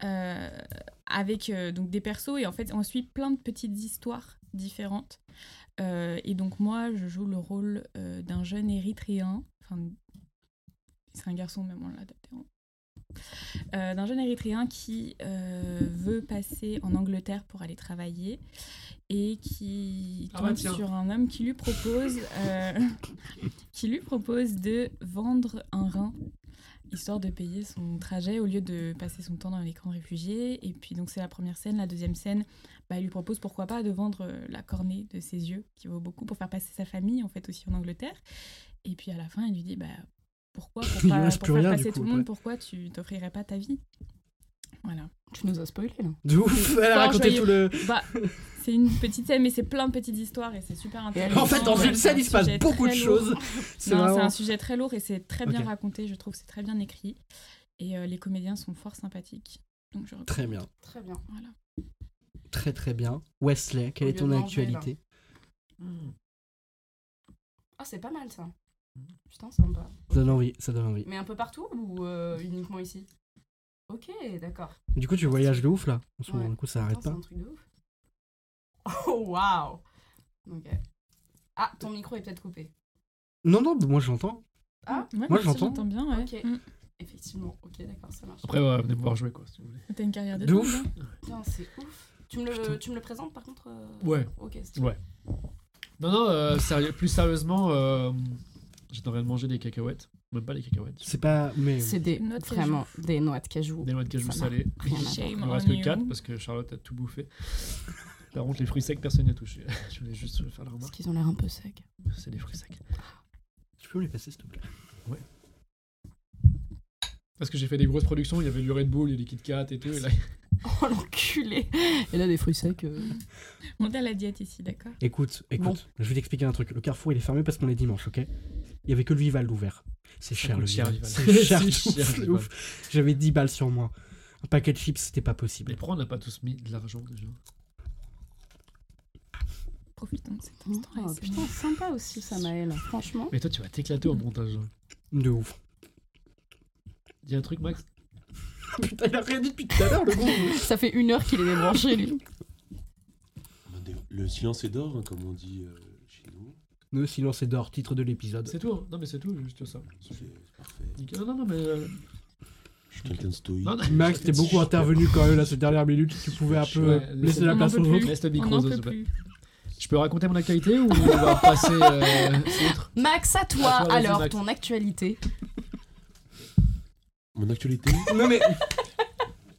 H: euh, avec euh, donc des persos et en fait, on suit plein de petites histoires différentes. Euh, et donc, moi, je joue le rôle euh, d'un jeune érythréen, enfin, c'est un garçon, mais on l'a adapté en- Euh, d'un jeune érythréen qui euh, veut passer en Angleterre pour aller travailler et qui
G: Ah
H: tombe
G: bah tiens.
H: sur un homme qui lui propose euh, qui lui propose de vendre un rein histoire de payer son trajet au lieu de passer son temps dans les camps de réfugiés et puis donc c'est la première scène la deuxième scène bah, il lui propose pourquoi pas de vendre euh, la cornée de ses yeux qui vaut beaucoup pour faire passer sa famille en fait aussi en Angleterre et puis à la fin il lui dit bah pourquoi pour,
E: Il
H: pas-
E: reste
H: pour
E: plus
H: faire
E: rien, du
H: passer
E: coup,
H: tout le monde
E: après.
H: pourquoi tu t'offrirais pas ta vie voilà
F: Tu nous as spoilé là.
E: De ouf, elle a
H: Non,
E: raconté
H: joyeux.
E: tout le.
H: Bah, c'est une petite scène, mais c'est plein de petites histoires et c'est super intéressant.
E: En fait, dans
H: Ouais,
E: une
H: c'est
E: scène,
H: un
E: il se passe
H: sujet
E: beaucoup de
H: très
E: choses.
H: lourd.
E: C'est
H: Non,
E: vraiment-
H: c'est un sujet très lourd et c'est très bien
E: Ok.
H: raconté, je trouve, c'est très bien écrit. Et euh, les comédiens sont fort sympathiques. Donc, je recommande.
E: Très bien.
F: Très bien.
H: Voilà.
E: Très très bien. Wesley, quelle
F: Au
E: est
F: lieu
E: ton
F: de manger,
E: actualité
J: Hmm.
F: Ah, c'est pas mal ça. Putain, sympa.
E: Ça donne envie, ça donne envie.
F: Mais un peu partout ou euh, uniquement ici Ok, d'accord.
H: Mm.
E: Du coup, tu voyages de ouf là. En ce moment,
F: Ouais.
E: du coup, ça
F: Attends,
E: arrête
F: C'est
E: pas.
F: un truc de ouf. Oh, waouh Ok. Ah, ton micro est peut-être coupé.
E: Non, non, moi j'entends.
F: Ah,
H: Ouais,
E: Moi,
H: merci,
E: j'entends.
H: bien, ouais.
F: Ok.
H: Mm.
F: Effectivement, ok, d'accord, ça marche.
G: Après, ouais, venez me voir jouer, quoi, si vous voulez.
H: T'as une carrière de,
G: De
H: dingue,
G: ouf.
H: hein.
F: Putain, c'est ouf. Tu me, le, tu me le présentes par contre euh,
G: Ouais.
F: Ok, c'est
G: Ouais. Non, non, euh, sérieux, plus sérieusement, euh, j'étais en train de manger des cacahuètes. Même pas des cacahuètes.
E: C'est pas. Mais.
F: C'est des,
H: Noix de cajou.
F: vraiment des noix de cajou.
G: Des noix de cajou
F: Ça n'a
G: salées.
F: rien à voir.
H: Shame
G: Il me
H: on
G: reste que
H: you.
G: 4 parce que Charlotte a tout bouffé. Par contre, les fruits secs, personne n'y a touché. Je voulais juste faire la
F: Parce
G: remarque.
F: qu'ils ont l'air un peu secs.
G: C'est des fruits secs.
E: Tu peux me les passer s'il te plaît
G: Parce que j'ai fait des grosses productions, il y avait du Red Bull, il y a des Kit Kat et tout. Et là,
F: Oh l'enculé Et là, des fruits secs. euh,
H: Montez à la diète ici, d'accord
E: Écoute, écoute, je vais t'expliquer un truc. Le carrefour il est fermé parce qu'on est dimanche, ok Il y avait que le Vival d'ouvert. C'est cher le
G: coûte cher,
E: Vival.
G: Vival.
E: C'est cher,
G: C'est
E: de
G: cher,
E: ouf, de
G: Vival.
E: ouf. J'avais 10 balles sur moi. Un paquet de chips, c'était pas
G: mais
E: possible.
G: pourquoi on n'a pas tous mis de l'argent déjà
H: Profitons de cet
F: oh,
H: instant. ASMR.
F: putain, sympa aussi ça, Maëlle. Franchement.
G: Mais toi, tu vas t'éclater au montage. hein.
E: De ouf.
G: Il y a un truc, Max
E: Putain, il a rien dit depuis tout à l'heure, le gros.
F: Ça fait une heure qu'il est débranché, lui.
I: Attendez, Le silence est d'or, hein, comme on dit euh, chez nous.
E: Le silence est d'or, titre de l'épisode.
G: C'est tout. hein. Non, mais c'est tout, juste ça.
I: C'est c'est parfait.
G: Nickel. Non, non, non, mais. euh,
I: Je suis quelqu'un de stoïque.
G: non, non.
E: Max, t'es beaucoup intervenu quand même là ces dernières minutes. Tu pouvais un peu
G: Ouais,
E: euh, laisser la
H: On
E: place
H: n'en
E: aux
H: peut
E: autres.
H: plus.
G: Laisse le
H: On
G: micro,
H: n'en
G: ça,
H: peut
G: s'il te plaît.
H: plus.
G: Je peux raconter mon actualité ou on va passer euh, sur autre
F: Max, à toi,
G: À toi, Ah, vas-y,
F: alors,
G: Max.
F: ton actualité.
I: Mon actualité
E: Non mais.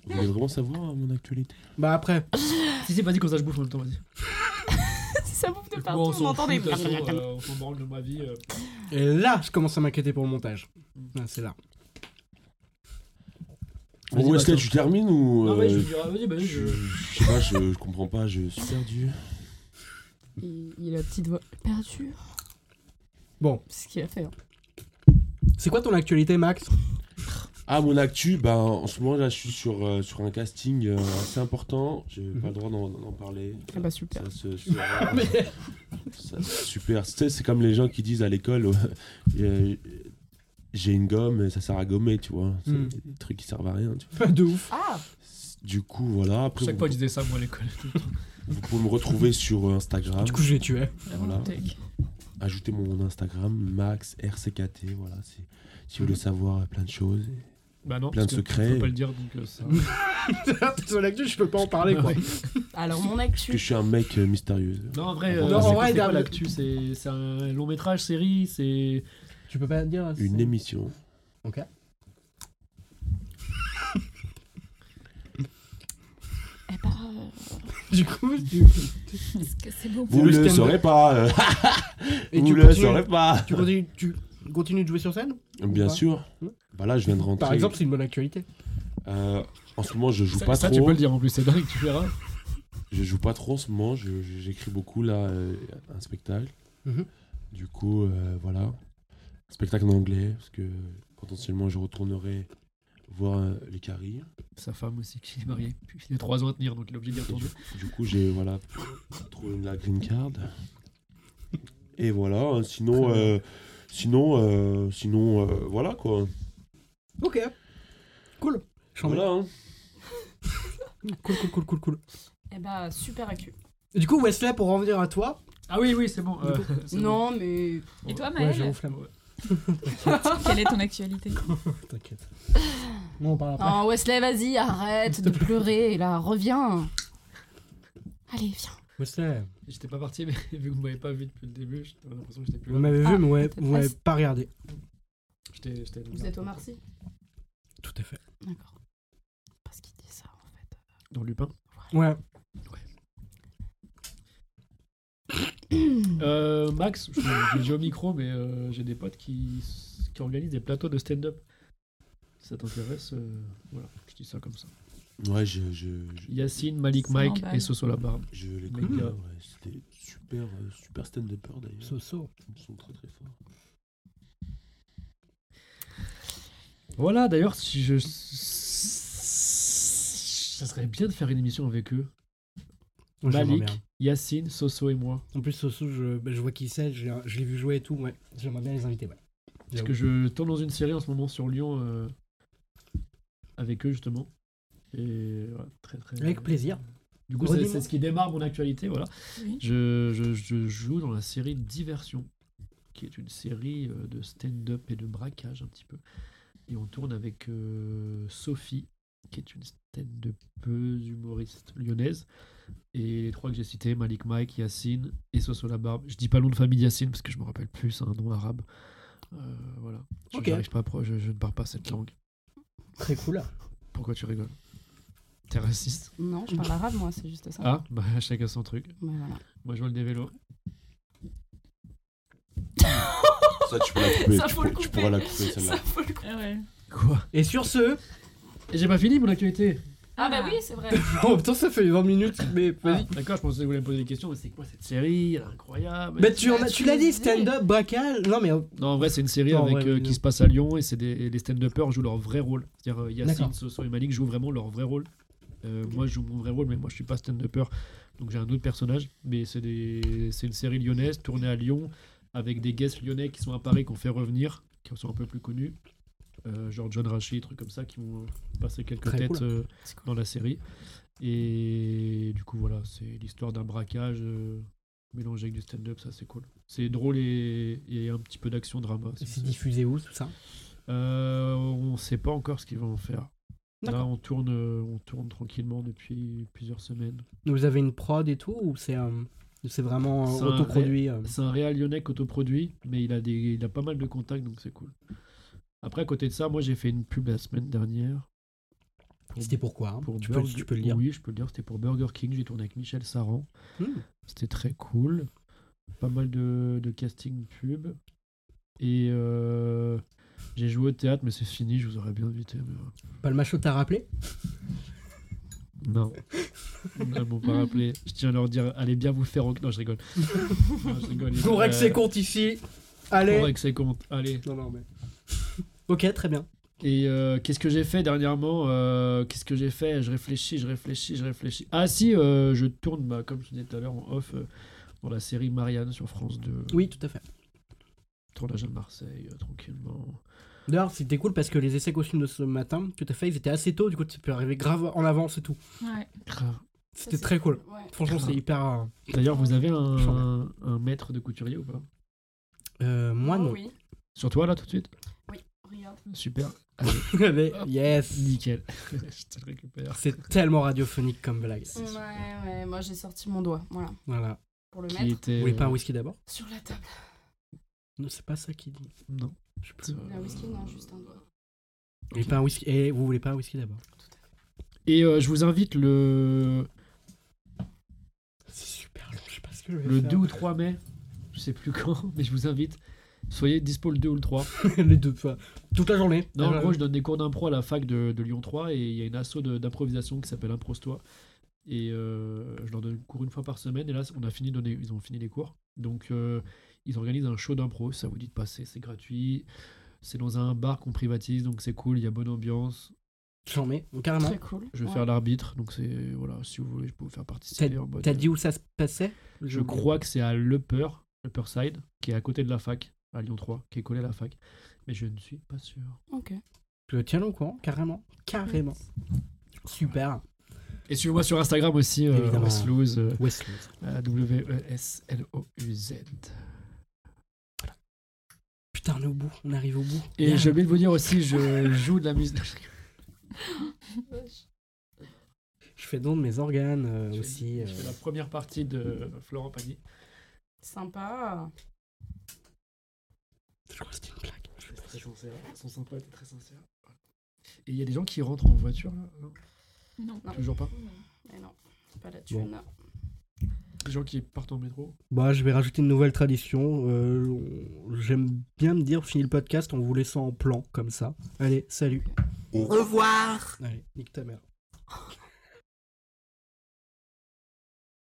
I: Vous voulez vraiment savoir hein, mon actualité
E: Bah après.
G: Si, si, vas-y, qu'on ça je bouffe en même temps, vas-y.
F: Si ça bouffe de
G: Moi,
F: partout,
G: on
F: on
G: s'en
F: entend
G: fout,
F: des...
G: de toute façon, euh, on s'en branle de ma vie. euh.
E: Et là, je commence à m'inquiéter pour le montage. Ah, c'est là.
G: Vas-y,
I: Bon, est-ce que
G: Bastien.
I: tu termines ou.
G: Non,
I: euh,
G: mais je dirais, vas-y, bah,
I: je,
G: je.
I: je sais pas, je, je comprends pas, je suis perdu.
F: Il, il a la petite voix perdue.
E: Bon.
F: C'est ce qu'il a fait. hein.
E: C'est quoi ton actualité, Max
I: Ah, mon actu, bah, en ce moment, là, je suis sur, euh, sur un casting euh, assez important. J'ai pas le droit d'en d'en parler.
F: Ah bah super.
I: Ça se- se-
E: Ah,
I: Ça, c'est super. Tu sais, c'est comme les gens qui disent à l'école ouais, euh, j'ai une gomme, et ça sert à gommer, tu vois. C'est
E: Mm.
I: des trucs qui servent à rien. tu vois.
E: Pas de ouf.
F: Ah
I: Du coup, voilà. Après,
G: Chaque
I: vous,
G: fois, je disais ça, moi, à l'école.
I: vous pouvez me retrouver sur euh, Instagram.
E: Du coup, je l'ai tué.
I: Voilà. Ajoutez mon Instagram, Max RCKT. Voilà, si, si vous voulez savoir euh, plein de choses.
G: Bah non,
I: Plein
G: parce
I: de
G: que
I: secrets.
G: Je peux pas le dire, donc euh, ça.
E: Sur l'actu, je peux pas en parler quoi.
F: Alors, mon
I: Parce que
F: actu.
I: je suis un mec euh, mystérieux.
G: Non, en vrai, euh,
I: Non, en
G: c'est-
E: vrai,
G: c'est quoi
E: Dame-
G: l'actu C'est c'est un long métrage, série, c'est.
E: Tu peux pas dire. hein.
I: Une émission.
E: Ok.
F: Eh ben, euh,
E: Du coup, tu...
H: Est-ce que c'est bon
I: Vous le
E: stand-up.
I: saurez pas. euh.
E: Et
I: Vous
E: tu
I: le
E: continues-
I: saurez pas.
E: Tu continues, tu continues de jouer sur scène ou
I: Bien
E: pas
I: sûr. Bah là, je viens de rentrer.
E: Par exemple, c'est une bonne actualité.
I: Euh, en ce moment, je joue
G: Ça-
I: pas
G: ça,
I: trop.
G: tu peux le dire en plus, c'est dingue, tu verras.
I: Je joue pas trop en ce moment. je- je- J'écris beaucoup là, euh, un spectacle.
E: Mhm.
I: Du coup, euh, voilà. Un spectacle en anglais, parce que potentiellement, je retournerai voir euh, les caries.
G: Sa femme aussi, qui est mariée. Puis il a 3 ans à tenir, donc il est obligé d'y retourner.
I: Du coup, j'ai voilà, trouvé la green card. Et voilà, hein, sinon, euh, sinon, euh, sinon, euh, voilà quoi.
E: Ok. Cool. Chambé.
I: Voilà, hein.
E: Cool, cool, cool, cool, cool.
F: Eh bah, super accu.
E: Du coup, Wesley, pour en revenir à toi.
G: Ah oui, oui, c'est bon.
E: Du
G: euh,
E: coup-
G: c'est
F: Non, mais.
H: Et toi,
E: Ouais,
H: Maël
E: j'ai enflammé.
H: Quelle est ton actualité
E: Oh, T'inquiète. Moi, on
J: Oh.
E: parle après.
F: Non, Wesley, vas-y, arrête de pleurer, là, reviens. Allez, viens.
E: Wesley,
G: bon. J'étais pas parti, mais vu que vous m'avez pas vu depuis le début, j'avais l'impression que j'étais plus
E: vous
G: là.
E: m'avez vu,
F: Ah,
E: mais ouais,
F: peut-être
E: vous
F: pas.
E: m'avez pas regardé.
G: J'étais- j'étais-
F: Vous êtes au Marcy
E: Tout à fait.
F: D'accord. Parce qu'il dit ça, en fait.
G: Dans Lupin.
E: Ouais.
G: Euh, Max, je je l'ai dit au micro, mais euh, j'ai des potes qui, s- qui organisent des plateaux de stand-up. Si ça t'intéresse, euh, voilà, je dis ça comme ça.
I: Ouais, je, je, je,
G: Yacine, Malik,
H: Ça
G: Mike
H: emballe.
G: et Soso Labarre.
I: je
G: Mais
I: les connais.
G: gars.
I: ouais, C'était super, euh, super stand-upers d'ailleurs.
E: Soso.
I: Ils sont très très forts.
G: Voilà, d'ailleurs, si je. Ça serait bien de faire une émission avec eux.
E: Moi, j'aimerais
G: Malik,
E: bien.
G: Yacine, Soso et moi.
E: En plus, Soso, je, bah, je vois qui c'est, je, l'ai- je l'ai vu jouer et tout, ouais. J'aimerais bien les inviter, ouais.
G: Parce que je tourne dans une série en ce moment sur Lyon euh, avec eux, justement. Et voilà, très très.
E: Avec plaisir.
G: Du coup, c'est
E: Redis-moi.
G: c'est ce qui démarre mon actualité, voilà.
H: Oui.
G: Je, je- je joue dans la série Diversion, qui est une série euh, de stand-up et de braquage un petit peu. Et on tourne avec euh, Sophie, qui est une stand-upeuse humoriste lyonnaise. Et les trois que j'ai cités, Malik Mike, Yacine et Soso la Barbe. Je dis pas le nom de famille Yacine parce que je me rappelle plus, c'est un nom arabe. Euh, voilà. Je,
E: Ok.
G: j'arrive pas à pro- je, je ne parle pas cette langue.
E: Très cool.
G: Pourquoi tu rigoles T'es raciste
F: Non, je parle arabe, moi, c'est juste ça.
G: Ah, bah chacun son truc.
F: Mais voilà.
G: Moi je vole des vélos.
I: Ça, tu peux la couper.
H: Ça,
I: tu,
H: faut
I: pourrais-
H: le couper.
I: tu pourras la couper celle-là.
H: Ah ouais.
G: Quoi
E: Et sur ce.
G: Et j'ai pas fini mon actualité.
F: Ah, bah oui, c'est vrai.
E: Oh putain, ça fait 20 minutes, mais vas-y.
G: Ah, D'accord, je pensais que vous allez me poser des questions, mais c'est quoi cette série Elle est incroyable.
E: Bah, tu, en as-
F: tu
E: tu l'as
F: l'as
E: dit,
F: dit.
E: stand-up, bracal. Non, mais. euh,
G: Non, en vrai, c'est une série
E: Non, en
G: avec,
E: vrai, oui,
G: euh,
E: oui.
G: qui se passe à Lyon et, c'est des, et les stand-uppers jouent leur vrai rôle. C'est-à-dire euh, Yacine,
E: D'accord.
G: Soso et Malik jouent vraiment leur vrai rôle. Euh, Moi, je joue mon vrai rôle, mais moi, je suis pas stand-upper, donc j'ai un autre personnage. Mais c'est des- c'est une série lyonnaise tournée à Lyon avec des guests lyonnais qui sont à Paris, qu'on fait revenir, qui sont un peu plus connus. Euh, genre John Rachi, trucs comme ça, qui vont passer quelques
E: Très
G: têtes
E: cool.
G: euh,
F: C'est cool.
G: dans la série. Et du coup, voilà, c'est l'histoire d'un braquage euh, mélangé avec du stand-up, ça c'est cool. C'est drôle et, et un petit peu d'action drama. c'est-
E: C'est diffusé où, tout ça
G: Euh, on sait pas encore ce qu'ils vont en faire. Là,
E: D'accord.
G: on tourne, euh, on tourne tranquillement depuis plusieurs semaines.
E: Vous avez une prod et tout, ou c'est euh, c'est vraiment euh,
G: C'est un ré-
E: autoproduit euh,
G: C'est un réal lyonnais qu'autoproduit, mais il a, des, il a pas mal de contacts, donc c'est cool. Après, à côté de ça, moi j'ai fait une pub la semaine dernière. pour-
E: C'était pourquoi hein
G: pour
E: tu, peux,
G: Burger-
E: tu peux le dire.
G: Oui, je peux le dire. C'était pour Burger King. J'ai tourné avec Michel Saran.
E: Hmm.
G: C'était très cool. Pas mal de, de casting pub. Et euh, j'ai joué au théâtre, mais c'est fini. Je vous aurais bien invité. mais, euh,
E: Palmacho t'a rappelé
G: Non. Ils m'ont pas rappelé. Je tiens à leur dire allez bien vous faire. au- Non, je rigole. Non, je rigole.
E: Pour
G: Euh,
E: avec ses comptes ici. Allez.
G: Pour avec ses comptes. Allez.
E: Non, non, mais. Ok, très bien.
G: Et euh, qu'est-ce que j'ai fait dernièrement Euh, Qu'est-ce que j'ai fait Je réfléchis, je réfléchis, je réfléchis. Ah si, euh, je tourne, bah, comme je disais tout à l'heure en off, euh, dans la série Marianne sur France 2.
E: Oui, tout à fait.
G: Tournage à Marseille, euh, tranquillement.
E: D'ailleurs, c'était cool parce que les essais costumes de ce matin, tout à fait, ils étaient assez tôt, du coup, tu peux arriver grave en avance et tout.
H: Ouais.
G: Grave.
E: C'était
F: c'est
E: très cool.
F: Ouais.
E: Franchement, c'est hyper. euh,
G: D'ailleurs, vous avez un,
E: Chambé.
G: un maître de couturier ou pas
E: euh, moi,
F: Oh
E: non.
F: Oui,
G: Sur toi, là, tout de suite
F: oui, regarde.
G: Super.
E: Mais, yes.
G: Nickel. je te le récupère.
E: C'est tellement radiophonique comme blague.
F: Ouais, ouais, moi j'ai sorti mon doigt, voilà,
E: Voilà.
F: pour le
G: Qui
F: mettre
G: était...
E: Vous voulez pas un
G: euh,
E: whisky d'abord
F: sur la table.
E: Non, c'est pas ça qu'il dit.
G: Non.
E: Je sais plus. Vous
F: La whisky, non, juste un doigt.
E: Eh, voulez pas un whisky Et vous voulez pas un whisky d'abord
G: Et euh, je vous invite le
E: que je vais
G: le
E: faire
G: 2 ou 3 mai, je sais plus quand, mais je vous invite. Soyez dispo le 2 ou le 3.
E: les deux fois. Toute la journée.
G: Non, en
E: Euh,
G: gros, je donne des cours d'impro à la fac de, de Lyon 3 et il y a une asso de- d'improvisation qui s'appelle Improse-toi. Et euh, je leur donne cours une fois par semaine. Et là, on a fini de donner, ils ont fini les cours. Donc, euh, ils organisent un show d'impro. Ça vous dit de passer, c'est gratuit. C'est dans un bar qu'on privatise, donc c'est cool. Il y a bonne ambiance.
E: J'en mets, carrément. Très cool.
G: Je vais
E: Ouais.
G: faire l'arbitre, donc c'est voilà. Si vous voulez, je peux vous faire
E: T'as
G: participer. en mode,
E: t'as
G: euh,
E: dit où ça se passait
G: je crois que c'est à L'Upper, Upper Side, qui est à côté de la fac, à Lyon 3, qui est collé à la fac. Mais je ne suis pas sûr.
E: Ok. Tiens-le au courant, carrément. Carrément. Super.
G: Et suivez-moi sur Instagram aussi, euh,
E: Évidemment.
G: Weslouz. euh,
E: Weslouz.
G: euh, W-E-S-L-O-U-Z.
E: Putain, on est au bout, on arrive au bout.
G: Et
E: Bien.
G: j'ai oublié de vous dire aussi, je joue de la musique.
E: Je fais don de mes organes euh, aussi.
G: Je
E: euh.
G: fais la première partie de Florent Pagny.
F: Sympa.
G: Je suis très sincère. Ils sont sympas, t'es très sincère. Et il y a des gens qui rentrent en voiture là non
H: Non.
G: Toujours pas
F: Mais non, c'est pas la thune.
G: Des gens qui partent en métro
E: Bah, je vais rajouter une nouvelle tradition. euh, on- J'aime bien me dire, fini le podcast en vous laissant en plan, comme ça. Allez, salut.
J: Au revoir.
E: Allez, nique ta mère.